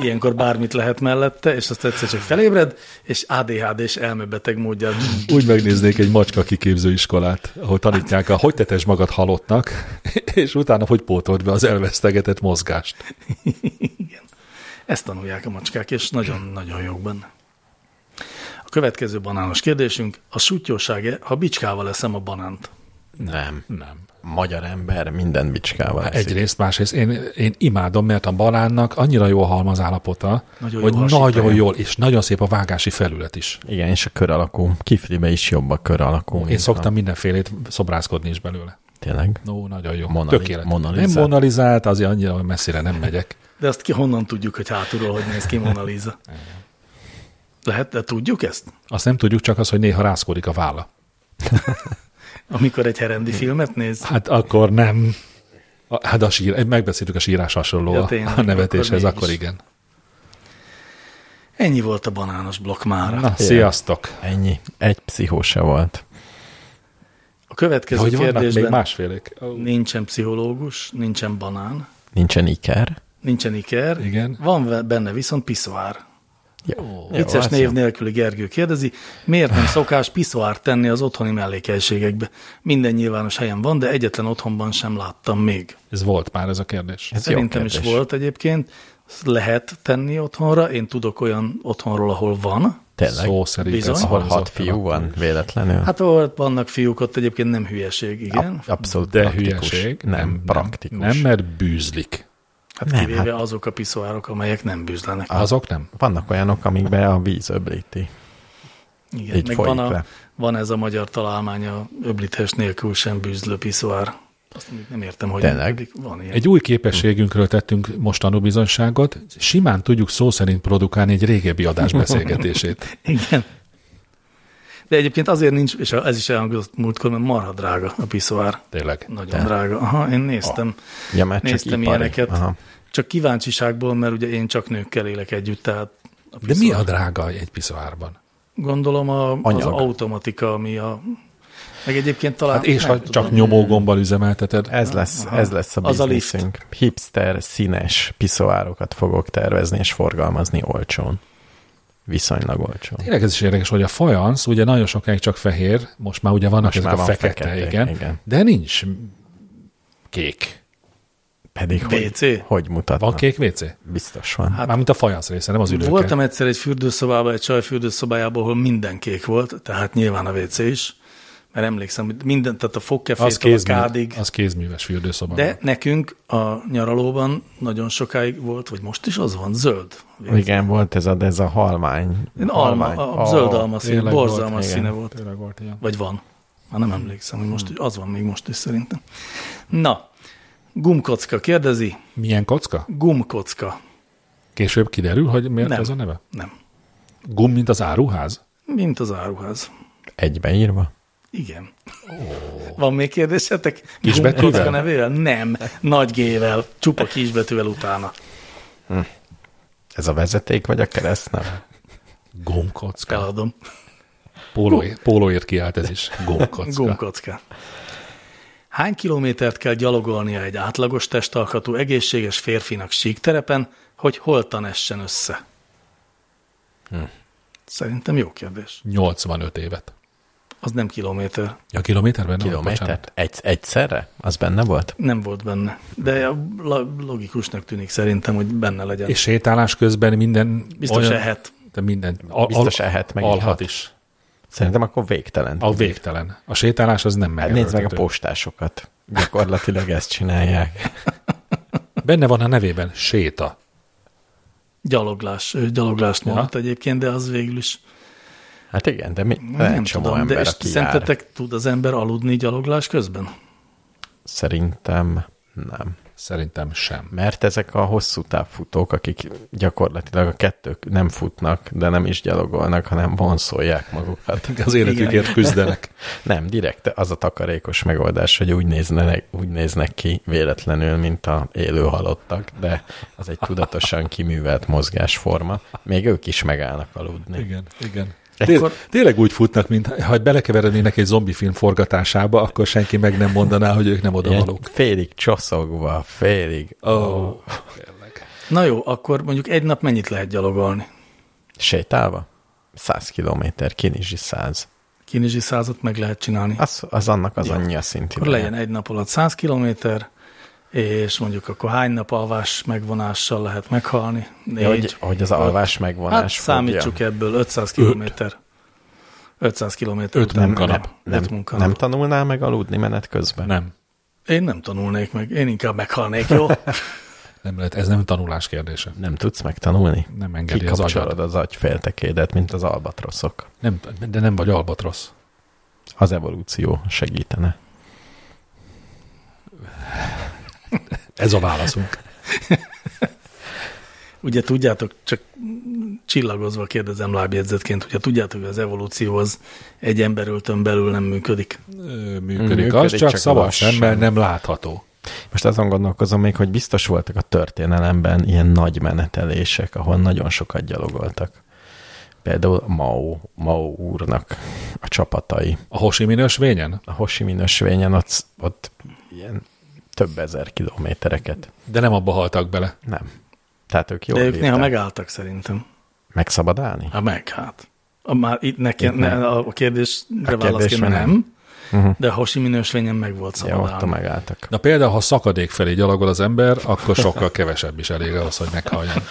Ilyenkor bármit lehet mellette, és azt egyszer csak felébred, és ADHD és elmebeteg módjára Úgy megnéznék egy macska kiképző iskolát, ahol tanítják a hogy tetes magad halottnak, és utána hogy pótold be az elvesztegetett mozgást. Ezt tanulják a macskák, és nagyon-nagyon jók benne. A következő banános kérdésünk, a sutyóságe, ha bicskával eszem a banánt. Nem. Nem. Magyar ember minden bicskával eszik. Egyrészt, másrészt én, én imádom, mert a banánnak annyira jó a halmaz állapota, Nagyon hogy jó a nagyon hasítája. jól, és nagyon szép a vágási felület is. Igen, és a kör alakú. Kiflibe is jobb a kör alakú. Én szoktam mindenfélét szobrázkodni is belőle. Tényleg. No, nagyon jó. Monali- Tökéletes. monalizált. Nem monalizált, azért annyira messzire nem megyek. De azt ki honnan tudjuk, hogy hátulról hogy néz ki Mona Lisa? Lehet, de tudjuk ezt? Azt nem tudjuk, csak az, hogy néha rászkodik a válla. Amikor egy herendi filmet néz? Hát akkor nem. A- Hát a sír, megbeszéltük a sírás hasonló Ja, ja, tényleg, a nevetéshez, akkor akkor mégis. igen. Ennyi volt a banános blokk mára. Na, sziasztok! Ennyi. Egy pszichó se volt. A következő Hogy vannak még kérdésben másfélék? Ó, nincsen pszichológus, nincsen banán, Nincsen iker. nincsen iker, Igen. van ve- benne viszont piszoár. Jó, hát Vicces név nélküli Gergő kérdezi, miért nem szokás piszoárt tenni az otthoni mellékegységekbe? Minden nyilvános helyen van, de egyetlen otthonban sem láttam még. Ez volt már ez a kérdés. Ez Szerintem kérdés. is volt egyébként. Ezt lehet tenni otthonra, én tudok olyan otthonról, ahol van. Tényleg? Szó szerint Bizony. Ahol hat fiú van véletlenül. Hát ott vannak fiúk, ott egyébként nem hülyeség, igen. A, abszolút De praktikus. hülyeség. Nem, Nem, nem. praktikus. Nem, mert bűzlik. Hát Nem, nem, kivéve hát- azok a piszoárok, amelyek nem bűzlenek. Ah. Azok nem. Vannak olyanok, amikbe a víz öblíti. Igen, Így meg folyik van, a, le. van ez a magyar találmány, a öblítés nélkül sem bűzlő piszoár. Azt mondjuk nem értem, hogy Tényleg? mindig van ilyen. Egy új képességünkről tettünk most tanúbizonyságot, simán tudjuk szó szerint produkálni egy régebbi adás beszélgetését. Igen. De egyébként azért nincs, és ez is elhangzott múltkor, mert marha drága a piszoár. Tényleg. Nagyon De. drága. Aha, én néztem. Ja, mert csak Néztem ipari. ilyeneket. Aha. Csak kíváncsiságból, mert ugye én csak nőkkel élek együtt, tehát a De mi piszoár- a drága egy Hát piszoárban? Gondolom a, az Anyag. automatika, ami a... Meg egyébként talán... Hát és nem ha tudom. csak nyomógombbal üzemelteted, Ez lesz, Aha. ez lesz a Az a lift. bizniszünk. Hipster, színes piszoárokat fogok tervezni és forgalmazni olcsón. Viszonylag olcsón. Tényleg ez is érdekes, hogy a fajansz ugye nagyon sokáig csak fehér, most már ugye vannak Most ezek már a van fekete, fekete, igen, igen. de nincs kék. Pedig WC? hogy, hogy mutatna? Van kék WC? Biztos van. Hát, Mármint a fajansz része, nem az ülőke. Voltam egyszer egy fürdőszobában, egy csaj fürdőszobájában, ahol minden kék volt, tehát nyilván a WC is, mert emlékszem, hogy minden, tehát a az, fogkefétől a kézmű, kádig. az kézműves fürdőszoba. De nekünk a nyaralóban nagyon sokáig volt, vagy most is az van, zöld. igen, volt ez a, de ez a halmány. Én alma, a, a zöld alma szín, tényleg borzalmas volt, színe volt. Tényleg volt ilyen. Vagy van. Már nem emlékszem, hogy most is, az van még most is szerintem. Na, gumkocka kérdezi. Milyen kocka? Gumkocka. Később kiderül, hogy miért Nem. ez a neve. Nem. Gum, mint az áruház? Mint az áruház. Egybeírva? Igen. Oh. Van még kérdésetek? Kisbetűvel? Gumkocka nevével? Nem. Nagy G-vel. Csupa kisbetűvel utána. Ez a vezeték vagy a kereszt? Nem. Gumkocka. Feladom. Pólóért, pólóért kiállt ez is. Gumkocka. Gumkocka. Hány kilométert kell gyalogolnia egy átlagos testalkatú egészséges férfinak síkterepen, hogy holtan essen össze? Hm. Szerintem jó kérdés. 85 évet. Az nem kilométer, Ja, kilométerben? Nem, bocsánat. Kilométert? Egy, egyszerre? Az benne volt? nem volt benne. De a la- logikusnak tűnik szerintem, hogy benne legyen. És sétálás közben minden Biztos olyan... ehet. De minden. Al, Biztos ehet, meg alhat ihat. is. Szerintem akkor végtelen. A végtelen. A sétálás az nem Hát nézd meg a megerőltető. postásokat. Gyakorlatilag ezt csinálják. Benne van a nevében séta. Gyaloglás, ő gyaloglást mondott egyébként, de az végül is Hát igen, de mi, nem, nem csomó tudom. ember, De és aki jár. szerintetek tud az ember aludni gyaloglás közben? Szerintem nem. Szerintem sem. Mert ezek a hosszú távfutók, akik gyakorlatilag a kettők nem futnak, de nem is gyalogolnak, hanem vonszolják magukat. Az életükért küzdenek. Nem, direkt az a takarékos megoldás, hogy úgy néznek, úgy néznek ki véletlenül, mint a élő halottak, de az egy tudatosan kiművelt mozgásforma. Még ők is megállnak aludni. Igen, igen. Akkor... Tényleg úgy futnak, mint ha belekeverednének egy zombi film forgatásába, akkor senki meg nem mondaná, hogy ők nem Ilyen odavalók. félig csoszogva, félig Ó, oh, tényleg. Na jó, akkor mondjuk egy nap mennyit lehet gyalogolni? sétálva. 100 kilométer, kinizsi 100. Kínizsi százat meg lehet csinálni. Az, az annak az annyi a szint Akkor legyen egy nap alatt 100 kilométer, és mondjuk akkor hány nap alvás megvonással lehet meghalni? Négy. hogy, hogy az alvás megvonás hát számítsuk fogja. ebből 500 kilométer. 500 kilométer Öt után. munkanap. Nem, Nem, munkanap. nem tanulnál meg aludni menet közben? Nem, Én nem tanulnék meg, én inkább meghalnék, jó? nem lehet, ez nem tanulás kérdése. Nem tudsz megtanulni? Nem engedi az agyad. Kikapcsolod az agyféltekédet, mint az albatroszok. Nem, de nem vagy albatrosz. Az evolúció segítene. Ez a válaszunk. Ugye tudjátok, csak csillagozva kérdezem lábjegyzetként, ugye tudjátok, hogy az evolúció az egy emberöltön belül nem működik. Működik, Működik, Működik az, csak, csak csak szabad lassan. szemmel nem látható. Most azon gondolkozom még, hogy biztos voltak a történelemben ilyen nagy menetelések, ahol nagyon sokat gyalogoltak. Például Mao, Mao úrnak a csapatai. A hosimin ösvényen? A Hoshimi ösvényen ott, ott ilyen több ezer kilométereket. De nem abba haltak bele. Nem. Tehát ők jól De ők néha bírták. megálltak szerintem. Meg szabad állni? Hát meg, hát. A, már itt nekem, ne, a kérdésre válaszként nem, uh-huh. de a hasi minősvényen meg volt Ja, szabad ott a állni. megálltak. Na például, ha szakadék felé gyalogol az ember, akkor sokkal kevesebb is elég ahhoz, hogy meghalljon.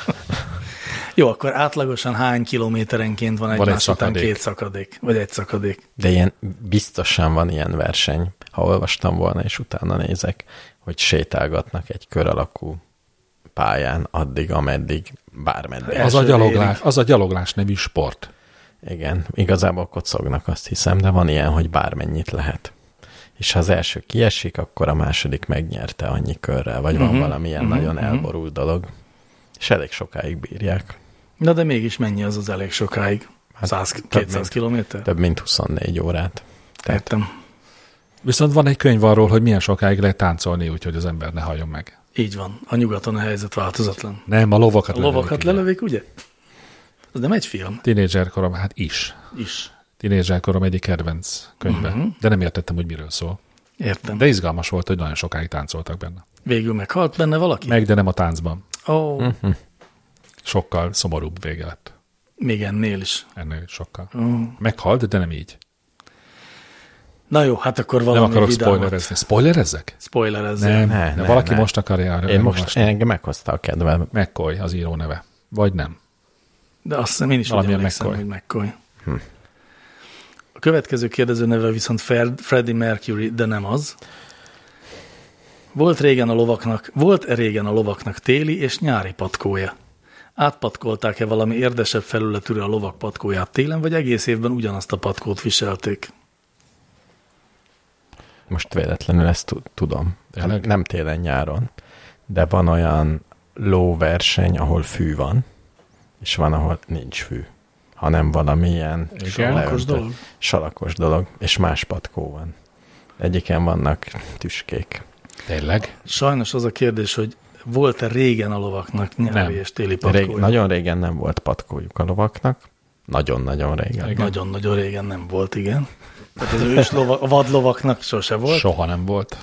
Jó, akkor átlagosan hány kilométerenként van egymás után szakadék. két szakadék, vagy egy szakadék? De ilyen biztosan van ilyen verseny, ha olvastam volna, és utána nézek, hogy sétálgatnak egy kör alakú pályán addig, ameddig, bármeddig. Az a, Első gyaloglás, az a gyaloglás nevű sport. Igen, igazából kocognak, azt hiszem, de van ilyen, hogy bármennyit lehet. És ha az első kiesik, akkor a második megnyerte annyi körrel, vagy van valamilyen nagyon elborult dolog. És elég sokáig bírják. Na de mégis mennyi az az elég sokáig? Hát több 100-200 mint- kilométer? Több mint 24 órát. Tettem. Viszont van egy könyv arról, hogy milyen sokáig lehet táncolni, úgyhogy az ember ne halljon meg. Így van. A nyugaton a helyzet változatlan. Nem, a lovakat A lovakat Hát ugye. lelövik, ugye? Az nem egy film Tínédzser korom, hát is. is. Tínédzser korom egyik kedvenc könyve. Mhm. Uh-huh. De nem értettem, hogy miről szól. Értem. De De... izgalmas volt, hogy nagyon sokáig táncoltak benne. Végül meghalt benne valaki? Meg, de nem a táncban. Ó, oh, Mhm. Sokkal szomorúbb vége lett. még ennél is. Ennél sokkal. Ó. Meghalt, de nem így. Na jó, hát akkor valami Nem akarok vidámat. spoilerezni. Spoilerezzek? Spoilerezzünk. Nem, ne, nem, ne, valaki ne. most akarja Én most, én engem meghozta a kedvem. McCoy az író neve. Vagy nem. De azt hiszem én is úgy Valamilyen emlékszem, McCoy. hogy McCoy. A következő kérdező neve viszont Fred, Freddie Mercury, de nem az. Volt régen a lovaknak, volt -e régen a lovaknak téli és nyári patkója? Átpatkolták-e valami érdesebb felületűre a lovak patkóját télen, vagy egész évben ugyanazt a patkót viselték? Most véletlenül ezt tud- tudom. Tényleg? Hát Nem télen-nyáron, de van olyan lóverseny, ahol fű van, és van, ahol nincs fű, hanem valamilyen Salakos leöntött- dolog? salakos dolog, és más patkó van. Egyiken vannak tüskék. Tényleg? Sajnos az a kérdés, hogy volt-e régen a lovaknak nyári Nem. és téli Rég, patkója? nagyon régen nem volt patkójuk a lovaknak, nagyon-nagyon régen. Igen. Nagyon-nagyon régen nem volt, igen. Tehát az ős lova, a vadlovaknak sose volt. Soha nem volt.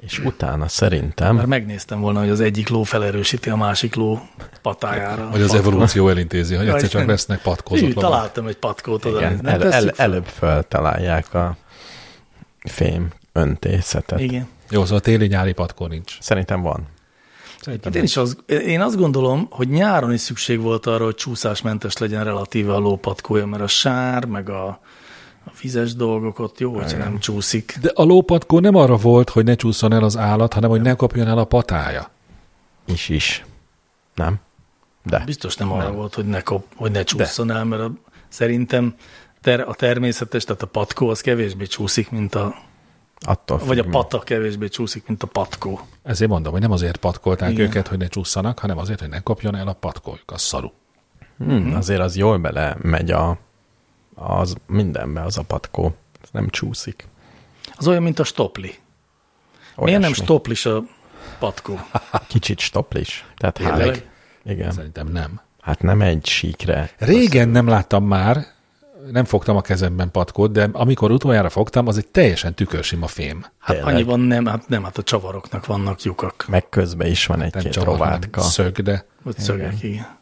És utána szerintem Már megnéztem volna, hogy az egyik ló felerősíti a másik ló patájára. Vagy az Patkó. evolúció elintézi, hogy Ja, egyszer csak Isten. lesznek Hű, patkózott lovak. találtam egy patkót oda. igen, nem el, el, tesszük fel? előbb föltalálják a fém öntészetet. Igen. Jó, szóval téli-nyári patkó nincs. Szerintem van. Hát én, is az, én azt gondolom, hogy nyáron is szükség volt arra, hogy csúszásmentes legyen relatíve a lópatkója, mert a sár, meg a, a vizes dolgok ott jó, hogyha nem csúszik. De a lópatkó nem arra volt, hogy ne csúszson el az állat, hanem hogy ne kapjon el a patája. Is is. Nem? De. Biztos nem arra volt, hogy ne, kop, hogy ne csúszson el, mert a, szerintem ter, a természetes, tehát a patkó az kevésbé csúszik, mint a, Attól vagy a függ, pata kevésbé csúszik, mint a patkó. Ezért mondom, hogy nem azért patkolták Igen. Igen. őket, hogy ne csúszanak, hanem azért, hogy ne kapjon el a patkójuk. A szaru. Hmm. mi. Hmm, Azért az jól bele megy a, az mindenbe az a patkó. Ez nem csúszik. Az olyan, mint a stopli. Olyasmi. Miért nem stoplis a patkó? Kicsit stoplis. Tehát Tényleg? hát, igen. Szerintem nem. Hát nem egy síkre. Régen nem láttam már, nem fogtam a kezemben patkót, de amikor utoljára fogtam, az egy teljesen tükörsima fém. Hát Tényleg. annyiban nem, hát nem, hát a csavaroknak vannak lyukak, Meg közben is van Nem egy-két csak rovátka. szög, de vagy szögek, igen.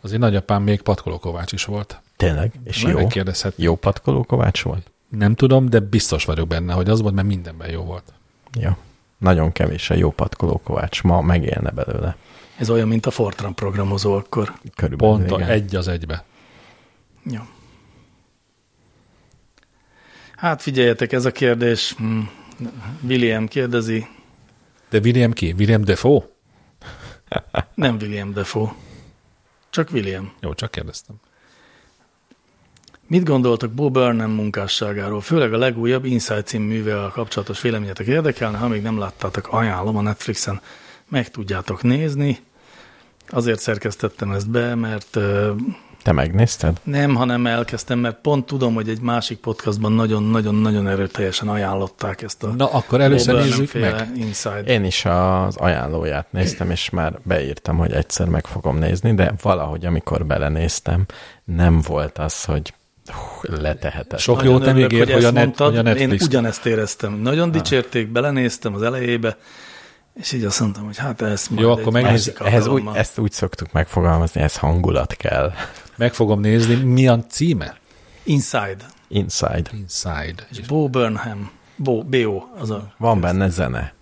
az én nagyapám még patkoló kovács is volt. Tényleg? És Jó. jó? Megkérdezhet. Jó patkoló kovács volt? Nem tudom, de biztos vagyok benne, hogy az volt, mert mindenben jó volt. Jó. Nagyon kevés a jó patkoló kovács. Ma megélne belőle. Ez olyan, mint a Fortran programozó akkor. Körülbelül. Pont a, igen. egy az egybe. Jó. Hát figyeljetek, ez a kérdés, hm, William kérdezi, De William ki? William Defoe? nem William Defoe, csak William. Jó, csak kérdeztem. Mit gondoltak Bob Burnham munkásságáról, főleg a legújabb Inside című művel kapcsolatos véleményetek érdekelne, ha még nem láttátok, ajánlom a Netflixen, meg tudjátok nézni. Azért szerkesztettem ezt be, mert ö, Te megnézted? nem, hanem elkezdtem, mert pont tudom, hogy egy másik podcastban nagyon-nagyon-nagyon erőteljesen ajánlották ezt a Na, akkor Bob először Burnham nézzük féle meg. Inside. Én is az ajánlóját néztem, és már beírtam, hogy egyszer meg fogom nézni, de valahogy, amikor belenéztem, nem volt az, hogy hú, letehetetlen. Sok Nagyon jót nem örülök, ígér, hogy, a ezt net, mondtad. hogy a Netflix. Én ugyanezt éreztem. Nagyon dicsérték, belenéztem az elejébe, És így azt mondtam, hogy hát ezt Jó, akkor megnézzük. Ehhez úgy, ezt úgy szoktuk megfogalmazni, ez hangulat kell. Meg fogom nézni, mi a címe? Inside. Inside. Inside. És Bo Burnham. Bo, B.O. Az a Van benne zene.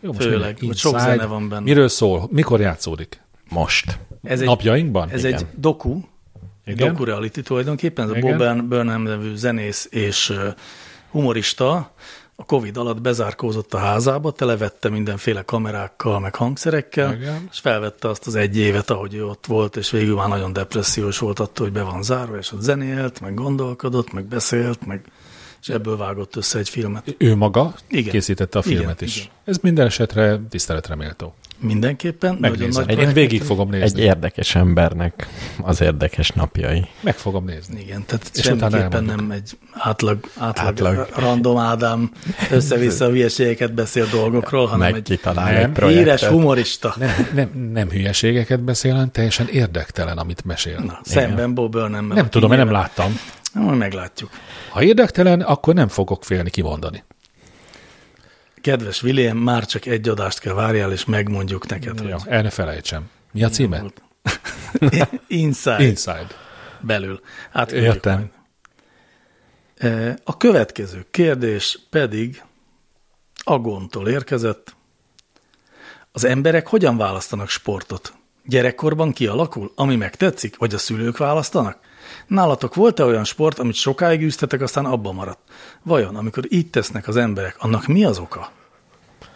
Jó, Főleg, mindegy. hogy sok Inside. zene van benne. Miről szól? Mikor játszódik? Most. Ez egy, Napjainkban? ez Igen. egy doku, egy Igen. doku reality tulajdonképpen, ez a Igen. Bob Burnham nevű zenész és ö, humorista a Covid alatt bezárkózott a házába, televette mindenféle kamerákkal, meg hangszerekkel, Igen. és felvette azt az egy évet, ahogy ő ott volt, és végül már nagyon depressziós volt attól, hogy be van zárva, és ott zenélt, meg gondolkodott, meg beszélt, meg és ebből vágott össze egy filmet. Ő maga Igen. készítette a Igen, filmet is. igen. Ez minden esetre tiszteletre méltó. Mindenképpen nagyon Megnézem. nagy Én projekt. végig fogom Egy nézni. érdekes embernek az érdekes napjai. Meg fogom nézni. Igen, tehát És és utána semmiképpen elmondjuk. nem egy átlag, átlag, Átlag. átlag. random Ádám össze-vissza hülyeségeket beszél dolgokról, hanem egy Megkitalál nem, egy projektet. híres humorista. Nem, nem, nem hülyeségeket beszél, hanem teljesen érdektelen, amit mesél. Na, szemben Bob nem. nem tudom, mert nem láttam. Majd meglátjuk. Ha érdektelen, akkor nem fogok félni kimondani. Kedves William, már csak egy adást kell várjál, és megmondjuk neked, Ja, hogy el ne felejtsem. Mi a címe? inside Inside. belül. Hát Értem. Majd. E, A következő kérdés pedig Agontól érkezett. Az emberek hogyan választanak sportot? Gyerekkorban kialakul, ami megtetszik, vagy a szülők választanak? Nálatok volt-e olyan sport, amit sokáig űztetek, aztán abba maradt? Vajon, amikor így tesznek az emberek, annak mi az oka?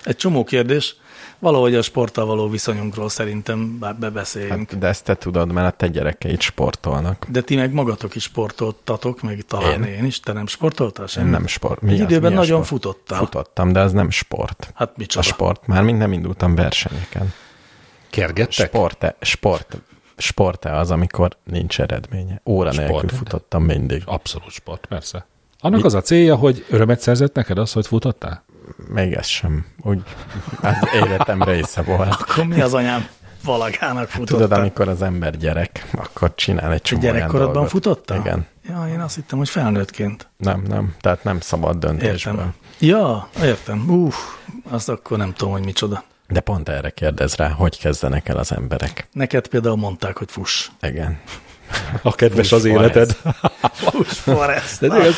Egy csomó kérdés, valahogy a sporttal való viszonyunkról szerintem be- bebeszéljünk. Hát, de ezt te tudod, mert a te gyerekeid sportolnak. De ti meg magatok is sportoltatok, meg talán én, én is. Te nem sportoltál Én sem? nem sport. Mi Egy az, időben mi a nagyon sport? futottál. Futottam, de az nem sport. Hát A micsoda? sport. Mármint nem indultam versenyeken. Kergettek? Sport, sport, sporte az, amikor nincs eredménye. Óra sport. nélkül Sport. futottam mindig. Abszolút sport, persze. Annak az a célja, hogy örömet szerzett neked az, hogy futottál? Még ez sem. Úgy az életem része volt. Akkor mi az anyám valagának futottál? Tudod, amikor az ember gyerek, akkor csinál egy Te csomó olyan gyerekkorodban dolgot. futottál? Igen. Ja, én azt hittem, hogy felnőttként. Nem, nem. Tehát nem szabad döntésből. Értem. Ja, értem. Uff, azt akkor nem tudom, hogy micsoda. De pont erre kérdez rá, hogy kezdenek el az emberek. Neked például mondták, hogy fuss. Igen. A kedves az Forrest. életed. Fuss, Forrest. De ez,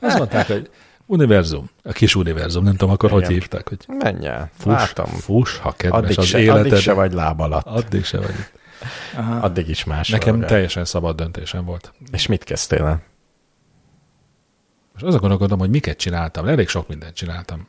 azt mondták, hogy univerzum, a kis univerzum, nem tudom, akkor hogy Igen. hívták, hogy Menj el. fuss, Látom. fuss, ha kedves Addig az se, életed. addig se vagy láb alatt. Addig se vagy. Addig is más. Nekem dolga. teljesen szabad döntésem volt. És mit kezdtél el? Most azon gondolkodom, hogy miket csináltam. Elég sok mindent csináltam.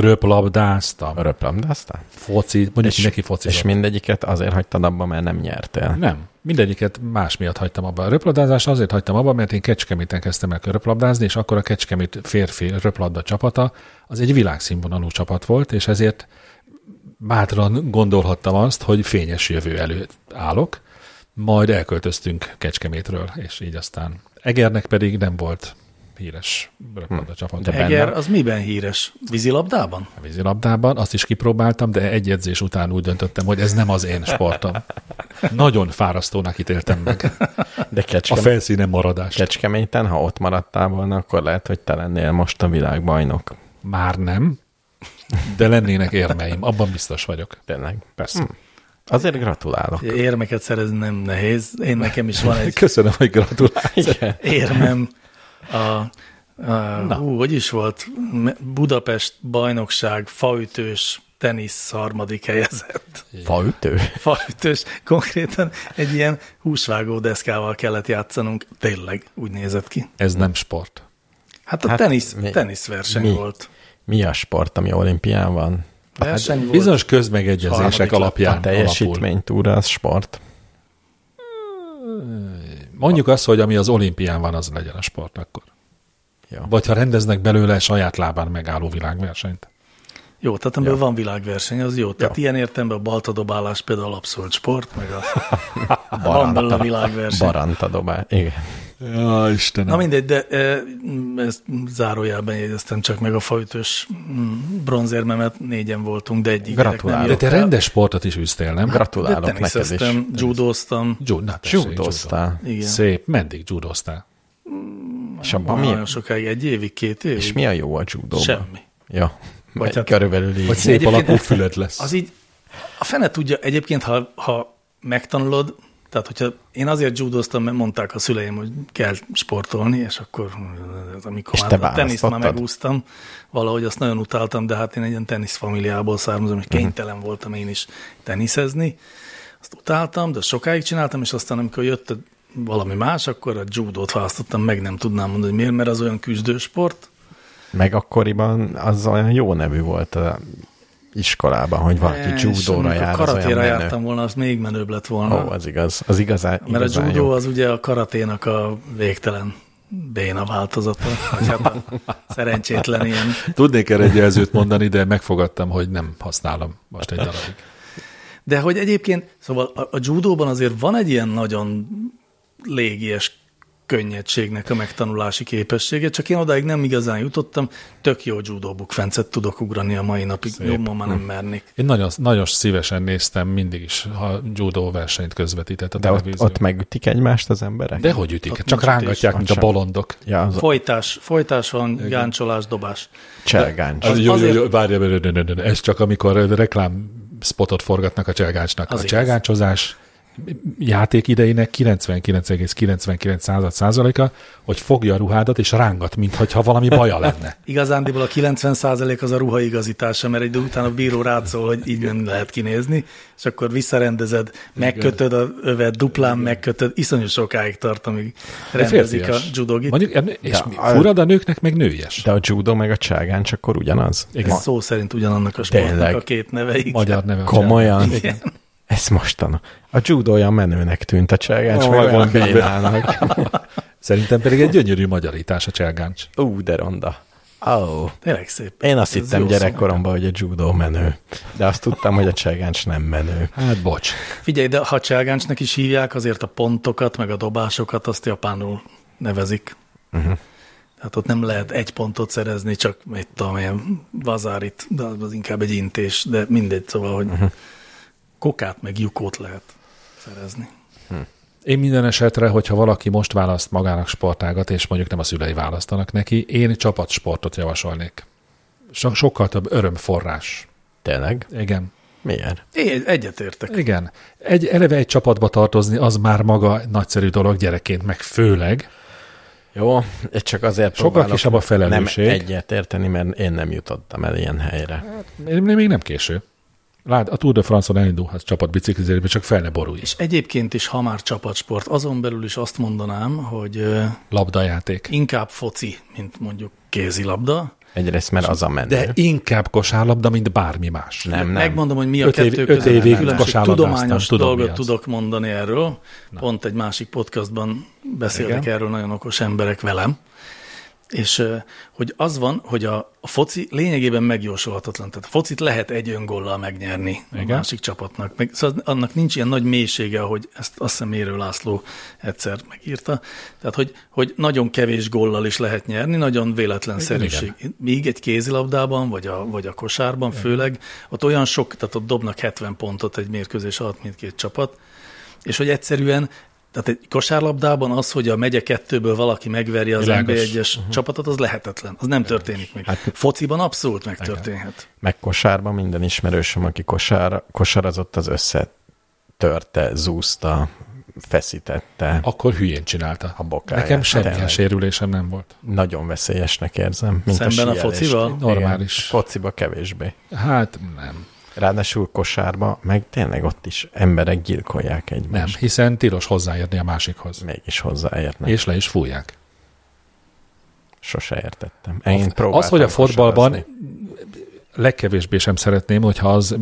Röplabdáztam, Röplabdáztál? foci, mondjuk és, neki foci. és mindegyiket azért hagytad abba, mert nem nyertél. Nem, mindegyiket más miatt hagytam abba. A röplabdázás azért hagytam abba, mert én Kecskeméten kezdtem el röplabdázni, és akkor a Kecskemét férfi röplabda csapata az egy világszínvonalú csapat volt, és ezért bátran gondolhattam azt, hogy fényes jövő előtt állok, majd elköltöztünk Kecskemétről, és így aztán. Egernek pedig nem volt híres röplabda csapat. De Eger, az miben híres? Vízilabdában? a vízilabdában, azt is kipróbáltam, de egy edzés után úgy döntöttem, hogy ez nem az én sportom. Nagyon fárasztónak ítéltem meg De a kecske, felszínen maradás. kecskeméten, ha ott maradtál volna, akkor lehet, hogy te lennél most a világbajnok. Már nem, de lennének érmeim, abban biztos vagyok. Tényleg. Hm. Persze. Azért gratulálok. Érmeket szerezni nem nehéz. Én nekem is van egy Köszönöm, hogy gratulálsz. Igen. érmem a, a hú, hogy is volt, Me- Budapest bajnokság faütős tenisz harmadik helyezett. Faütő. Faütős, konkrétan egy ilyen húsvágó deszkával kellett játszanunk, tényleg úgy nézett ki. Ez nem sport. Hát a Hát hát tenisz, mi- teniszverseny mi? Hát volt. Mi a sport, ami olimpián van? Verseny volt. Bizonyos közmegegyezések Harmadik Hát lett alapján A alapul. teljesítménytúra az sport. Mondjuk azt, hogy ami az olimpián van, az legyen a sport akkor. Jó. Vagy ha rendeznek belőle saját lábán megálló világversenyt. Jó, tehát ebből van világverseny, az jó. Tehát ilyen értemben a baltadobálás például abszolút sport, meg a, van belőle a világverseny. Baranta dobál. Igen. Hát, Ja, Istenem. Na mindegy, de e, m, ezt zárójelben jegyeztem csak meg a faütős m, bronzérmemet, négyen voltunk, de egyik Gratulálok. De te rendes sportot is üztél, nem? De Gratulálok neked is. teniszeztem, judóztam, Judo, na, tessék, Judoztál. judo. igen. Szép, meddig judoztál? És abban mi, Nagyon sokáig, egy évig, két évig. és mi a jó a judóban? Semmi. Ja. Vagy hát, körülbelül így. Vagy szép alakú fülöd lesz. Az így, a fene tudja, egyébként, ha, ha megtanulod, tehát hogyha én azért judoztam, mert mondták a szüleim, hogy kell sportolni, és akkor amikor és már te a teniszt már választottad? megúsztam, valahogy azt nagyon utáltam, de hát én egy ilyen teniszfamiliából származom, és Mhm. kénytelen voltam én is teniszezni. Azt utáltam, de sokáig csináltam, és aztán amikor jött valami más, akkor a judót választottam, meg nem tudnám mondani, hogy miért, mert az olyan küzdősport, Meg akkoriban az olyan jó nevű volt a iskolában, hogy valaki És judóra amikor jár, az olyan karatéra menő. jártam volna, az még menőbb lett Ó, volna. az igaz. Az igazán, Mert a igazán judó jó. az ugye a karaténak a végtelen béna változata, vagy hát a szerencsétlen ilyen. Tudnék erre egy jelzőt mondani, de megfogadtam, hogy nem használom most egy darabig. De hogy egyébként, szóval a, a judóban azért van egy ilyen nagyon légies könnyedségnek a megtanulási képessége, csak én odáig nem igazán jutottam, tök jó judó bukfencet tudok ugrani a mai napig, jobban már Hm. nem mernék. Én nagyon, nagyon szívesen néztem mindig is, ha judó versenyt közvetített a De ott, televízió. ott megütik egymást az emberek? De hogy ütik? ott Csak nincs ütés, rángatják, mint a sem. bolondok. Ja, az a Folytás, folytás van, gáncsolás, dobás. cselgáncs. Az, Az- jó, jó, azért- jó, várja, várja, várja, várja, ez csak amikor reklám spotot forgatnak a cselgáncsnak. Az a igaz. cselgáncsozás játék idejének 99,99 százaléka, hogy fogja a ruhádat és rángat, mintha valami baja lenne. Igazándiból a 90 az a ruha igazítása, mert egy idő után a bíró rád szól, hogy így nem lehet kinézni, és akkor visszarendezed, megkötöd a övet, duplán megkötöd, iszonyú sokáig tart, amíg rendezik a Férfias. judogit. Mondjuk, és Ja, ja, mi, a- fura, de a nőknek meg nőies. De a judó meg a cselgáncs akkor ugyanaz? Ez Ma- szó szerint ugyanannak a sportnak Tényleg. a két neve. igen. Magyar neve. a Komolyan? Igen. Ez mostan. A judó olyan menőnek tűnt, a cselgáncs Ó, meg olyan olyan bénának. Szerintem pedig egy gyönyörű magyarítás a cselgáncs. Ú, de ronda. Oh. Tényleg szép. Én azt Ez hittem jó szó. gyerekkoromban, hogy a judó menő. De azt tudtam, hogy a cselgáncs nem menő. Hát bocs. Figyelj, de ha cselgáncsnak is hívják, azért a pontokat, meg a dobásokat azt japánul nevezik. Uh-huh. Tehát ott nem lehet egy pontot szerezni, csak mit tudom én, vazárit, de az az inkább egy intés, de mindegy, szóval, hogy uh-huh. kokát meg lyukót lehet szerezni. Én minden esetre, hogyha valaki most választ magának sportágat, és mondjuk nem a szülei választanak neki, én csapatsportot javasolnék. So- sokkal több örömforrás. Tényleg? Igen. Miért? Én egyetértek. Igen. Egy, eleve egy csapatba tartozni, az már maga nagyszerű dolog gyerekként, meg főleg. Jó, én csak azért Sokkal próbálok kisebb a felelősség. Nem egyet érteni, mert én nem jutottam el ilyen helyre. Én- Még nem késő. Lát, a Tour de France-on elindulhatsz csapat biciklizérébe, csak fel ne borulj. És egyébként is, ha már csapatsport, azon belül is azt mondanám, hogy ö, Labdajáték. inkább foci, mint mondjuk kézilabda. Egyrészt, mert az a menő. De inkább kosárlabda, mint bármi más. nem, nem. Megmondom, hogy mi a Öt év- kettő öt között évig különbség. kosárlabdáztam, Tudományos tudom, mi dolgot az. tudok mondani erről. Na. Pont egy másik podcastban beszélnek Igen. erről nagyon okos emberek velem. És eh, hogy az van, hogy a a foci lényegében megjósolhatatlan. Tehát a focit lehet egy öngollal megnyerni a Igen. másik csapatnak. Meg, szóval annak nincs ilyen nagy mélysége, ahogy ezt azt hiszem Érő László egyszer megírta. Tehát, hogy, hogy nagyon kevés gollal is lehet nyerni, nagyon véletlenszerűség. Míg egy kézilabdában, vagy a, vagy a kosárban főleg, ott olyan sok, tehát ott dobnak 70 pontot egy mérkőzés alatt mindkét csapat, és hogy egyszerűen tehát egy kosárlabdában az, hogy a megye kettőből valaki megveri az Világos. NB1-es uh-huh. csapatot, az lehetetlen. Az nem történik meg. Hát, Fociban abszolút megtörténhet. Meg kosárban minden ismerősöm, aki kosár, kosarazott, az összetörte, zúzta, feszítette. A... Akkor hülyén csinálta. A bokáját, Hát Nekem semmilyen tényleg. sérülésem nem volt. Nagyon veszélyesnek érzem. Mint Szemben a síelést. focival? Igen, Normális. fociba kevésbé. Hát nem. Ráadásul kosárba, meg tényleg ott is emberek gyilkolják Nem, egymást. hiszen tilos hozzáérni a másikhoz. Mégis hozzáérnek. És le is fújják. Sose értettem. Én próbáltam Az, hogy a fotballban kosarazni. legkevésbé sem szeretném, hogyha az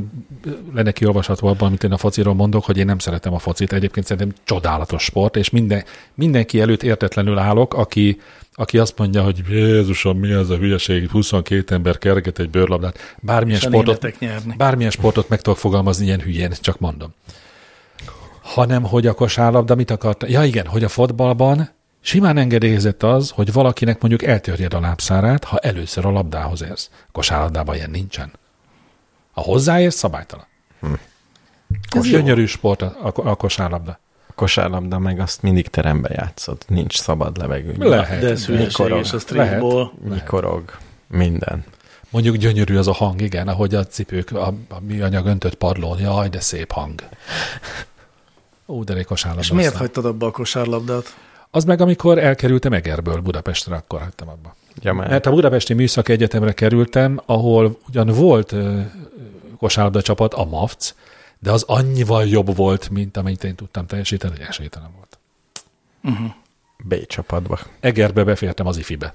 lenne kiolvasható abban, amit én a fociról mondok, hogy én nem szeretem a focit. Egyébként szerintem csodálatos sport, és minden, mindenki előtt értetlenül állok, aki, aki azt mondja, hogy Jézusom, mi az a hülyeség, 22 ember kerget egy bőrlabdát. Bármilyen És a sportot, németek nyernek. bármilyen sportot meg tudok fogalmazni ilyen hülyén, csak mondom. hanem hogy a kosárlabda mit akart. Ja igen, hogy a fotballban simán engedélyezett az, hogy valakinek mondjuk eltörjed a lábszárát, ha először a labdához érsz. Kosárlabdában ilyen nincsen. Ha hozzáérsz, szabálytalan. Hm. Ez jó. gyönyörű sport a, a, a kosárlabda. A kosárlabda meg azt mindig terembe játszott. Nincs szabad levegő. Lehet. De ez hülyeség, Mikorog? és a streetball. Nyikorog. Minden. Mondjuk gyönyörű az a hang, igen, ahogy a cipők, a, a műanyag öntött padlón, jaj, de szép hang. Ó, de egy kosárlabda. És miért aztán. hagytad abba a kosárlabdát? Az meg, amikor elkerültem Egerből Budapestre, akkor hagytam abba. Ja, mert, Mert Hát a Budapesti Műszaki Egyetemre kerültem, ahol ugyan volt ö, kosárlabda csapat, a MAFC, de az annyival jobb volt, mint amennyit én tudtam teljesíteni, hogy esélytelen volt. B csapatba. Egerbe befértem az ifibe.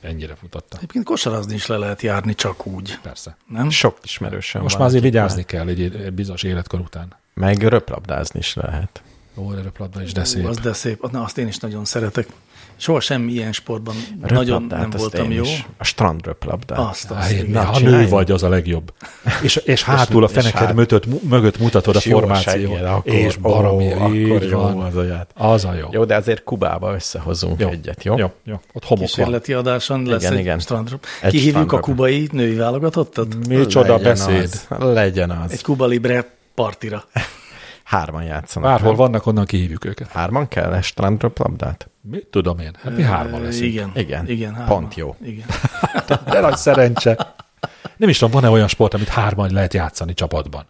Ennyire futottam, Egyébként kosarazni is le lehet járni csak úgy, persze. nem? Sok ismerősöm Most van, már azért akik vigyázni kell egy, egy bizonyos életkor után. Meg röplabdázni is lehet. Ó, röplabda is, de Ú, szép. Az de szép. Na, azt én is nagyon szeretek. Soha semmi ilyen sportban Röplabdát nagyon nem azt voltam én jó. Is. A strand röplabdát. Azt, azt. Áj, igen. ne, ha csinálj. nő vagy, az a legjobb. És, és hátul a és feneked hát- mötött, mu- mögött mutatod a És jó formációt. seggel, akkor- hát És baromi, ó, akkor így jó van. az aját. Az a jó. Jó, de azért Kubába összehozunk jó. egyet, jó? Jó, jó. Ott homok van. Kísérleti adáson lesz Igen, egy igen. strandra. Egy Kihívjuk strandra. a kubai női válogatottat? Micsoda Legyen beszéd. Az, legyen az. Egy Kuba Libre partira. Hárman játszanak. Bárhol nem? vannak, onnan kihívjuk őket. Hárman kell egy strand röplabdát? Mit tudom én? Hát mi hárman leszünk. Igen. Igen. igen hárman. Pont jó. Igen. De nagy szerencse. Nem is tudom, van-e olyan sport, amit hárman lehet játszani csapatban?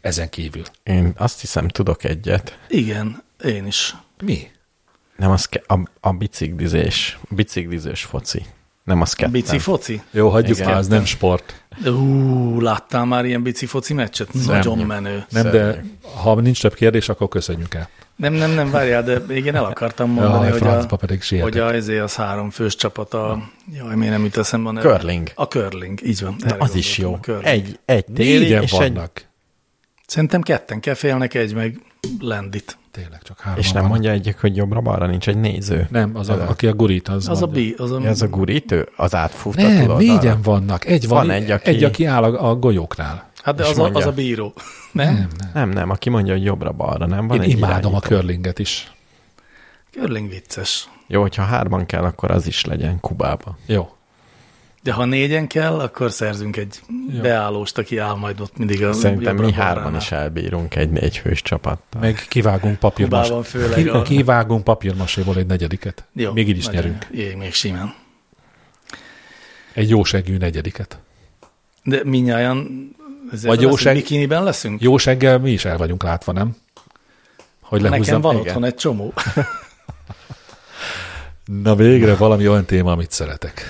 Ezen kívül. Én azt hiszem, tudok egyet. igen, én is. Mi? Nem az ke- a, a biciklizés. Biciklizős foci. Nem az ketten. Bici foci? Jó, hagyjuk Igen. már, ez nem sport. Ú, láttál már ilyen bici foci meccset? Nagyon menő. Nem, de ha nincs több kérdés, akkor köszönjük el. Nem, nem, nem, várjál, de igen, el akartam mondani, Jaj, hogy, francba a, pedig sietek. hogy a, ezért az három fős csapat a... Jaj, miért nem jut eszembe a neve? Curling. A curling, így van. Na, erre az is jó. gondoltam, a curling. Egy, egy téli Négyen és egy... vannak. Szerintem ketten kefélnek, egy meg lendít. Tényleg csak hárman És nem vannak. mondja egyik, hogy jobbra-balra nincs egy néző. Nem, az a, aki a gurít, az, Az a, mondja. bi, az a, Mi Az a gurítő? Az átfúta Nem, túloldalra. négyen vannak. Egy van, Van egy, egy, aki... aki- egy, aki áll a, a golyóknál. Hát de És az a, az mondja. a bíró. Nem? Nem, nem, aki mondja, hogy jobbra-balra, nem? Van Én egy imádom a irányító. curlinget is. Curling vicces. Jó, hogyha hárman kell, akkor az is legyen Kubába. Jó. De ha négyen kell, akkor szerzünk egy beállóst, aki áll majd ott mindig a Szerintem mi jobbra hárman balránál. is elbírunk egy négyfős csapattal. Meg kivágunk Kubában papírmas. főleg Ki, a- kivágunk papírmaséból egy negyediket. Jó, Még így is nagyon nyerünk. jó. Jé, még simán. Egy jósegű negyediket. De minnyáján Vagy Vagy jó jó seg- bikiniben leszünk? Jóseggel mi is el vagyunk látva, nem? Hogy Nekem lehúzzam. van Igen. otthon egy csomó. Na végre valami olyan téma, amit szeretek.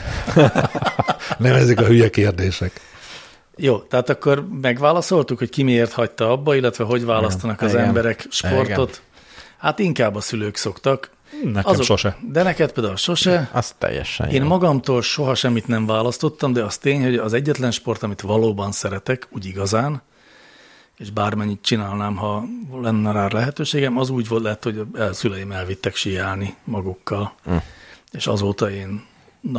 nem ezek a hülye kérdések. Jó, tehát akkor megválaszoltuk, hogy ki miért hagyta abba, illetve hogy választanak az Igen. emberek sportot. Hát inkább a szülők szoktak. Nekem sose. De neked például sose. Az teljesen Én jó. magamtól soha semmit nem választottam, de az tény, hogy az egyetlen sport, amit valóban szeretek, úgy igazán, és bármennyit csinálnám, ha lenne rá lehetőségem, az úgy volt lett, hogy a szüleim elvittek síelni magukkal. Hm. És azóta én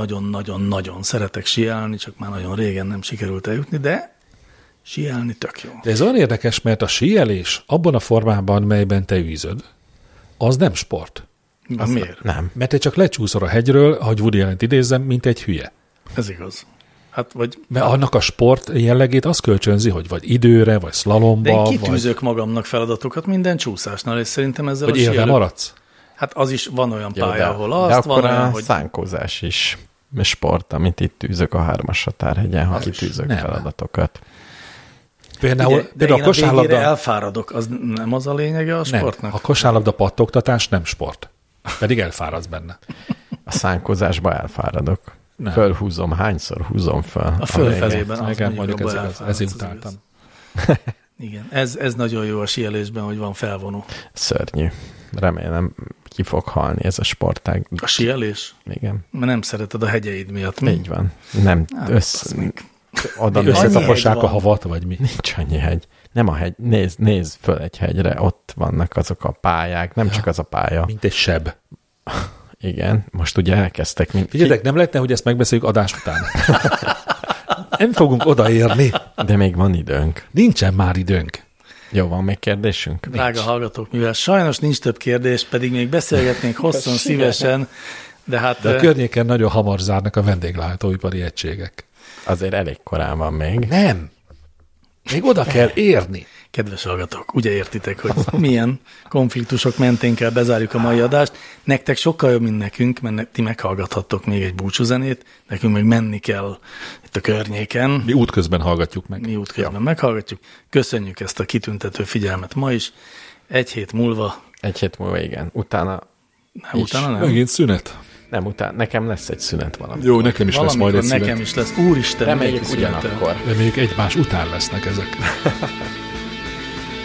nagyon-nagyon-nagyon szeretek síelni, csak már nagyon régen nem sikerült eljutni, de síelni tök jó. De ez olyan érdekes, mert a síelés abban a formában, melyben te űzöd, az nem sport. Az miért? Nem. Mert te csak lecsúszol a hegyről, ahogy Woody allen idézzem, mint egy hülye. Ez igaz. Hát vagy Mert annak a sport jellegét az kölcsönzi, hogy vagy időre, vagy szlalomba, de én vagy, kitűzök magamnak feladatokat minden csúszásnál, és szerintem ezzel vagy a élve síelő- maradsz. Hát az is van olyan Jó, pálya, ahol de azt, akkor van olyan, a hogy szánkózás is sport, amit itt tűzök a hármas határhegyen, Hát, ha kitűzök nem. feladatokat. Például, Ugye, de például én a a végére kosárlabda... elfáradok, az nem az a lényege a Nem, sportnak? a kosárlabda pattogtatás nem sport. Pedig elfáradsz benne. A szánkozásba elfáradok. Nem. Fölhúzom, hányszor húzom föl? A fölfelében az Igen, mondjuk, mondjuk abban ez igaz, elfáradsz, ezért az utáltam. igaz. Igen, ez, ez nagyon jó a síelésben, hogy van felvonó. Szörnyű. Remélem ki fog halni ez a sportág. A síelés? Igen. Mert nem szereted a hegyeid miatt. Mi? Így van. Nem, Hát, össz, az még. oda Annyi Összetapossák hegy a van. havat, vagy mi? Nincs annyi hegy. Nem a hegy. Nézd, nézd föl egy hegyre, ott vannak azok a pályák, nem csak az a pálya. Mint egy seb. Igen, most ugye elkezdtek. Mint Figyeljetek, nem lehetne, hogy ezt megbeszéljük adás után. nem fogunk odaérni. De még van időnk. Nincsen már időnk. Jó, van még kérdésünk? Drága hallgatók, mivel sajnos nincs több kérdés, pedig még beszélgetnénk hosszan, szívesen, de hát De a eh, környéken nagyon hamar zárnak a vendéglátóipari egységek. Azért elég korán van még. Nem. Még oda kell érni. Kedves hallgatók, ugye értitek, hogy milyen konfliktusok mentén kell bezárjuk a mai adást. Nektek sokkal jobb, mint nekünk, mert ti meghallgathattok még egy búcsúzenét, nekünk meg menni kell itt a környéken. Mi útközben hallgatjuk meg. Mi útközben ja. meghallgatjuk. Köszönjük ezt a kitüntető figyelmet ma is. Egy hét múlva. Egy hét múlva, igen. Utána nem, is. utána nem. Megint szünet. Nem, utána. Nekem lesz egy szünet valami. Jó, nekem is Valamikor lesz majd egy nekem szünet. is lesz. Úristen, Reméljük melyik szünetem. ugyanakkor. Reméljük egymás után lesznek ezek.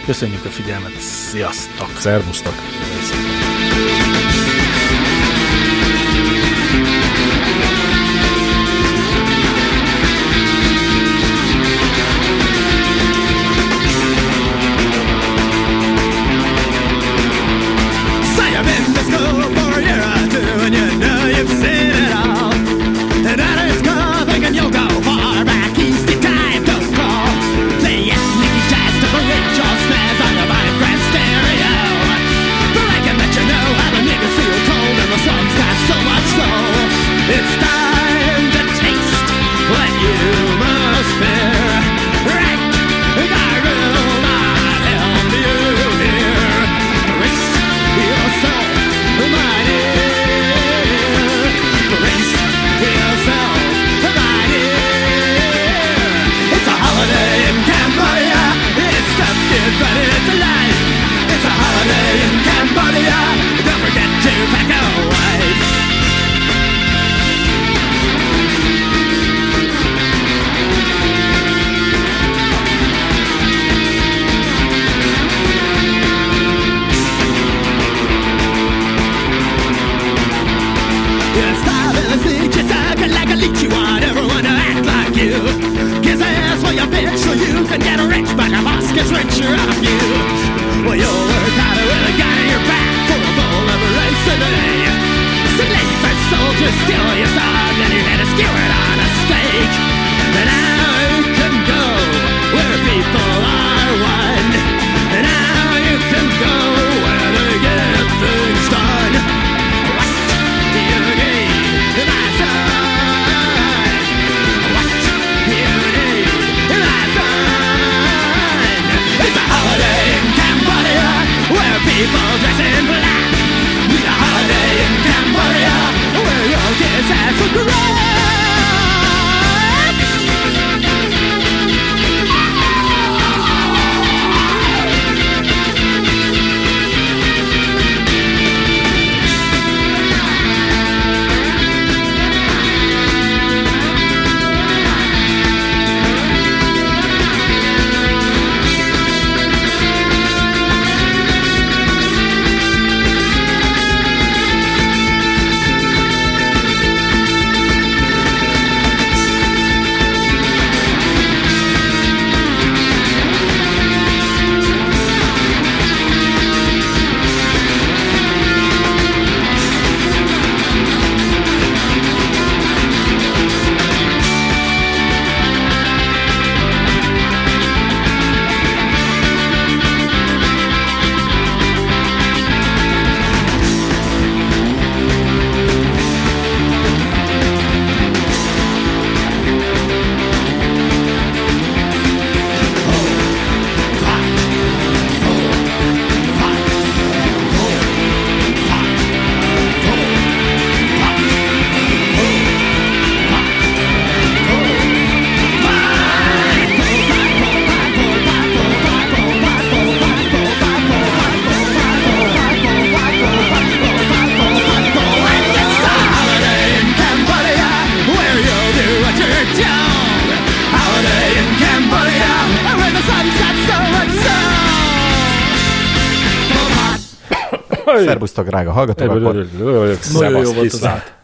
Köszönjük a figyelmet. Sziasztok! Szervusztok! Say you've been to school for a year or two and you know you've seen it all. And out of school thinking you'll go far back east in time to crawl. Play ethnic jazz to enrich your snares on your vibrant stereo. But I can let you know how the niggas feel cold and the song's got so much soul. It's time to taste what you must fear. Right, thy will not help you here. Brace yourself, my dear. Brace yourself, my dear. It's a holiday in Cambodia. It's tempted, but it's alive. It's a holiday in Cambodia. Don't forget to pack a wife. You're starving the siege, you suck like a leech, you want everyone to act like you. Kiss ass while you bitch so you can get rich, but your boss gets richer off you. Well, you'll work out with a gun in your back for a bowl of rice a day. Some lazy soldiers steal your sword, then you had to skewer it on a stake. And now you can go where people are one. And now you can go where they get things done. People dress in black Need a holiday in Cambodia Where your kids have so great Szerbusztok, drága hallgatók! akkor- Nagyon jó volt az át.